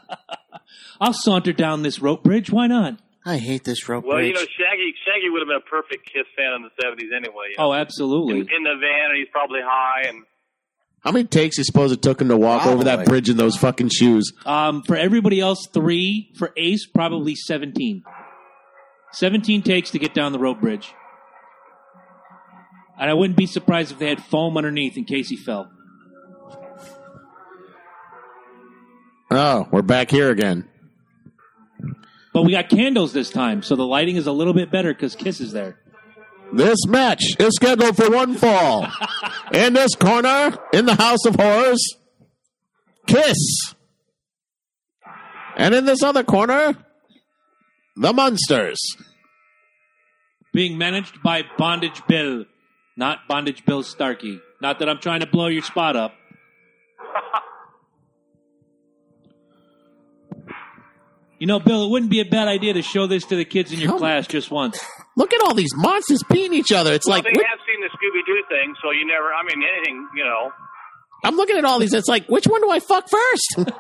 Speaker 3: I'll saunter down this rope bridge. Why not?
Speaker 7: I hate this rope
Speaker 4: well, you
Speaker 7: bridge.
Speaker 4: know, Shaggy Shaggy would have been a perfect Kiss fan in the seventies anyway. You know?
Speaker 3: Oh, absolutely.
Speaker 4: in the van, and he's probably high. And
Speaker 2: how many takes you suppose it took him to walk over that
Speaker 1: Probably.
Speaker 2: bridge in those fucking shoes?
Speaker 3: Um, for everybody else, three. For Ace, probably 17. 17 takes to get down the rope bridge. And I wouldn't be surprised if they had foam underneath in case he fell.
Speaker 2: Oh, we're back here again.
Speaker 3: But we got candles this time, so the lighting is a little bit better because Kiss is there.
Speaker 2: This match is
Speaker 4: <laughs>
Speaker 2: scheduled for one fall. in this corner, in the House of Horrors, Kiss. And in this other corner, the Munsters.
Speaker 3: Being managed by Bondage Bill, not Bondage Bill Starkey. Not that I'm trying to blow your spot up. You know, Bill, it wouldn't be a bad idea to show this to the kids in your
Speaker 2: Oh.
Speaker 3: class just once.
Speaker 2: Look at all these monsters beating each other. It's
Speaker 4: Well,
Speaker 2: like
Speaker 4: they
Speaker 2: which-
Speaker 4: have seen the Scooby Doo thing, so you never. I mean, anything. You know,
Speaker 2: I'm looking at all these. It's like which one do I fuck first?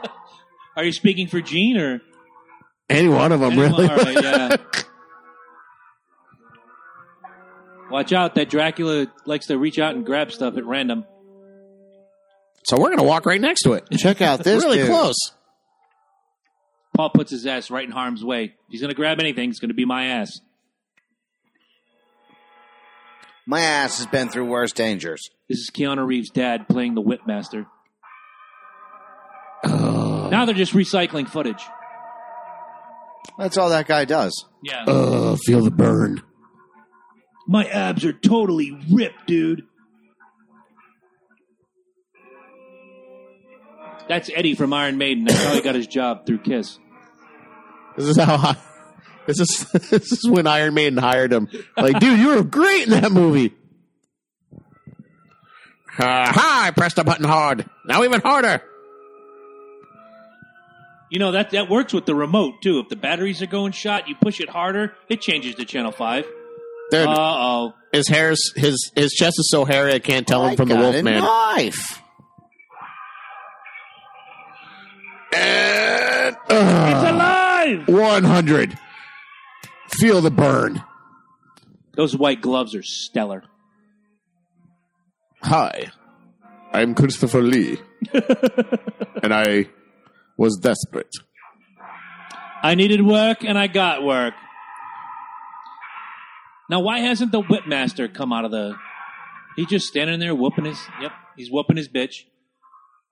Speaker 3: Are you speaking for Gene or?
Speaker 2: <laughs> Any one of them,
Speaker 3: Anyone-
Speaker 2: really.
Speaker 3: all
Speaker 2: <laughs>
Speaker 3: right, yeah. Watch out! That Dracula likes to reach out and grab stuff at random.
Speaker 2: So we're gonna walk right next to it.
Speaker 1: Check out this
Speaker 2: really
Speaker 1: dude.
Speaker 2: close.
Speaker 3: Paul puts his ass right in harm's way. If he's going to grab anything, it's going to be my ass.
Speaker 1: My ass has been through worse dangers.
Speaker 3: This is Keanu Reeves' dad playing the Whipmaster. Now they're just recycling footage.
Speaker 1: That's all that guy does.
Speaker 3: Yeah.
Speaker 2: Uh, feel the burn.
Speaker 3: My abs are totally ripped, dude. That's Eddie from Iron Maiden. That's how he got his job through Kiss.
Speaker 2: This is how. I, <laughs> this is <laughs> this is when Iron Maiden hired him. Like, dude, you were great in that movie. Ha ha! I pressed the button hard. Now even harder.
Speaker 3: You know that that works with the remote too. If the batteries are going shot, you push it harder, it changes to channel five. Uh
Speaker 2: Dude,
Speaker 3: oh.
Speaker 2: his hair's his his chest is so hairy I can't tell him from the
Speaker 1: got
Speaker 2: Wolf
Speaker 1: a
Speaker 2: Man.
Speaker 1: knife.
Speaker 2: And, uh,
Speaker 3: Alive!
Speaker 2: one hundred. Feel the burn.
Speaker 3: Those white gloves are stellar.
Speaker 2: Hi, I'm Christopher <laughs> Lee, and I was desperate.
Speaker 3: I needed work and I got work. Now, why hasn't the whipmaster come out of the? He's just standing there whooping his. Yep, he's whooping his bitch.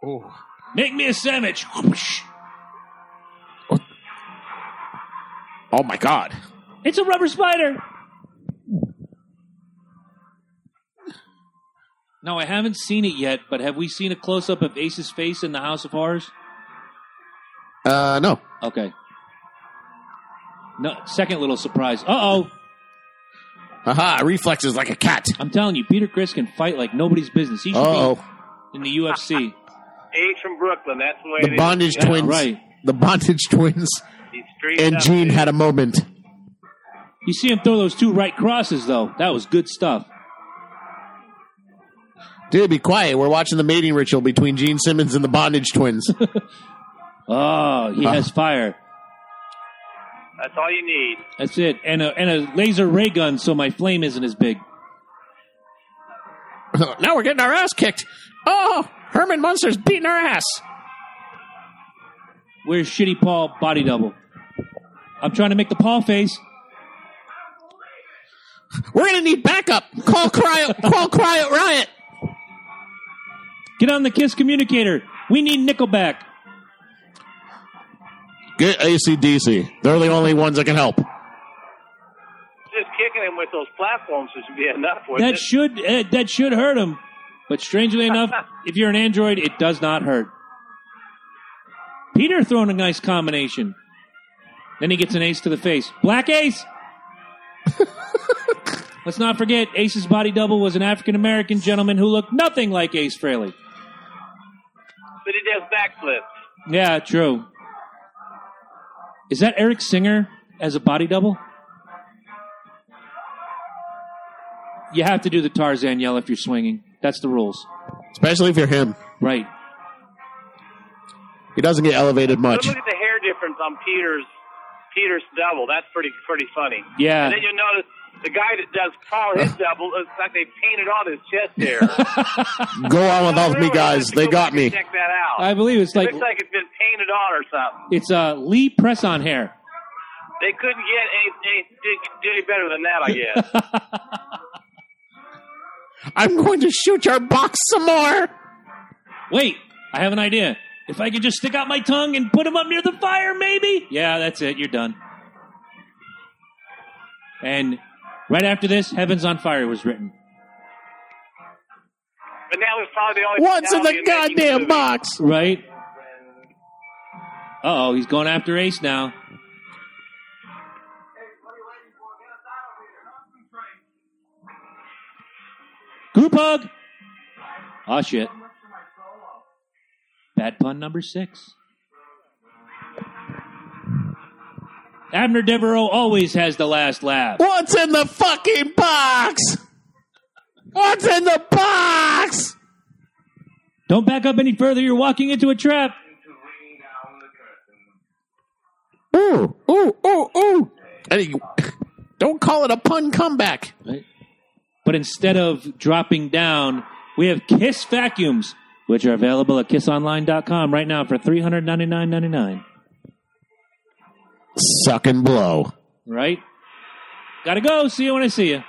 Speaker 3: Oh, make me a sandwich. Whoosh.
Speaker 2: Oh my god.
Speaker 3: It's a rubber spider. No, I haven't seen it yet, but have we seen a close up of Ace's face in the House of Horrors?
Speaker 2: Uh, no.
Speaker 3: Okay. No, second little surprise. Uh oh.
Speaker 2: Haha, reflexes like a cat.
Speaker 3: I'm telling you, Peter Chris can fight like nobody's business. He should
Speaker 2: Oh,
Speaker 3: be in the UFC.
Speaker 4: Ace from Brooklyn. That's the way it
Speaker 2: the
Speaker 4: is.
Speaker 2: bondage
Speaker 4: Yeah,
Speaker 2: twins.
Speaker 3: right.
Speaker 2: The bondage twins
Speaker 4: he's straight
Speaker 2: and
Speaker 4: up,
Speaker 2: Gene
Speaker 4: dude.
Speaker 2: had a moment.
Speaker 3: You see him throw those two right crosses, though. That was good stuff.
Speaker 2: Dude, be quiet. We're watching the mating ritual between Gene Simmons and the bondage twins. <laughs>
Speaker 3: Oh, he
Speaker 2: Huh.
Speaker 3: has fire.
Speaker 4: That's all you need.
Speaker 3: That's it. And a, and a laser ray gun, so my flame isn't as big.
Speaker 2: now we're getting our ass kicked. Oh, Herman Munster's beating our ass.
Speaker 3: Where's Shitty Paul body double? I'm trying to make the Paul face.
Speaker 2: We're gonna need backup. Call cryo. call cryo riot.
Speaker 3: Get on the Kiss communicator. We need Nickelback.
Speaker 2: Get ACDC. They're the only ones that can help.
Speaker 4: Just kicking him with those platforms should be enough. With
Speaker 3: That
Speaker 4: it.
Speaker 3: should uh, that should hurt him. But strangely enough, if you're an android, it does not hurt. Peter throwing a nice combination. Then he gets an ace to the face. Black ace. Let's not forget, Ace's body double was an African American gentleman who looked nothing like Ace Frehley.
Speaker 4: but he does backflips.
Speaker 3: Yeah, true. Is that Eric Singer as a body double? You have to do the Tarzan yell if you're swinging. That's the rules.
Speaker 2: Especially if you're him.
Speaker 3: Right.
Speaker 2: He doesn't get elevated
Speaker 4: But
Speaker 2: much.
Speaker 4: look at the hair difference on Peter's Peter's double. That's pretty pretty funny.
Speaker 3: Yeah.
Speaker 4: And then you notice the guy that does Paul his double. It's like they painted on his
Speaker 2: <laughs>
Speaker 4: chest hair.
Speaker 2: Go on without me,
Speaker 4: Really,
Speaker 2: guys.
Speaker 4: you
Speaker 2: They
Speaker 4: should go
Speaker 2: got
Speaker 4: back and
Speaker 2: me.
Speaker 4: Check that out.
Speaker 3: I believe it's like
Speaker 4: Looks like it's been painted on or something.
Speaker 3: it's uh, Lee Press on hair.
Speaker 4: They couldn't get any, any, any better than that, I guess.
Speaker 2: <laughs> I'm going to shoot your box some more.
Speaker 3: Wait, I have an idea. If I could just stick out my tongue and put him up near the fire, maybe. Yeah, that's it. You're done. And right after this, "Heavens on Fire" was written.
Speaker 4: but now it's probably the only.
Speaker 2: What's in
Speaker 4: finale
Speaker 2: the
Speaker 4: making
Speaker 2: goddamn
Speaker 4: movies.
Speaker 2: box?
Speaker 3: Right? oh, he's going after Ace now. Group hug. Oh shit. Bad pun number six. Abner Devereaux always has the last laugh.
Speaker 2: What's in the fucking box? What's in the box?
Speaker 3: Don't back up any further. You're walking into a trap.
Speaker 2: Ooh, ooh, ooh, ooh. And he, <laughs> don't call it a pun comeback.
Speaker 3: But instead of dropping down, we have Kiss vacuums, which are available at kissonline.com right now for $399.99.
Speaker 2: Suck and blow.
Speaker 3: Right? Gotta go. See you when I see you.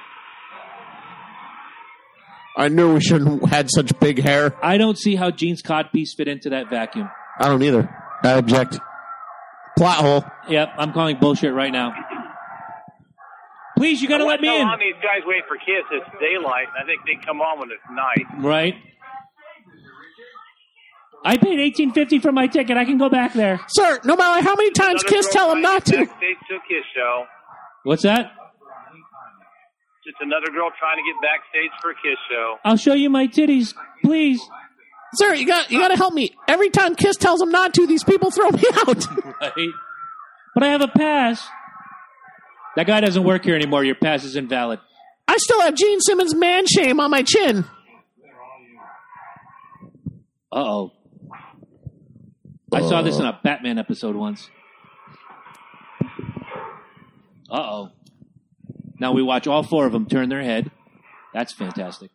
Speaker 2: I knew we shouldn't have had such big hair.
Speaker 3: I don't see how Gene's codpiece fit into that vacuum.
Speaker 2: I don't either. I object. Plot hole.
Speaker 3: Yep, I'm calling bullshit right now. Please, you gotta let me in.
Speaker 4: On these guys wait for Kiss. It's daylight, and I think they come on when it's night.
Speaker 3: Right? I paid eighteen fifty for my ticket. I can go back there.
Speaker 2: Sir, no matter how many times
Speaker 4: Another
Speaker 2: Kiss
Speaker 4: girl
Speaker 2: tell him
Speaker 4: tried
Speaker 2: not to.
Speaker 4: Backstage to Kiss show.
Speaker 3: What's that?
Speaker 4: Just another girl trying to get backstage for a Kiss show.
Speaker 3: I'll show you my titties, please.
Speaker 2: Sir, you got you got to help me. Every time Kiss tells him not to, these people throw me out.
Speaker 3: Right? But I have a pass. That guy doesn't work here anymore. Your pass is invalid.
Speaker 2: I still have Gene Simmons man shame on my chin.
Speaker 3: Uh oh. I saw this in a Batman episode once. Uh oh. Now we watch all four of them turn their head. That's fantastic.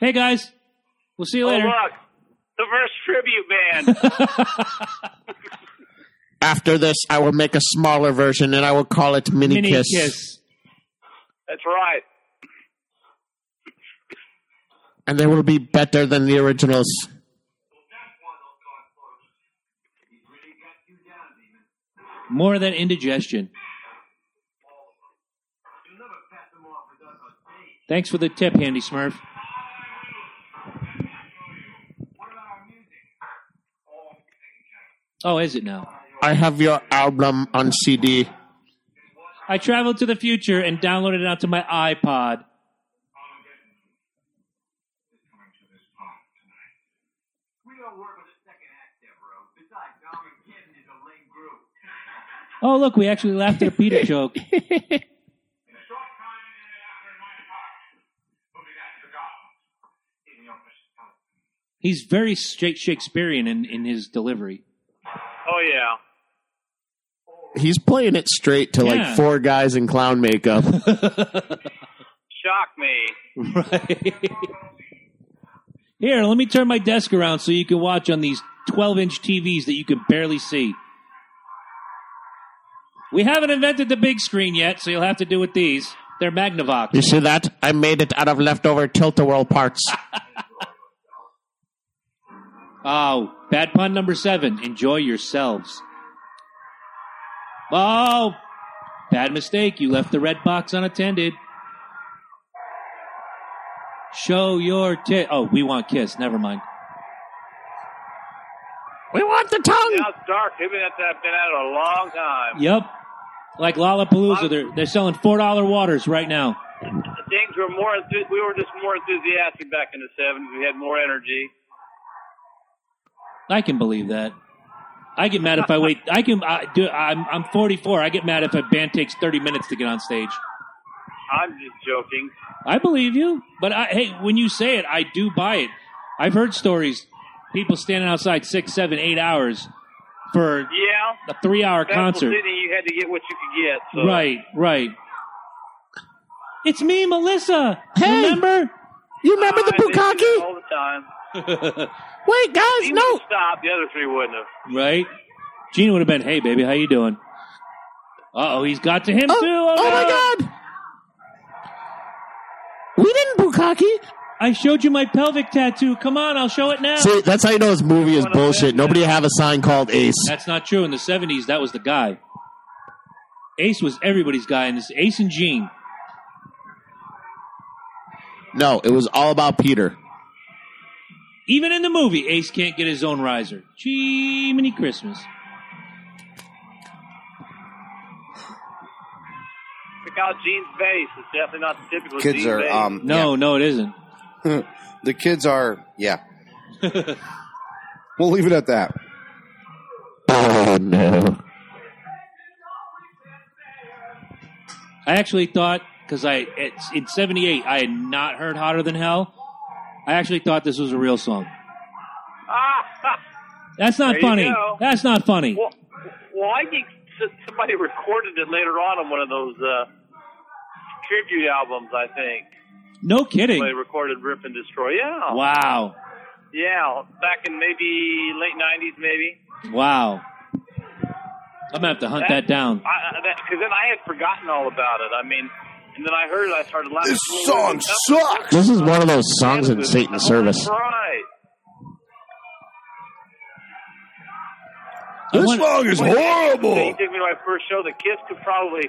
Speaker 3: Hey guys, we'll see you
Speaker 4: Oh
Speaker 3: later.
Speaker 4: look, the first tribute
Speaker 3: <laughs>
Speaker 4: band.
Speaker 2: After this, I will make a smaller version and I will call it Mini,
Speaker 3: Mini
Speaker 2: Kiss.
Speaker 3: kiss.
Speaker 4: That's right.
Speaker 2: And they will be better than the originals.
Speaker 3: More than indigestion. Thanks for the tip, Handy Smurf. Oh, is it now?
Speaker 2: I have your album on CD.
Speaker 3: I traveled to the future and downloaded it onto my iPod. Oh, look, we actually laughed at a <laughs> Peter joke. He's very straight Shakespearean in, in his delivery.
Speaker 4: Oh yeah.
Speaker 2: He's playing it straight to
Speaker 3: Yeah.
Speaker 2: like four guys in clown
Speaker 3: <laughs>
Speaker 2: makeup.
Speaker 4: Shock me.
Speaker 3: Right. Here, let me turn my desk around so you can watch on these 12 inch TVs that you can barely see. We haven't invented the big screen yet, so you'll have to do with these. They're Magnavox.
Speaker 2: you see that? I made it out of leftover tilt a whirl parts.
Speaker 3: Oh, bad pun number seven. Enjoy yourselves. Oh, bad mistake. You left the red box unattended. Show your tit. Oh, we want kiss. Never mind.
Speaker 2: we want the tongue!
Speaker 4: Now it's dark. They've been at that been at it a long time.
Speaker 3: Yep. Like Lollapalooza, they're they're selling four dollar waters right now.
Speaker 4: Things were more. enthu- We were just more enthusiastic back in the '70s. We had more energy.
Speaker 3: I can believe that. I get mad if I wait. I can I, do. I'm I'm 44. I get mad if a band takes 30 minutes to get on stage.
Speaker 4: I'm just joking.
Speaker 3: I believe you, but I, hey, when you say it, I do buy it. I've heard stories, people standing outside six, seven, eight hours for
Speaker 4: Yeah.
Speaker 3: a three-hour
Speaker 4: Central
Speaker 3: concert.
Speaker 4: City, you had to get what you could get. So.
Speaker 3: Right, right. It's me, Melissa.
Speaker 2: Hey!
Speaker 3: Remember?
Speaker 2: You remember the
Speaker 4: I think we do it
Speaker 2: bukkake?
Speaker 4: All the time.
Speaker 2: <laughs> Wait, guys,
Speaker 4: He
Speaker 2: no!
Speaker 4: would stop. The other three wouldn't have.
Speaker 3: Right? Gene would have been, hey, baby, how you doing? Uh-oh, he's got to him,
Speaker 2: Oh,
Speaker 3: too.
Speaker 2: oh my god! We didn't bukkake!
Speaker 3: I showed you my pelvic tattoo. Come on, I'll show it now.
Speaker 2: See, that's how you know this movie is bullshit. Nobody have a sign called Ace.
Speaker 3: That's not true. In the 70s, that was the guy. Ace was everybody's guy in this. Ace and Gene.
Speaker 2: No, it was all about Peter.
Speaker 3: Even in the movie, Ace can't get his own riser. Gee, mini Christmas.
Speaker 4: out Gene's face. It's definitely not the typical
Speaker 1: Kids
Speaker 4: Gene
Speaker 1: are
Speaker 4: Bass.
Speaker 1: um
Speaker 3: No, no, it isn't.
Speaker 1: yeah. the kids are
Speaker 3: <laughs>
Speaker 1: yeah. we'll leave it at that.
Speaker 2: Oh,
Speaker 3: I actually thought because I it's, in '78 I had not heard "Hotter Than Hell." I actually thought this was a real song.
Speaker 4: Ah,
Speaker 3: That's not
Speaker 4: There you
Speaker 3: funny.
Speaker 4: go.
Speaker 3: That's not funny.
Speaker 4: <laughs> well, well, I think s- somebody recorded it later on on one of those uh, tribute albums. I think
Speaker 3: No
Speaker 4: they
Speaker 3: kidding.
Speaker 4: recorded "Rip and Destroy." Yeah,
Speaker 3: Wow,
Speaker 4: yeah, back in maybe late '90s, maybe.
Speaker 3: wow. I'm gonna have to hunt that down.
Speaker 4: I, I- that, cause then I had forgotten all about it. I mean, and then I heard it, I started laughing.
Speaker 1: This song sucks.
Speaker 2: This is one of those songs in Satan's service.
Speaker 4: Right.
Speaker 3: I
Speaker 1: This
Speaker 3: want-
Speaker 1: song is
Speaker 4: So you
Speaker 1: horrible.
Speaker 4: took me to my first show. The Kiss could probably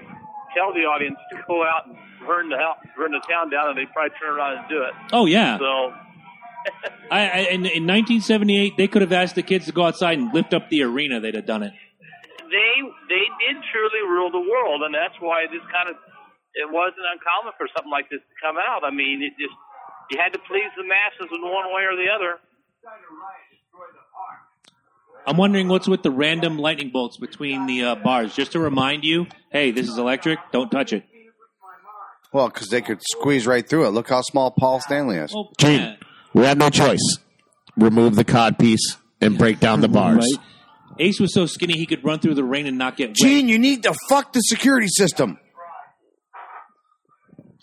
Speaker 4: tell the audience to go out and burn the hell, burn the town down, and they'd probably turn around and do it.
Speaker 3: Oh yeah.
Speaker 4: So
Speaker 3: I, I in, in 1978 they could have asked the kids to go outside and lift up the arena. They'd have done it.
Speaker 4: they they did truly rule the world, and that's why this kind of it wasn't uncommon for something like this to come out. I mean, it just you had to please the masses in one way or the other.
Speaker 3: I'm wondering what's with the random lightning bolts between the uh, bars, just to remind you, hey, this is electric. Don't touch it.
Speaker 1: Well, because they could squeeze right through it. Look how small Paul Stanley is.
Speaker 3: Oh, yeah.
Speaker 2: Gene, we had no choice. Remove the cod piece and break down the bars.
Speaker 3: Right. Ace was so skinny he could run through the rain and not get wet.
Speaker 1: Gene, you need to fuck the security system.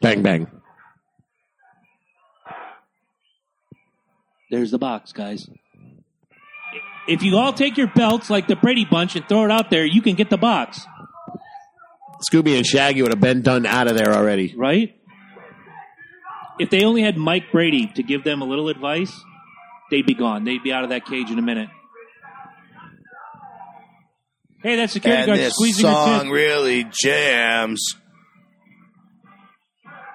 Speaker 2: Bang bang.
Speaker 3: There's the box, guys. If you all take your belts like the Brady Bunch and throw it out there, you can get the box,
Speaker 2: Scooby and Shaggy would have been done out of there already.
Speaker 3: right? If they only had Mike Brady to give them a little advice, they'd be gone. They'd be out of that cage in a minute. Hey, that security
Speaker 1: And
Speaker 3: guard
Speaker 1: this
Speaker 3: squeezing her
Speaker 1: song
Speaker 3: chin.
Speaker 1: really jams.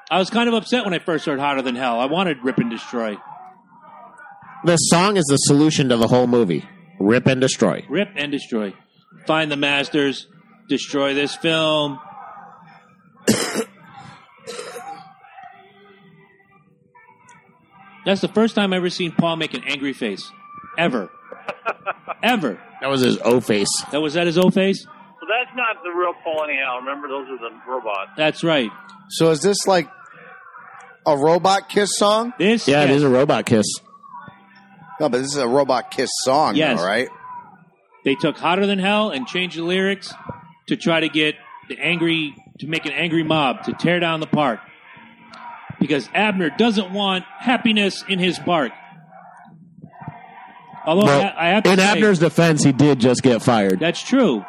Speaker 3: I was kind of upset when I first heard "Hotter Than Hell." I wanted "Rip and Destroy."
Speaker 2: The song is the solution to the whole movie. Rip and destroy.
Speaker 3: Rip and destroy. Find the masters. Destroy this film. <coughs> That's the first time I've ever seen Paul make an angry face. Ever. Ever.
Speaker 2: That was his O face.
Speaker 3: That was that his O face?
Speaker 4: Well, that's not the real Paul anyhow. Remember, those are the robots.
Speaker 3: That's right.
Speaker 1: So is this like a robot kiss song?
Speaker 3: This
Speaker 2: Yeah, it
Speaker 3: yes.
Speaker 2: is a robot kiss.
Speaker 1: No, but this is a robot kiss song,
Speaker 3: Yes.
Speaker 1: though, right?
Speaker 3: they took Hotter Than Hell and changed the lyrics to try to get the angry to make an angry mob to tear down the park. Because Abner doesn't want happiness in his park. Although
Speaker 2: Well,
Speaker 3: I, I have to
Speaker 2: In
Speaker 3: say,
Speaker 2: Abner's defense, he did just get fired.
Speaker 3: that's true.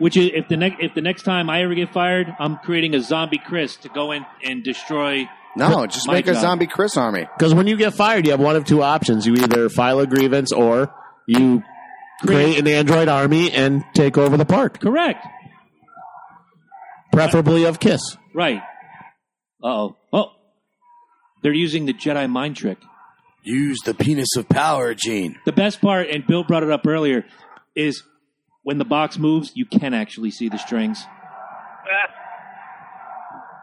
Speaker 3: Which is if the next if the next time I ever get fired, I'm creating a zombie Chris to go in and destroy.
Speaker 1: No, just
Speaker 3: My
Speaker 1: make a
Speaker 3: God.
Speaker 1: zombie Chris army.
Speaker 2: Because when you get fired, you have one of two options. You either file a grievance or you create an android army and take over the park,
Speaker 3: Correct.
Speaker 2: preferably of Kiss.
Speaker 3: Right. Uh oh. Oh, they're using the Jedi mind trick.
Speaker 5: Use the penis of power, Gene.
Speaker 3: The best part, and Bill brought it up earlier, is when the box moves, you can actually see the strings.
Speaker 4: Ah,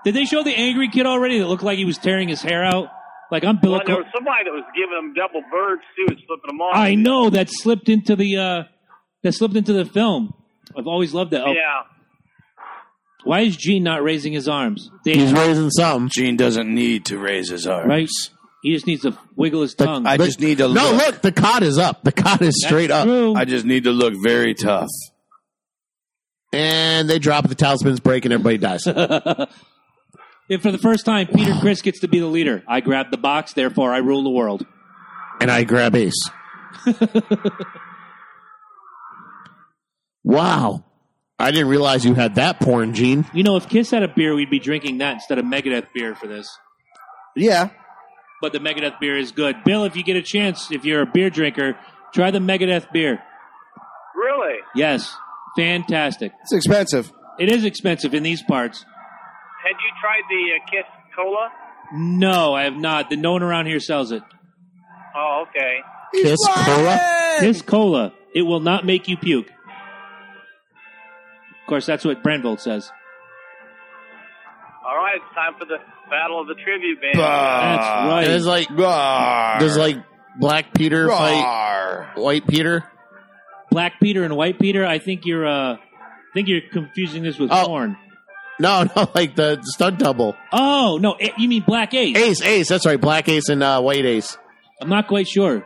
Speaker 3: Did they show the angry kid already that looked like he was tearing his hair out? Like I'm Bill.
Speaker 4: Well, there was somebody that was giving them double birds too, and flipping them off.
Speaker 3: I know that slipped into the uh, that slipped into the film. I've always loved that. Oh,
Speaker 4: Yeah.
Speaker 3: Why is Gene not raising his arms? They-
Speaker 2: He's raising some.
Speaker 5: Gene doesn't need to raise his arm.
Speaker 3: right? He just needs to wiggle his tongue.
Speaker 5: I just need to
Speaker 2: No, look, the cod is up. The cod is
Speaker 3: That's
Speaker 2: straight up.
Speaker 3: true.
Speaker 5: I just need to look very tough.
Speaker 2: And they drop the talisman's break and
Speaker 5: <laughs>
Speaker 2: everybody dies.
Speaker 3: If for the first time, Peter Chris gets to be the leader. I grab the box, therefore I rule the world.
Speaker 2: and I
Speaker 5: <laughs>
Speaker 2: grab Ace. wow. I didn't realize you had that porn gene.
Speaker 3: You know, if Kiss had a beer, we'd be drinking that instead of Megadeth beer for this.
Speaker 1: Yeah.
Speaker 3: But the Megadeth beer is good. Bill, if you get a chance, if you're a beer drinker, try the Megadeth beer.
Speaker 4: Really?
Speaker 3: Yes, fantastic.
Speaker 1: It's expensive.
Speaker 3: It is expensive in these parts.
Speaker 4: Had you tried the uh, Kiss Cola?
Speaker 3: No, I have not. The no one around here sells it.
Speaker 4: Oh, okay.
Speaker 2: Kiss Cola.
Speaker 3: Kiss cola. It will not make you puke. Of course, that's what Brandvold says.
Speaker 4: right, it's time for the Battle of the Tribute Band.
Speaker 3: That's
Speaker 1: Ah.
Speaker 3: right.
Speaker 2: And it's like there's like Black Peter fight White Peter.
Speaker 3: Black Peter and White Peter. I think you're uh, I think you're confusing this with
Speaker 2: Oh.
Speaker 3: porn.
Speaker 2: No, <laughs> no, like the stunt double.
Speaker 3: Oh no, eh, you mean Black Ace?
Speaker 2: Ace, Ace. That's right. Black Ace and uh, White Ace.
Speaker 3: I'm not quite sure.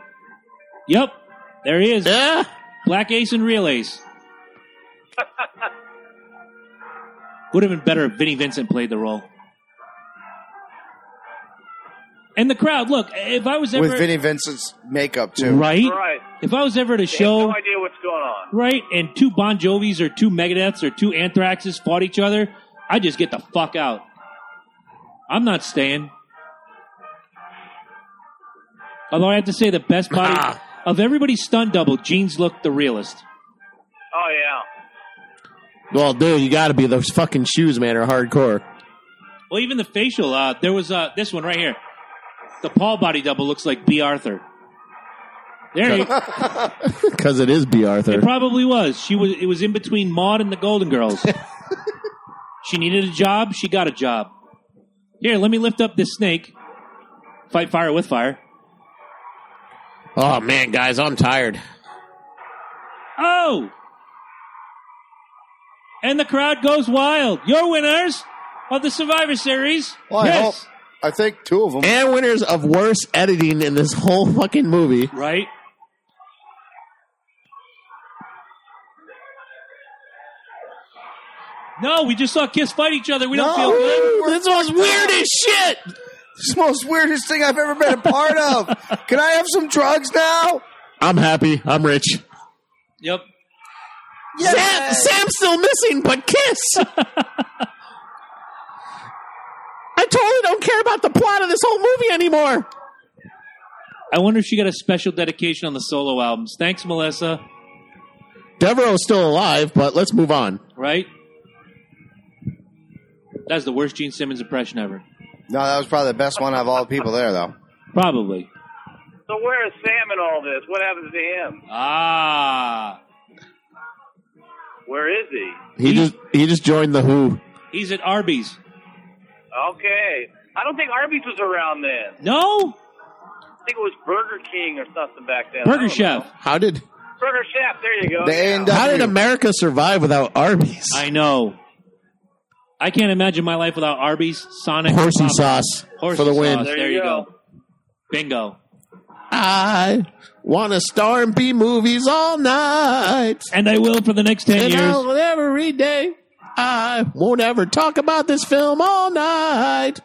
Speaker 3: Yep, there he is.
Speaker 2: Yeah.
Speaker 3: Black Ace and Real Ace. Would have been better if Vinnie Vincent played the role. And the crowd, look, if I was ever
Speaker 1: with Vinnie Vincent's makeup too.
Speaker 3: right,
Speaker 4: Right.
Speaker 3: if I was ever at a
Speaker 4: They have
Speaker 3: show,
Speaker 4: no idea what's going on.
Speaker 3: right, and two Bon Jovis or two Megadeths or two Anthraxes fought each other, I just get the fuck out. I'm not staying. Although I have to say, the best body of everybody's stunt double, Jeans looked the realest.
Speaker 4: Oh yeah.
Speaker 2: Well, dude, you got to be those fucking shoes, man, are hardcore. <laughs>
Speaker 3: Well, even the facial. Uh, there was uh, this one right here. The Paul body double looks like B. Arthur. There he, it
Speaker 2: Because it is B. Arthur.
Speaker 3: probably was. She was. It was in between Maud and the Golden Girls. she needed a job. She got a job. Here, let me lift up this snake. Fight fire with fire.
Speaker 2: oh man, guys, I'm tired.
Speaker 3: Oh! And the crowd goes wild. Your winners of the Survivor Series.
Speaker 1: Well, I
Speaker 3: yes.
Speaker 1: hope- I think two of them.
Speaker 2: And winners of worst editing in this whole fucking movie.
Speaker 3: Right? No, we just saw Kiss fight each other. We don't feel good.
Speaker 2: This was weird as shit.
Speaker 1: It's Oh, the most weirdest thing I've ever been a part of.
Speaker 2: <laughs>
Speaker 1: Can I have some drugs now?
Speaker 2: I'm happy. I'm rich.
Speaker 3: Yep.
Speaker 2: Sam, Sam's still missing, but Kiss. I totally don't care about the plot of this whole movie anymore.
Speaker 3: I wonder if she got a special dedication on the solo albums. Thanks, Melissa.
Speaker 2: Devereaux's still alive, but let's move on.
Speaker 3: Right? That's the worst Gene Simmons impression ever.
Speaker 7: Oh,
Speaker 1: No, that was probably the best one out of all the people there, though.
Speaker 3: Probably.
Speaker 4: So where is Sam in all this? What happens to him?
Speaker 3: Ah.
Speaker 4: Where is he?
Speaker 2: He just he just joined the Who.
Speaker 3: He's at Arby's.
Speaker 4: Okay. I don't think Arby's was around then.
Speaker 3: No?
Speaker 4: I think it was Burger King or something back then. I
Speaker 3: Burger
Speaker 4: don't
Speaker 3: Chef.
Speaker 4: know.
Speaker 2: How did
Speaker 4: Burger Chef. There you go.
Speaker 1: The
Speaker 4: Yeah.
Speaker 1: A&W.
Speaker 2: how did America survive without Arby's?
Speaker 3: I know. I can't imagine my life without Arby's,
Speaker 2: <laughs>
Speaker 3: Sonic,
Speaker 2: Horsey
Speaker 3: Popeyes.
Speaker 2: sauce
Speaker 3: Horsey
Speaker 2: for the
Speaker 3: sauce.
Speaker 2: win.
Speaker 3: There, you go. Bingo.
Speaker 2: I want to star in B movies all night.
Speaker 3: And I will for the next 10
Speaker 2: And
Speaker 3: years.
Speaker 2: I'll every day. I won't ever talk about this film all night.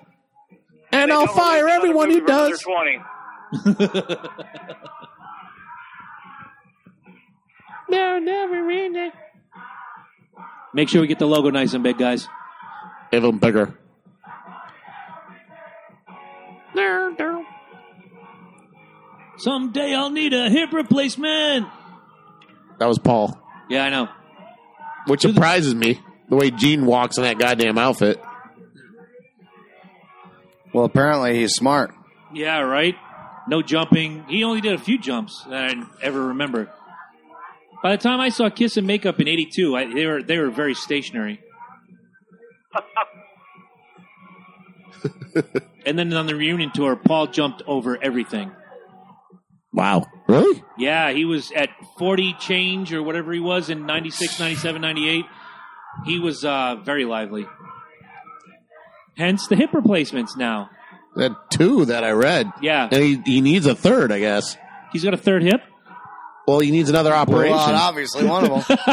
Speaker 2: And
Speaker 4: They
Speaker 2: I'll
Speaker 4: don't release
Speaker 2: fire
Speaker 4: another
Speaker 2: everyone
Speaker 4: movie
Speaker 2: who
Speaker 4: for another
Speaker 2: does.
Speaker 4: 20.
Speaker 2: They'll never end it.
Speaker 3: Make sure we get the logo nice and big, guys.
Speaker 2: Even bigger.
Speaker 3: Someday I'll need a hip replacement.
Speaker 2: That was Paul,
Speaker 3: Yeah, I know.
Speaker 2: which surprises me. The way Gene walks in that goddamn outfit.
Speaker 1: Well, apparently he's smart.
Speaker 3: Yeah, right? No jumping. He only did a few jumps that I ever remember. By the time I saw Kiss and Makeup in 82, I, they, were, they were very stationary. and then on the reunion tour, Paul jumped over everything.
Speaker 2: Wow. Really?
Speaker 3: Yeah, he was at 40 change or whatever he was in 96, 97, 98. He was uh, very lively. Hence the hip replacements now.
Speaker 2: That two that I read.
Speaker 3: Yeah.
Speaker 2: And he, he needs a third, I guess.
Speaker 3: He's got a third hip.
Speaker 2: Well, he needs another
Speaker 1: Well,
Speaker 2: operation.
Speaker 1: obviously one of
Speaker 2: <laughs>
Speaker 1: them.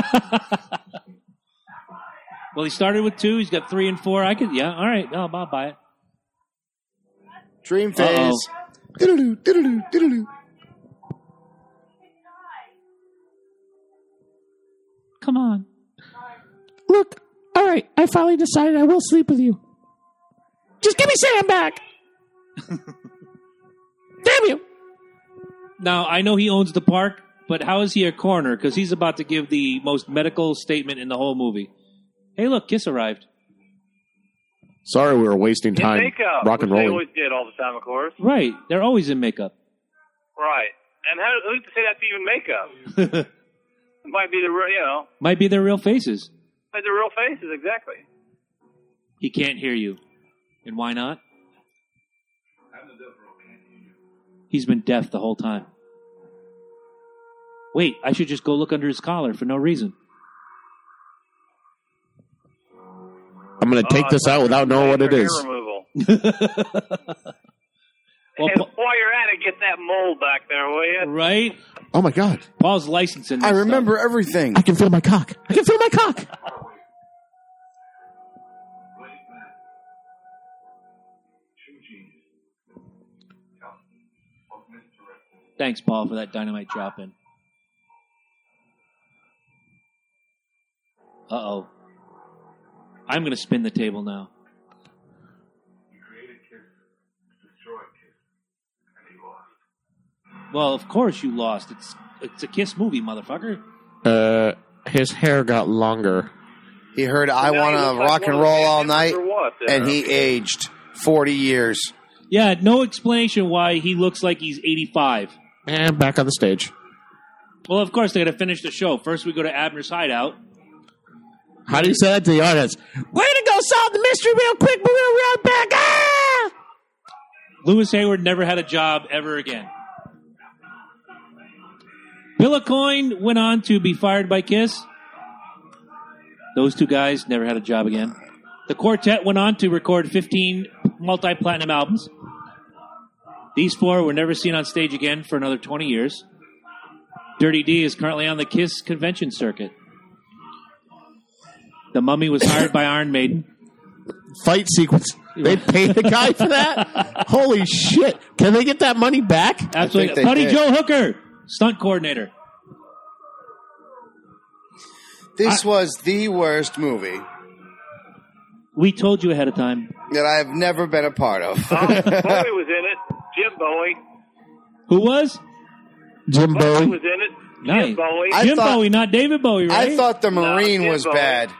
Speaker 3: Well, he started with two. He's got three and four. I could, yeah, all right. No, I'll buy it.
Speaker 1: Dream
Speaker 3: Uh-oh.
Speaker 1: phase. Diddle-doo, diddle-doo, diddle-doo.
Speaker 3: Come on.
Speaker 9: Look, all right, I finally decided I will sleep with you. Just give me Sam back. Damn you.
Speaker 3: Now, I know he owns the park, but how is he a coroner? Because he's about to give the most medical statement in the whole movie. Hey, look, Kiss arrived.
Speaker 2: Sorry we were wasting
Speaker 4: In
Speaker 2: time
Speaker 4: makeup,
Speaker 2: rock and
Speaker 4: which they
Speaker 2: rolling.
Speaker 4: always did all the time, of course.
Speaker 3: Right. They're always in makeup.
Speaker 4: Right. And how, who's to say that's even makeup?
Speaker 2: <laughs>
Speaker 4: it might be the real, you know,
Speaker 3: Might be their real faces.
Speaker 4: like the real faces, exactly.
Speaker 3: He can't hear you. And why not? He's been deaf the whole time. Wait, I should just go look under his collar for no reason.
Speaker 2: I'm going to take
Speaker 4: Uh,
Speaker 2: this out without knowing what it
Speaker 4: hair
Speaker 2: is.
Speaker 3: <laughs>
Speaker 4: Removal. <laughs>
Speaker 3: Well,
Speaker 4: and while you're at it, get that mole back there, will
Speaker 3: Pa-
Speaker 4: you?
Speaker 3: right?
Speaker 2: Oh my god,
Speaker 3: Paul's licensing. this
Speaker 1: I
Speaker 3: stuff.
Speaker 1: remember everything.
Speaker 9: I can feel my cock. I can feel my cock.
Speaker 3: Thanks, Paul, for that dynamite drop in. Uh oh. I'm going to spin the table now. Well, of course you lost. It's it's a kiss movie, motherfucker.
Speaker 2: uh, his hair got longer.
Speaker 1: He heard I
Speaker 4: Now
Speaker 1: want
Speaker 4: you look
Speaker 1: to
Speaker 4: like
Speaker 1: rock and
Speaker 4: one of
Speaker 1: roll
Speaker 4: the
Speaker 1: all
Speaker 4: Panthers
Speaker 1: night,
Speaker 4: or what, there?
Speaker 1: and he aged 40 years.
Speaker 3: Yeah, no explanation why he looks like he's 85.
Speaker 2: And back on the stage.
Speaker 3: Well, of course they got to finish the show. First, we go to Abner's hideout.
Speaker 2: How do you say that to the audience?
Speaker 9: Way to go solve the mystery real quick, but we'll be right back. Ah!
Speaker 3: Lewis Hayward never had a job ever again. Billicoin went on to be fired by Kiss. Those two guys never had a job again. The quartet went on to record 15 multi platinum albums. These four were never seen on stage again for another 20 years. Dirty D is currently on the Kiss convention circuit. The Mummy was hired by Iron Maiden.
Speaker 2: Fight sequence. <laughs> They paid the guy for that? Holy shit. Can they get that money back?
Speaker 3: Absolutely.
Speaker 1: they
Speaker 3: Putty
Speaker 1: did.
Speaker 3: Joe Hooker, stunt coordinator.
Speaker 1: This was the worst movie
Speaker 3: We told you ahead of time.
Speaker 1: that I have never been a part <laughs> of.
Speaker 4: Oh, Bowie was in it. Jim Bowie.
Speaker 3: Who was?
Speaker 2: Jim
Speaker 4: Bowie
Speaker 2: Bowie.
Speaker 4: was in it.
Speaker 3: Nice.
Speaker 4: Jim Bowie.
Speaker 1: I
Speaker 3: Jim
Speaker 1: thought-
Speaker 3: Bowie, not David Bowie, right?
Speaker 1: I thought the Marine
Speaker 4: Jim
Speaker 1: was
Speaker 4: Bowie.
Speaker 1: bad.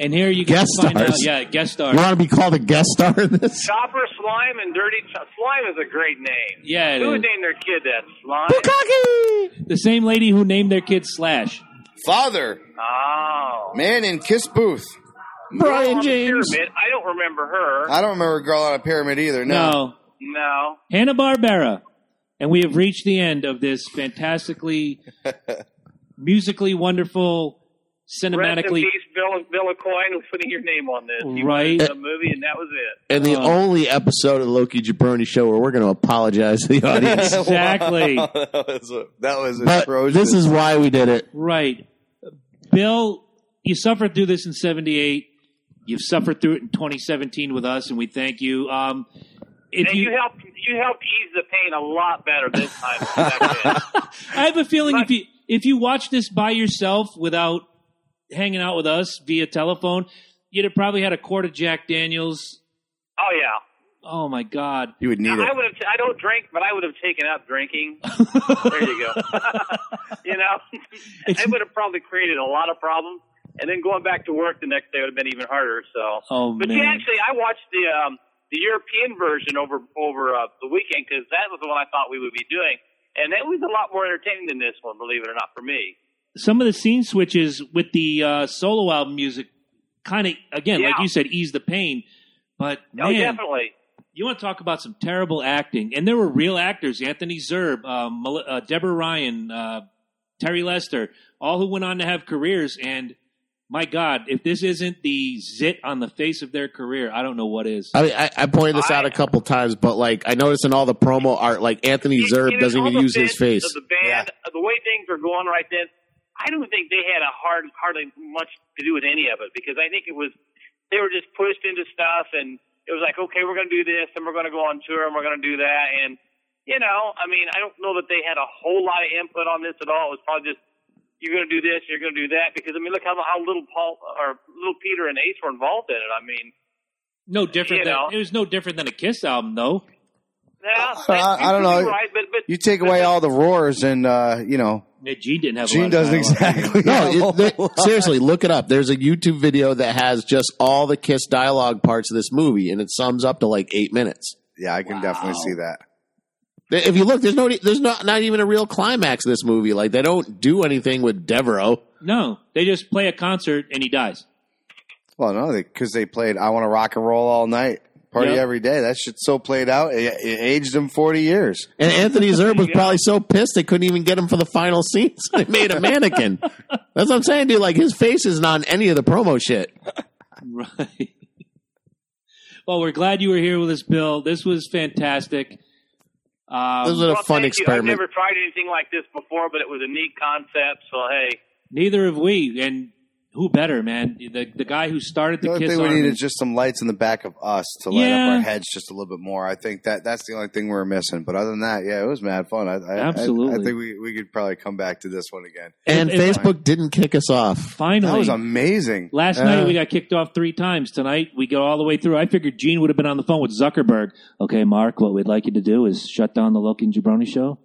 Speaker 3: and here you
Speaker 2: Guest
Speaker 3: can find
Speaker 2: stars.
Speaker 3: out. Yeah, guest
Speaker 2: You
Speaker 3: star.
Speaker 2: want to be called a guest star in this?
Speaker 4: Chopper Slime and Dirty Ch- Slime is a great name.
Speaker 3: Yeah, it
Speaker 4: Who
Speaker 3: is.
Speaker 4: would name their kid that? Slime?
Speaker 9: Bukaki!
Speaker 3: The same lady who named their kid Slash.
Speaker 1: Father,
Speaker 4: Oh.
Speaker 1: man in Kiss Booth.
Speaker 9: Brian James.
Speaker 4: Pyramid. I don't remember her.
Speaker 1: I don't remember Girl on a Pyramid either. No.
Speaker 3: No,
Speaker 4: no.
Speaker 3: Hanna Barbera. And we have reached the end of this
Speaker 1: <laughs>
Speaker 3: fantastically, musically wonderful,
Speaker 4: Rest in
Speaker 3: cinematically.
Speaker 4: peace, Bill, Bill Coyne was putting your name on this. You
Speaker 3: Right.
Speaker 4: were in the movie, and that was it.
Speaker 2: And the
Speaker 3: Uh.
Speaker 2: only episode of the Loki Jabroni show where we're going to apologize
Speaker 4: <laughs>
Speaker 2: to the audience.
Speaker 3: Exactly.
Speaker 1: <laughs> Wow, that was, a, that was
Speaker 2: but
Speaker 1: atrocious.
Speaker 2: this is why we did it.
Speaker 3: Right. Bill, you suffered through this in 78. You've suffered through it in 2017 with us, and we thank you. Um, if
Speaker 4: And you, helped you helped ease the pain a lot better this time. than back
Speaker 3: <laughs>
Speaker 4: then.
Speaker 3: I have a feeling
Speaker 4: Right.
Speaker 3: if you if you watch this by yourself without hanging out with us via telephone, you'd have probably had a quart of Jack Daniels.
Speaker 4: oh yeah.
Speaker 3: Oh my God!
Speaker 1: you would need it.
Speaker 4: I would have. T- I don't drink, but I would have taken
Speaker 3: <laughs>
Speaker 4: up drinking. there you go. <laughs> you know, I would have probably created a lot of problems, and then going back to work the next day would have been even harder. So,
Speaker 3: Oh
Speaker 4: but yeah,
Speaker 3: man!
Speaker 4: actually, I watched the um, the European version over over uh, the weekend because that was the one I thought we would be doing, and that was a lot more entertaining than this one, believe it or not, for me.
Speaker 3: Some of the scene switches with the uh, solo album music, kind of again, like
Speaker 4: Yeah.
Speaker 3: you said, ease the pain. But man,
Speaker 4: Oh, definitely.
Speaker 3: you want to talk about some terrible acting? And there were real actors: Anthony Zerb, um, Mel- uh, Deborah Ryan, uh, Terry Lester, all who went on to have careers. And my God, if this isn't the zit on the face of their career, I don't know what is.
Speaker 2: I mean, I, I pointed this out
Speaker 4: I-
Speaker 2: a couple times, but like I noticed in all the promo art, like Anthony
Speaker 4: It-
Speaker 2: Zerb
Speaker 4: it
Speaker 2: doesn't
Speaker 4: is all
Speaker 2: even
Speaker 4: the
Speaker 2: use his
Speaker 4: fitness
Speaker 2: face.
Speaker 4: of The band, of the way things are going right then, I don't think they had a hard, hardly much to do with any of it because I think it was they were just pushed into stuff and it was like, okay, we're going to do this and we're going to go on tour and we're going to do that and you know, I mean, I don't know that they had a whole lot of input on this at all. It was probably just you're going to do this, you're going to do that because I mean, look how how little Paul or little Peter and Ace were involved in it. I mean,
Speaker 3: no different.
Speaker 4: you
Speaker 3: Than,
Speaker 4: know.
Speaker 3: it was no different than a Kiss album, though.
Speaker 4: yeah,
Speaker 1: I- I don't know.
Speaker 4: you're Right, but, but
Speaker 1: You take away all the roars, and, uh, you know,
Speaker 3: Yeah, Gene didn't have. a lot
Speaker 1: Gene
Speaker 3: of
Speaker 1: doesn't
Speaker 3: dialogue.
Speaker 1: exactly.
Speaker 4: <laughs>
Speaker 2: No, it, they- seriously, look it up. There's a YouTube video that has just all the Kiss dialogue parts of this movie, and it sums up to like eight minutes.
Speaker 1: <laughs> yeah, I can definitely see that.
Speaker 2: If you look, there's no, there's not, not even a real climax of this movie. Like they don't do anything with Devereaux.
Speaker 3: No, they just play a concert and he dies. <laughs>
Speaker 1: Well, no, because they, played "I Want to Rock and Roll All Night," party
Speaker 3: Yep.
Speaker 1: every day. That shit's so played out. It, it aged them forty years.
Speaker 2: And Anthony Zerb was probably so pissed they couldn't even get him for the final scene, so <laughs> they made a mannequin. That's what I'm saying, dude. Like his face isn't on any of the promo shit.
Speaker 3: Right. Well, we're glad you were here with us, Bill. This was fantastic.
Speaker 2: This was
Speaker 3: Um,
Speaker 2: a
Speaker 4: Well,
Speaker 2: fun
Speaker 4: thank you. I've
Speaker 2: experiment.
Speaker 4: never tried anything like this before, but it was a neat concept. So hey,
Speaker 3: neither have we, and who better, man? The the guy who started
Speaker 1: The
Speaker 3: the
Speaker 1: only
Speaker 3: Kiss
Speaker 1: thing we need
Speaker 3: Army.
Speaker 1: is just some lights in the back of us to light
Speaker 3: Yeah.
Speaker 1: up our heads just a little bit more. I think that that's the only thing we're missing. But other than that, yeah, it was mad fun. I, I I-
Speaker 3: Absolutely.
Speaker 1: I, think we, we could probably come back to this one again.
Speaker 2: and
Speaker 3: If- if-
Speaker 2: Facebook didn't kick us off.
Speaker 3: Finally,
Speaker 1: That was amazing.
Speaker 3: Last
Speaker 1: Uh,
Speaker 3: night we got kicked off three times. Tonight we go all the way through. I figured Gene would have been on the phone with Zuckerberg. Okay, Mark, what we'd like you to do is shut down the Loking Jabroni show.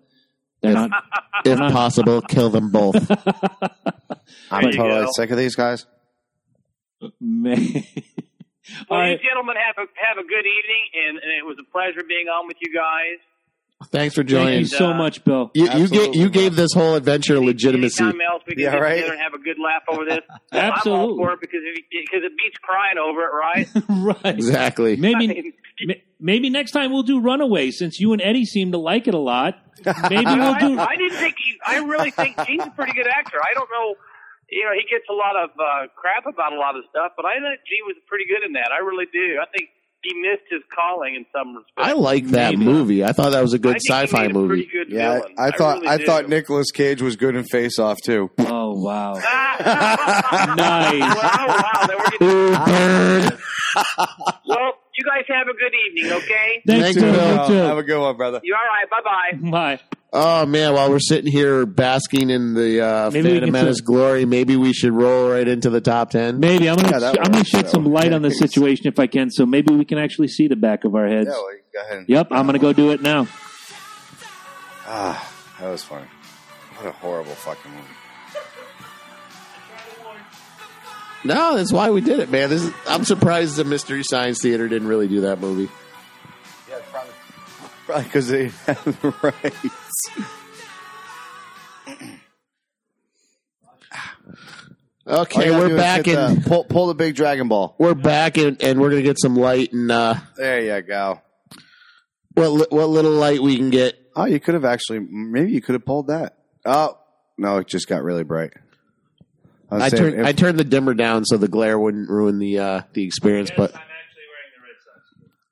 Speaker 3: They're
Speaker 4: <laughs>
Speaker 3: not. <laughs>
Speaker 2: If possible, kill them both.
Speaker 1: I'm
Speaker 4: There you
Speaker 1: totally
Speaker 4: go.
Speaker 1: sick of these guys.
Speaker 3: Man. all
Speaker 4: well,
Speaker 3: right.
Speaker 4: you gentlemen have a have a good evening, and, and it was a pleasure being on with you guys.
Speaker 2: Thanks for
Speaker 3: Thank you
Speaker 2: joining.
Speaker 4: uh,
Speaker 3: so much, Bill.
Speaker 2: You, you, gave, you
Speaker 1: Absolutely.
Speaker 2: gave this whole adventure legitimacy.
Speaker 4: Anytime else we can
Speaker 1: Yeah,
Speaker 4: get
Speaker 1: right.
Speaker 4: together and have a good laugh
Speaker 2: <laughs>
Speaker 4: over this. I'm
Speaker 3: Absolutely.
Speaker 4: all for it because it, because it beats crying over it, <laughs> right?
Speaker 3: right.
Speaker 2: Exactly.
Speaker 3: <laughs> Maybe ma- maybe next time we'll do Runaway since you and Eddie seem to like it a lot. Maybe we'll do.
Speaker 4: <laughs> I, I didn't think. He, I really think Gene's a pretty good actor. I don't know. You know, he gets a lot of uh, crap about a lot of stuff, but I think Gene was pretty good in that. I really do. I think he missed his calling in some respect.
Speaker 2: I like that
Speaker 3: Maybe.
Speaker 2: movie. I thought that was a good
Speaker 4: I think he
Speaker 2: sci-fi
Speaker 4: made a
Speaker 2: movie.
Speaker 4: Pretty good
Speaker 1: Yeah,
Speaker 4: villain.
Speaker 1: I, I thought I,
Speaker 4: really
Speaker 1: <laughs>
Speaker 4: do.
Speaker 1: thought Nicolas Cage was good in Face Off too.
Speaker 3: Oh wow!
Speaker 4: <laughs> Wow,
Speaker 1: <laughs>
Speaker 3: Nice.
Speaker 4: wow, that we're getting- well, you guys have a good evening, okay?
Speaker 3: Thanks,
Speaker 2: Thanks, Bill.
Speaker 3: Bill. You too.
Speaker 1: Have a good one, brother.
Speaker 4: You're all right. Bye bye.
Speaker 3: Bye.
Speaker 2: Oh man, while we're sitting here basking in the uh,
Speaker 3: Maybe we
Speaker 2: Phantom
Speaker 3: can
Speaker 2: Menace
Speaker 3: put-
Speaker 2: glory, maybe we should roll right into the top ten.
Speaker 3: Maybe I'm
Speaker 1: Yeah,
Speaker 3: gonna
Speaker 1: that
Speaker 3: I'm gonna
Speaker 1: works,
Speaker 3: shed
Speaker 1: that
Speaker 3: some
Speaker 1: works.
Speaker 3: light on the
Speaker 1: Yeah, thanks.
Speaker 3: situation if I can, so maybe we can actually see the back of our heads.
Speaker 1: Yeah, well, go ahead. and-
Speaker 3: Yep, I'm gonna go do it now.
Speaker 1: Ah, that was funny. What a horrible fucking movie.
Speaker 2: No, that's why we did it, man. This is, I'm surprised the Mystery Science Theater didn't really do that movie.
Speaker 1: Yeah, probably. Probably because they <laughs> have the <sighs> rights.
Speaker 2: Okay,
Speaker 1: All you gotta do
Speaker 2: we're
Speaker 1: is
Speaker 2: back
Speaker 1: hit
Speaker 2: in.
Speaker 1: the- pull, pull the big Dragon Ball.
Speaker 2: We're back in, and we're gonna get some light and uh,
Speaker 1: There you go.
Speaker 2: what li- what little light we can get.
Speaker 1: Oh, you could have actually. Maybe you could have pulled that. Oh no, it just got really bright. I, was
Speaker 2: I
Speaker 1: saying,
Speaker 2: turned
Speaker 1: if-
Speaker 2: I turned the dimmer down so the glare wouldn't ruin the uh, the experience. But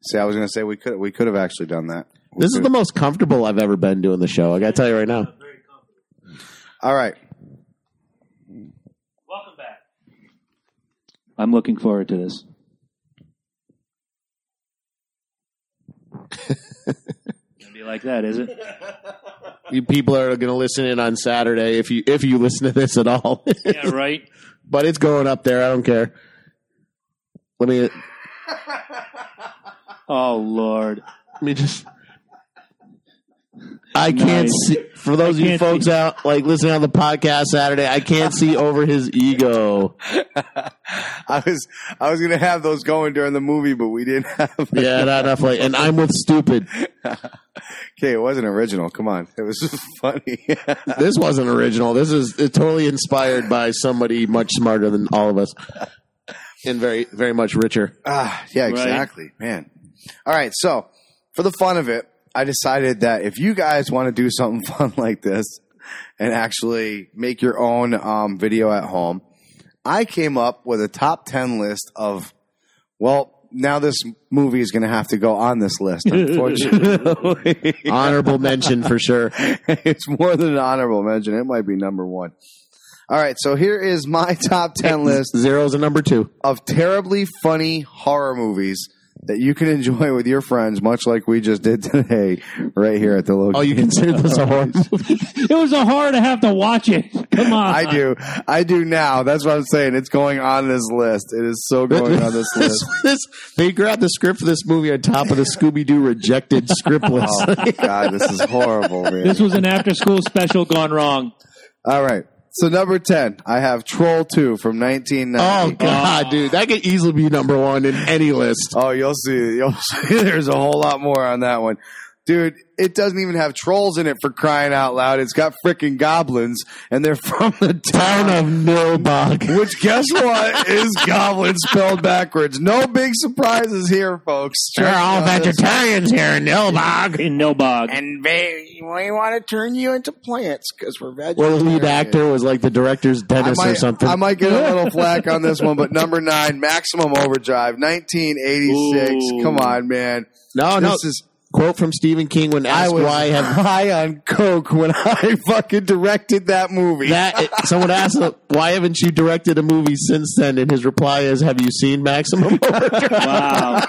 Speaker 1: see, I was going to say we could we could have actually done that. We
Speaker 2: this is the
Speaker 1: could've-
Speaker 2: most comfortable I've ever been doing the show. I gotta tell you right now.
Speaker 1: all right.
Speaker 3: Welcome back. I'm looking forward
Speaker 1: <laughs>
Speaker 3: to this. Gonna be like that, is it?
Speaker 2: You people are gonna listen in on Saturday if you if you listen to this at all.
Speaker 3: <laughs>
Speaker 2: <laughs>
Speaker 3: Yeah, right.
Speaker 2: but it's going up there. I don't care. Let me let
Speaker 3: Oh Lord.
Speaker 2: me just. I can't
Speaker 3: Nice.
Speaker 2: see for those of you
Speaker 3: can't
Speaker 2: folks out like listening on the podcast Saturday. I can't
Speaker 3: <laughs>
Speaker 2: see over his ego.
Speaker 1: I was I was going to have those going during the movie, but we didn't have.
Speaker 2: Yeah, not enough. Like, and I'm with stupid.
Speaker 1: <laughs> Okay, it wasn't original. Come on, it was <laughs> just funny. <laughs>
Speaker 2: This wasn't original. This is it's totally inspired by somebody much smarter than all of us, and very very much richer.
Speaker 1: Ah, yeah, exactly, man. All right, so for the fun of it, I decided that if you guys want to do something <laughs> fun like this and actually make your own um, video at home, I came up with a top ten list of. Well, now this movie is going to have to go on this list. Unfortunately, <laughs>
Speaker 2: Honorable mention for sure.
Speaker 1: it's more than an honorable mention. It might be number one. All right, so here is my <laughs> top
Speaker 2: <laughs>
Speaker 1: ten list
Speaker 2: Zero's a number two.
Speaker 1: of terribly funny horror movies that you can enjoy with your friends, much like we just did today, right here at the local.
Speaker 2: Oh, you <laughs> consider this a horror movie?
Speaker 3: It was a horror to have to watch it. Come on.
Speaker 1: I do, I do now. That's what I'm saying. It's going on this list. It is so going on this list.
Speaker 2: <laughs> this- they grabbed the script for this movie on top of the Scooby Doo rejected script <laughs> list.
Speaker 1: Oh my god, this is horrible, man.
Speaker 3: <laughs> This was an after school special gone wrong.
Speaker 1: All right, so number ten, I have Troll Two from
Speaker 2: Oh
Speaker 1: 1990.
Speaker 2: god, dude, that could easily be number one in any list.
Speaker 1: <laughs> Oh, you'll see. You'll see. There's a whole lot more on that one. Dude, it doesn't even have trolls in it for crying out loud. It's got freaking goblins, and they're <laughs> from the town of Nilbog. Which, guess what, is goblin spelled backwards. No big surprises here, folks.
Speaker 9: They're all
Speaker 1: Trust us.
Speaker 9: vegetarians here in Nilbog.
Speaker 3: in Nilbog.
Speaker 7: And they, we want to turn you into plants because we're
Speaker 2: Well,
Speaker 7: vegetarian.
Speaker 2: the lead actor was like the director's
Speaker 1: I
Speaker 2: dentist
Speaker 1: might,
Speaker 2: or something.
Speaker 1: I might get a
Speaker 2: <laughs>
Speaker 1: little flack on this one, but number nine, Maximum Overdrive, 1986.
Speaker 3: Ooh.
Speaker 1: Come on, man.
Speaker 2: no, Oh, no.
Speaker 1: this is
Speaker 2: Quote from Stephen King when
Speaker 1: I
Speaker 2: asked
Speaker 1: was
Speaker 2: why have
Speaker 1: high on coke when <laughs> I fucking directed that movie.
Speaker 2: that someone asked him, why haven't you directed a movie since then? And his reply is, "Have you
Speaker 1: <laughs>
Speaker 2: seen Maximum?" Overdrive?"
Speaker 3: Wow.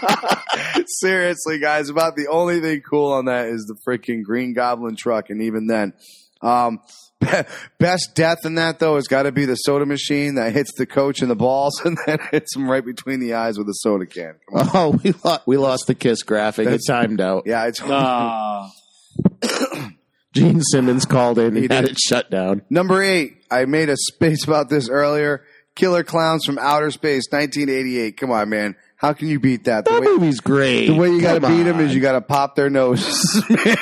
Speaker 1: Seriously, guys, about the only thing cool on that is the freaking Green Goblin truck, and even then, um, <laughs> best death in that though has got to be the soda machine that hits the coach in the balls <laughs> and then hits him right between the eyes with a soda can. Come on.
Speaker 2: oh, we lost, we lost the kiss graphic.
Speaker 1: That's-
Speaker 2: it timed <laughs> out.
Speaker 1: Yeah, it's
Speaker 3: Ah.
Speaker 2: Gene Simmons called in
Speaker 1: He
Speaker 2: and had
Speaker 1: did.
Speaker 2: it shut down.
Speaker 1: number eight. I made a space about this earlier. Killer Clowns from Outer Space, 1988. Come on, man. How can you beat that? The
Speaker 2: That
Speaker 1: way-
Speaker 2: movie's great.
Speaker 1: The way you got to
Speaker 2: Come
Speaker 1: beat them
Speaker 2: on.
Speaker 1: is you got to pop their noses, <laughs> man,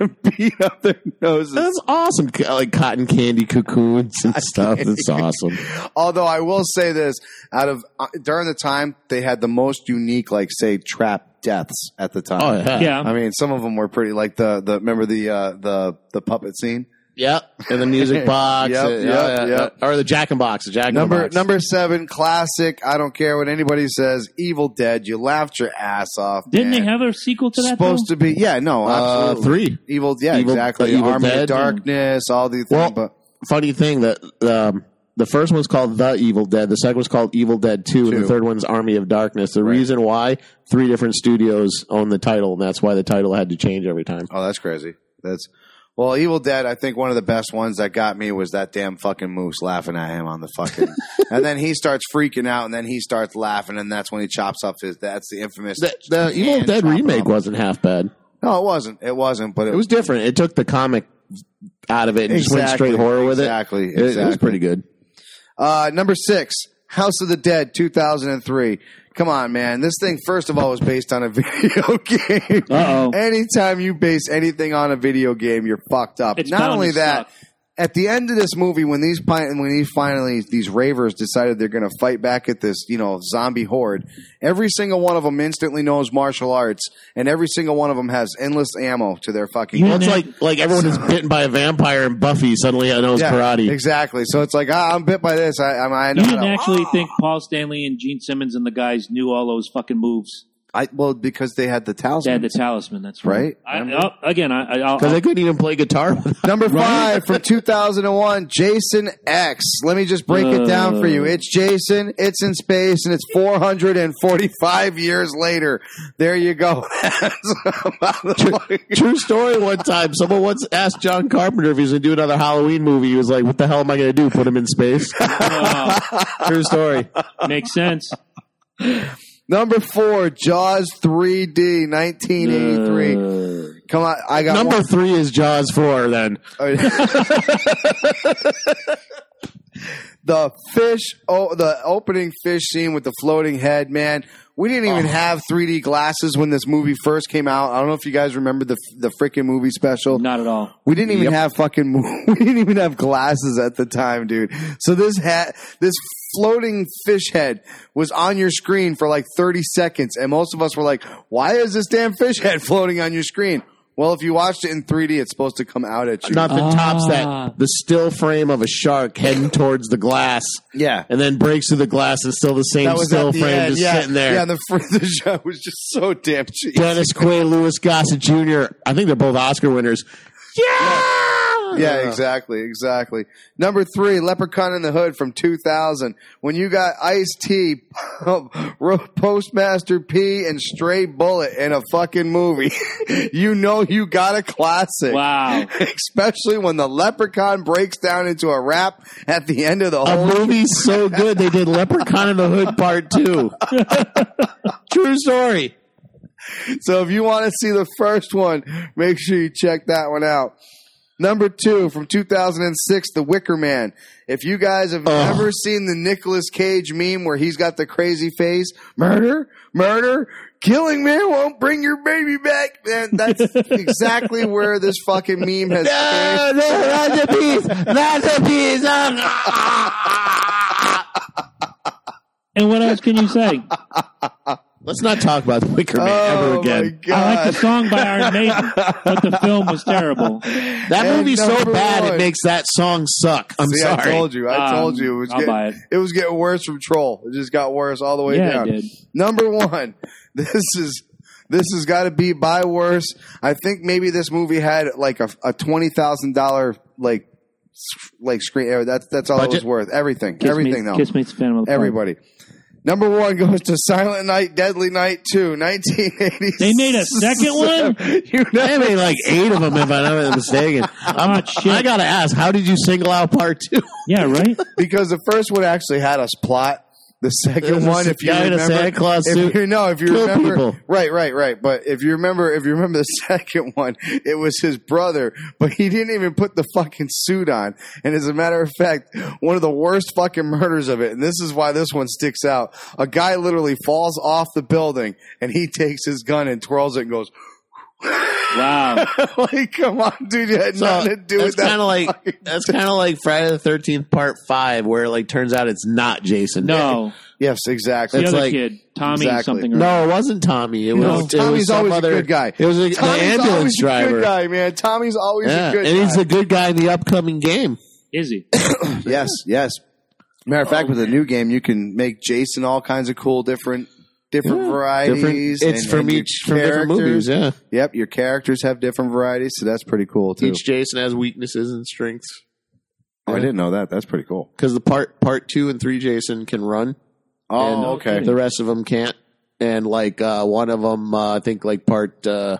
Speaker 1: and beat up their noses.
Speaker 2: That's awesome. C- Like cotton candy cocoons
Speaker 1: <laughs>
Speaker 2: and stuff. That's awesome.
Speaker 1: Although I will say this, out of uh, during the time they had the most unique, like say, trap deaths at the time.
Speaker 2: Oh yeah.
Speaker 3: Yeah.
Speaker 1: I mean, some of them were pretty like the the remember the uh, the the puppet scene.
Speaker 2: Yep. And the music box.
Speaker 1: <laughs> Yep,
Speaker 2: uh,
Speaker 1: yep,
Speaker 2: yeah, yeah,
Speaker 1: yep.
Speaker 2: Or the Jack and Box. The Jack and
Speaker 1: Number
Speaker 2: Box.
Speaker 1: number seven, classic. I don't care what anybody says. Evil Dead. You laughed your ass off.
Speaker 3: Didn't
Speaker 1: man.
Speaker 3: they have a sequel to that?
Speaker 1: supposed to be? Yeah, no,
Speaker 2: uh,
Speaker 1: absolutely.
Speaker 2: three.
Speaker 1: Evil, yeah,
Speaker 2: Evil-
Speaker 1: exactly.
Speaker 2: the Evil
Speaker 1: Army of
Speaker 2: Dead.
Speaker 1: Darkness, all these
Speaker 2: Well,
Speaker 1: things. But
Speaker 2: Funny thing that um, the first one's called The Evil Dead. The second one's called Evil Dead Two, and
Speaker 1: Two.
Speaker 2: the third one's Army of Darkness. The
Speaker 1: Right.
Speaker 2: reason why three different studios own the title, and that's why the title had to change every time.
Speaker 1: Oh, that's crazy. That's well, Evil Dead. I think one of the best ones that got me was that damn fucking moose laughing at him on the
Speaker 2: <laughs>
Speaker 1: fucking, and then he starts freaking out, and then he starts laughing, and that's when he chops off his. That's the infamous.
Speaker 2: The, the Evil
Speaker 1: hand
Speaker 2: Dead
Speaker 1: chop
Speaker 2: remake
Speaker 1: off.
Speaker 2: wasn't half bad.
Speaker 1: No, it wasn't. It wasn't. But it,
Speaker 2: It was different. It took the comic out of it and just went
Speaker 1: Exactly,
Speaker 2: straight horror with
Speaker 1: exactly,
Speaker 2: it. It- It was
Speaker 1: exactly.
Speaker 2: pretty good.
Speaker 1: Uh, number six, House of the Dead, 2003. Come on, man. This thing, first of all, was based on a <laughs> video game.
Speaker 3: Uh-oh.
Speaker 1: Anytime you base anything on a video game, you're fucked up.
Speaker 3: It's
Speaker 1: Not
Speaker 3: bound
Speaker 1: only
Speaker 3: to
Speaker 1: that,
Speaker 3: suck.
Speaker 1: at the end of this movie, when these pi- when these finally these ravers decided they're going to fight back at this you know zombie horde, every single one of them instantly knows martial arts, and every single one of them has endless ammo to their fucking.
Speaker 2: Well, it's like like everyone is bitten by a vampire, and Buffy suddenly knows
Speaker 1: Yeah,
Speaker 2: karate.
Speaker 1: exactly. So it's like ah, I'm bit by this. I, I'm, I know.
Speaker 3: You
Speaker 1: how
Speaker 3: didn't
Speaker 1: to-
Speaker 3: actually think Paul Stanley and Gene Simmons and the guys knew all those fucking moves.
Speaker 1: I well because they had the
Speaker 3: They
Speaker 1: talisman.
Speaker 3: had the talisman. That's
Speaker 1: Right.
Speaker 3: right. I, oh, again, I, I, I'll,
Speaker 2: Because they couldn't even play guitar.
Speaker 1: Number five from 2001, Jason X. Let me just break it down for you. It's Jason, it's in space, and it's 445 years later. There you go. <laughs> That's about the-
Speaker 2: True story. One time, someone once asked John Carpenter if he was going to do another Halloween movie. He was like, "What the hell am I going to do? Put him in space?"
Speaker 3: I'll-
Speaker 1: <laughs>
Speaker 2: True story.
Speaker 3: oh, makes sense.
Speaker 1: Number four, Jaws 3D, 1983.
Speaker 2: Uh.
Speaker 1: Come on, I got
Speaker 2: Number
Speaker 1: one.
Speaker 2: three is Jaws four. Then
Speaker 1: <laughs> the fish, oh, the opening fish scene with the floating head, man. We didn't even have 3D glasses when this movie first came out. I don't know if you guys remember the the freaking movie special.
Speaker 3: Not
Speaker 1: <laughs>
Speaker 3: at all.
Speaker 1: We didn't even have fucking <laughs> we didn't even have glasses at the time, dude. So this hat, this floating fish head was on your screen for like 30 seconds and most of us were like, "Why is this damn fish head <laughs> floating on your screen?" Well, if you watched it in 3D, it's supposed to come out at you.
Speaker 2: nothing
Speaker 3: Ah.
Speaker 2: tops that. The still frame of a shark heading towards the glass,
Speaker 1: yeah.
Speaker 2: and then breaks through the glass, and still the same
Speaker 1: That was
Speaker 2: still
Speaker 1: at the
Speaker 2: frame
Speaker 1: end.
Speaker 2: just
Speaker 1: yeah.
Speaker 2: sitting there.
Speaker 1: Yeah, and the, fr- the show was just so damn cheap.
Speaker 2: Dennis Quaid, Louis Gossett Jr. I think they're both Oscar winners. Yeah.
Speaker 1: Yeah, exactly, exactly. Number three, Leprechaun in the Hood from 2000. When you got Ice T, <laughs> Postmaster P, and Stray Bullet in a fucking movie, <laughs> you know you got a classic.
Speaker 3: Wow.
Speaker 1: <laughs> Especially when the Leprechaun breaks down into a rap at the end of the
Speaker 2: A
Speaker 1: whole.
Speaker 2: movie so good they did Leprechaun in the Hood Part Two. <laughs> True story.
Speaker 1: So if you want to see the first one, make sure you check that one out. Number two from 2006, The Wicker Man. If you guys
Speaker 3: Oh.
Speaker 1: have ever seen the Nicolas Cage meme where he's got the crazy face, murder, murder, killing man won't bring your baby back, man,
Speaker 3: <laughs>
Speaker 1: that's exactly where this fucking meme has came. <laughs>
Speaker 7: not the piece. Not the piece.
Speaker 2: Ah!
Speaker 3: And what else can
Speaker 1: <laughs>
Speaker 3: you say?
Speaker 2: Let's not talk about the Wicker Man ever
Speaker 1: Oh my
Speaker 2: again.
Speaker 3: I
Speaker 1: god.
Speaker 3: like the song by Iron Maiden, but the film was terrible.
Speaker 2: That
Speaker 1: And
Speaker 2: movie's so
Speaker 1: number
Speaker 2: bad
Speaker 1: one.
Speaker 2: it makes that song suck. I'm
Speaker 1: See,
Speaker 2: sorry.
Speaker 1: I told you. I
Speaker 3: Um,
Speaker 1: told you. It was,
Speaker 3: I'll
Speaker 1: getting,
Speaker 3: buy
Speaker 1: it.
Speaker 3: it.
Speaker 1: was getting worse from Troll. It just got worse all the <laughs> way
Speaker 3: Yeah, it
Speaker 1: down.
Speaker 3: did.
Speaker 1: Number one, <laughs> this is this has got to be by worse. I think maybe this movie had like a, a twenty thousand dollar like s- like screen. eh, That's that's all it was
Speaker 2: Budget?
Speaker 1: worth. Everything,
Speaker 3: Kiss
Speaker 1: everything
Speaker 3: me,
Speaker 1: though.
Speaker 3: Kiss me, it's Phantom of the Park.
Speaker 1: Everybody. Number one goes to Silent Night, Deadly Night 2, 1980.
Speaker 3: They made a second one?
Speaker 2: <laughs>
Speaker 1: You Oh,
Speaker 2: I made like eight of them, if I'm not mistaken.
Speaker 1: <laughs>
Speaker 2: I'm,
Speaker 3: Hot shit.
Speaker 2: I gotta ask, how did you single out part two?
Speaker 3: Yeah, right?
Speaker 1: <laughs> because the first one actually had us plot. The
Speaker 2: There's
Speaker 1: second
Speaker 2: a
Speaker 1: one, if you
Speaker 2: guy in a
Speaker 1: remember,
Speaker 2: Santa Claus
Speaker 1: if
Speaker 2: suit.
Speaker 1: you know, if you
Speaker 2: Kill
Speaker 1: remember,
Speaker 2: people.
Speaker 1: right, right, right. But if you remember, if you remember the <laughs> second one, it was his brother, but he didn't even put the fucking suit on. And as a matter of fact, one of the worst fucking murders of it, and this is why this one sticks out. A guy literally falls off the building, and he takes his gun and twirls it and goes, <laughs>
Speaker 3: Wow.
Speaker 1: "Like, come on, dude, you had
Speaker 2: So
Speaker 1: nothing to do
Speaker 2: that's
Speaker 1: with
Speaker 2: kind
Speaker 1: that."
Speaker 2: of like that's kind of like Friday the Thirteenth Part Five, where it like turns out it's not Jason.
Speaker 3: No.
Speaker 1: yes, exactly.
Speaker 3: The
Speaker 2: It's
Speaker 3: other
Speaker 2: like-
Speaker 3: kid, Tommy
Speaker 1: Exactly.
Speaker 3: something or
Speaker 2: no, it wasn't Tommy. It was,
Speaker 3: No,
Speaker 2: it was
Speaker 1: Tommy's
Speaker 2: some
Speaker 1: always
Speaker 2: other,
Speaker 1: a good guy.
Speaker 2: It was a, the
Speaker 1: Tommy's
Speaker 2: ambulance
Speaker 1: always A
Speaker 2: driver.
Speaker 1: good guy, man. Tommy's always
Speaker 2: yeah,
Speaker 1: a good
Speaker 2: and
Speaker 1: guy.
Speaker 2: he's the good guy in the upcoming game.
Speaker 1: <laughs>
Speaker 3: is he?
Speaker 2: <laughs>
Speaker 1: yes, yes. Matter of fact, with the new game, you can make Jason all kinds of cool, different, different
Speaker 2: Different,
Speaker 1: varieties.
Speaker 2: it's
Speaker 1: and-
Speaker 2: from
Speaker 1: and your
Speaker 2: each from different
Speaker 1: characters-
Speaker 2: movies. Yeah,
Speaker 1: Yep, your characters have different varieties, so that's pretty cool too.
Speaker 2: each Jason has weaknesses and strengths
Speaker 1: oh, I didn't know that. That's pretty cool.
Speaker 2: because the part part two and three Jason can run. and uh,
Speaker 1: Oh, okay.
Speaker 2: The rest of them can't. And like uh, one of them, uh, I think like part uh,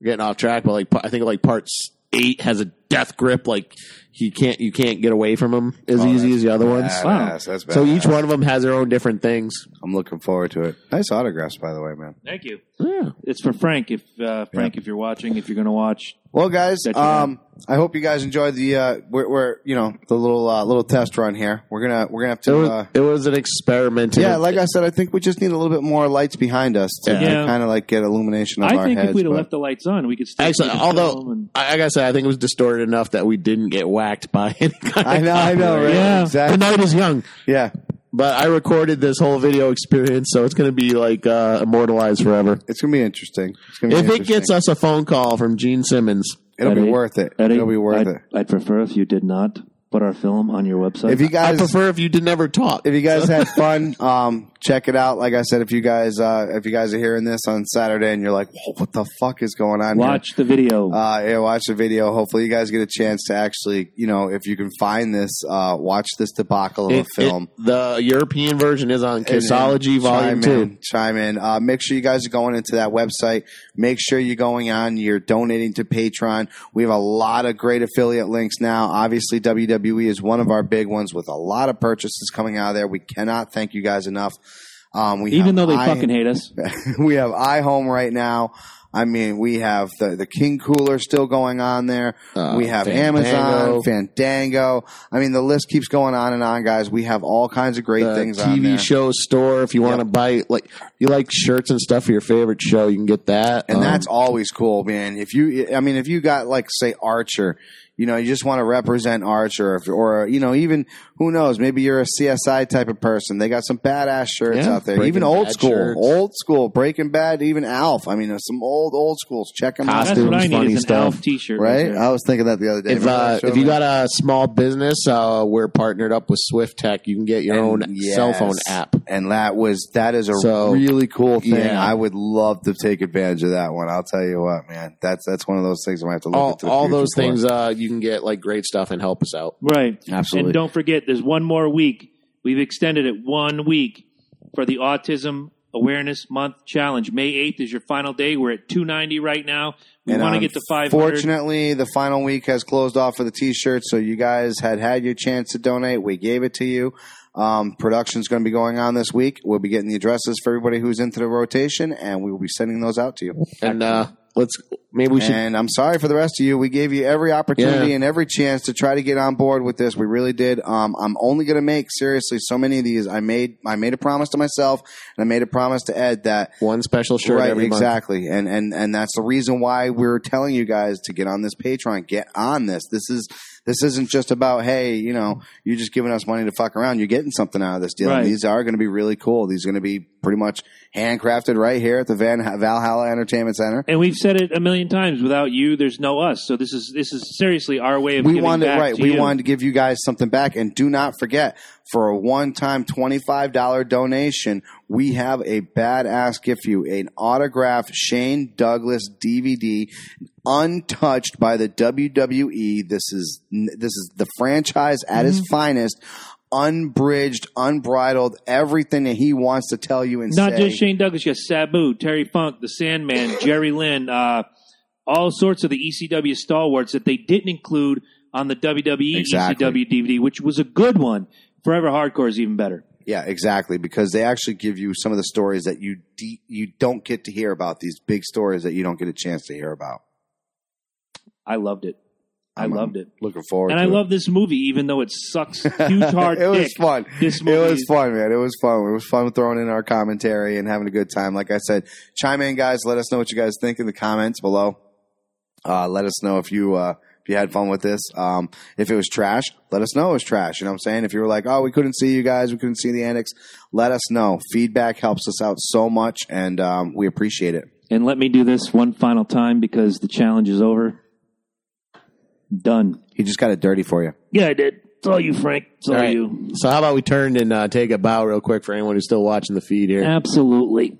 Speaker 2: we're getting off track, but like pa- I think like part s- eight has a death grip. Like he can't, you can't get away from him as
Speaker 1: Oh,
Speaker 2: easy
Speaker 1: that's
Speaker 2: as the other ones.
Speaker 1: Badass, That's
Speaker 2: So
Speaker 1: badass.
Speaker 2: each one of them has their own different things.
Speaker 1: I'm looking forward to it. Nice autographs, by the way, man.
Speaker 3: Thank you.
Speaker 2: Yeah.
Speaker 3: It's for Frank. If uh, Frank, if you're watching, if you're going to watch,
Speaker 1: Well, guys,
Speaker 3: That's
Speaker 1: um, I hope you guys enjoyed the uh, we're, we're you know the little uh, little test run here. We're gonna we're gonna have
Speaker 2: It
Speaker 1: to.
Speaker 2: was,
Speaker 1: Uh,
Speaker 2: it was an experiment.
Speaker 1: yeah, like I said, I think we just need a little bit more lights behind us to,
Speaker 3: Yeah.
Speaker 1: kind of like get illumination of
Speaker 3: I
Speaker 1: our
Speaker 3: think
Speaker 1: heads.
Speaker 3: if we'd have
Speaker 1: but-
Speaker 3: left the lights on, we could still
Speaker 2: Actually,
Speaker 3: make a film
Speaker 2: although
Speaker 3: and-
Speaker 2: I like I said, I think it was distorted enough that we didn't get whacked by <laughs> any kind.
Speaker 1: I
Speaker 2: of
Speaker 1: know, I know, right?
Speaker 3: Yeah.
Speaker 2: The
Speaker 1: Exactly.
Speaker 2: night is young.
Speaker 1: Yeah,
Speaker 2: But I recorded this whole video experience, so it's going to be like uh, immortalized forever.
Speaker 1: it's gonna be interesting. It's gonna be
Speaker 2: If it
Speaker 1: interesting.
Speaker 2: gets us a phone call from Gene Simmons,
Speaker 1: it'll be
Speaker 3: Eddie,
Speaker 1: worth it.
Speaker 3: Eddie,
Speaker 1: It'll be worth
Speaker 3: I'd,
Speaker 1: it.
Speaker 3: I'd prefer if you did not put our film on your website.
Speaker 1: If you
Speaker 2: I
Speaker 1: guys,
Speaker 2: prefer if you did never talk.
Speaker 1: if you
Speaker 2: <laughs>
Speaker 1: guys had fun, um, check it out. Like I said, if you guys, uh, if you guys are hearing this on Saturday and you're like, "Whoa, what the fuck is going on? here?"
Speaker 3: watch the video.
Speaker 1: Uh, yeah, watch the video. Hopefully, you guys get a chance to actually, you know, if you can find this, uh, watch this debacle of
Speaker 2: It-
Speaker 1: a film.
Speaker 2: it- the European version is on
Speaker 1: And-
Speaker 2: Kissology
Speaker 1: and
Speaker 2: Volume
Speaker 1: chime
Speaker 2: Two.
Speaker 1: In, chime in. Uh, make sure you guys are going into that website. Make sure you're going on. You're donating to Patreon. We have a lot of great affiliate links now. Obviously, WWE is one of our big ones with a lot of purchases coming out of there. We cannot thank you guys enough. Um, we
Speaker 3: Even
Speaker 1: have
Speaker 3: though they
Speaker 1: I-
Speaker 3: fucking hate us,
Speaker 1: <laughs> we have iHome right now. I mean, we have the, the King Cooler still going on there.
Speaker 2: Uh,
Speaker 1: we have Amazon, Fandango. I mean, the list keeps going on and on, guys. We have all kinds of great
Speaker 2: the
Speaker 1: things on there.
Speaker 2: TV show store. If you want to buy like you like shirts and stuff for your favorite show, you can get that.
Speaker 1: and
Speaker 2: Um,
Speaker 1: that's always cool, man. If you, I mean, if you got like say Archer, you know, you just want to represent Archer, if, or you know, even who knows, maybe you're a CSI type of person. They got some badass shirts
Speaker 2: Yeah,
Speaker 1: out there,
Speaker 2: Breaking
Speaker 1: even old
Speaker 2: Bad
Speaker 1: school,
Speaker 2: shirts.
Speaker 1: old school Breaking Bad, even Alf. I mean, there's some old old schools. Check them out,
Speaker 3: that's what I
Speaker 2: Costumes,
Speaker 3: need
Speaker 2: funny
Speaker 3: is an
Speaker 2: stuff.
Speaker 3: Alf T-shirt.
Speaker 1: right? I was thinking that the other day.
Speaker 2: if,
Speaker 1: Remember
Speaker 2: uh,
Speaker 1: that show,
Speaker 2: if you
Speaker 1: man?
Speaker 2: got a small business, uh, we're partnered up with Swift Tech. You can get your
Speaker 1: And
Speaker 2: own cell
Speaker 1: yes.
Speaker 2: phone app.
Speaker 1: and that was that is a
Speaker 2: So,
Speaker 1: really cool thing.
Speaker 2: yeah.
Speaker 1: I would love to take advantage of that one. I'll tell you what, man. That's that's one of those things I might have to look
Speaker 2: all,
Speaker 1: into the
Speaker 2: all
Speaker 1: future
Speaker 2: those
Speaker 1: for.
Speaker 2: things uh, you can get like great stuff and help us out
Speaker 3: Right.
Speaker 1: Absolutely.
Speaker 3: And don't forget, there's one more week. We've extended it one week for the Autism Awareness Month Challenge. May 8th is your final day. We're at 290 right now. We
Speaker 1: And
Speaker 3: want to get to 500.
Speaker 1: Fortunately, the final week has closed off for the t-shirts, so you guys had had your chance to donate. We gave it to you. Um, production's going to be going on this week. We'll be getting the addresses for everybody who's into the rotation, and we will be sending those out to you.
Speaker 2: and uh, Let's maybe we should.
Speaker 1: And I'm sorry for the rest of you. We gave you every opportunity
Speaker 2: Yeah.
Speaker 1: and every chance to try to get on board with this. We really did. Um, I'm only going to make seriously so many of these. I made I made a promise to myself and I made a promise to Ed that
Speaker 2: One special shirt
Speaker 1: right
Speaker 2: every month.
Speaker 1: exactly and and and that's the reason why we're telling you guys to get on this patreon get on this this is this isn't just about hey you know you're just giving us money to fuck around you're getting something out of this deal
Speaker 3: Right.
Speaker 1: and these are going to be really cool these are going to be pretty much handcrafted right here at the Van valhalla entertainment center
Speaker 3: And we've said it a million times. Without you, there's no us. So this is this is seriously our way of
Speaker 1: we
Speaker 3: giving
Speaker 1: wanted
Speaker 3: back
Speaker 1: right
Speaker 3: to
Speaker 1: we
Speaker 3: you.
Speaker 1: wanted to give you guys something back and do not forget for a one-time $25 donation we have a badass gift for you an autographed shane douglas dvd untouched by the wwe this is this is the franchise at
Speaker 3: Mm-hmm.
Speaker 1: its finest unbridged unbridled everything that he wants to tell you and
Speaker 3: Not
Speaker 1: say
Speaker 3: just Shane Douglas, yes, Sabu, Terry Funk, The
Speaker 1: <coughs>
Speaker 3: Sandman, Jerry Lynn, uh, all sorts of the ECW stalwarts that they didn't include on the E WWE
Speaker 1: Exactly.
Speaker 3: ECW DVD, which was a good one. Forever Hardcore is even better.
Speaker 1: Yeah, exactly. Because they actually give you some of the stories that you de- you don't get to hear about. These big stories that you don't get a chance to hear about.
Speaker 3: I loved it. I
Speaker 1: I'm-
Speaker 3: loved it.
Speaker 1: Looking forward.
Speaker 3: And
Speaker 1: to
Speaker 3: I
Speaker 1: it.
Speaker 3: love this movie, even though it
Speaker 1: <laughs>
Speaker 3: sucks huge hard
Speaker 1: it was
Speaker 3: dick.
Speaker 1: fun.
Speaker 3: This
Speaker 1: It
Speaker 3: movie
Speaker 1: was
Speaker 3: is-
Speaker 1: fun, man. It was fun. It was fun throwing in our commentary and having a good time. Like I said, chime in, guys. Let us know what you guys think in the comments below. Uh, let us know if you uh, if you had fun with this. Um, if it was trash, let us know it was trash. You know what I'm saying? If you were like, oh, we couldn't see you guys, we couldn't see the annex, let us know. Feedback helps us out so much, and um, we appreciate it.
Speaker 3: And let me do this one final time because the challenge is over. Done.
Speaker 1: He just got it dirty for you.
Speaker 3: Yeah, I did. It's all you, Frank. It's all,
Speaker 2: All right.
Speaker 3: you.
Speaker 2: So how about we turn and uh, take a bow real quick for anyone who's still watching the feed here.
Speaker 3: Absolutely.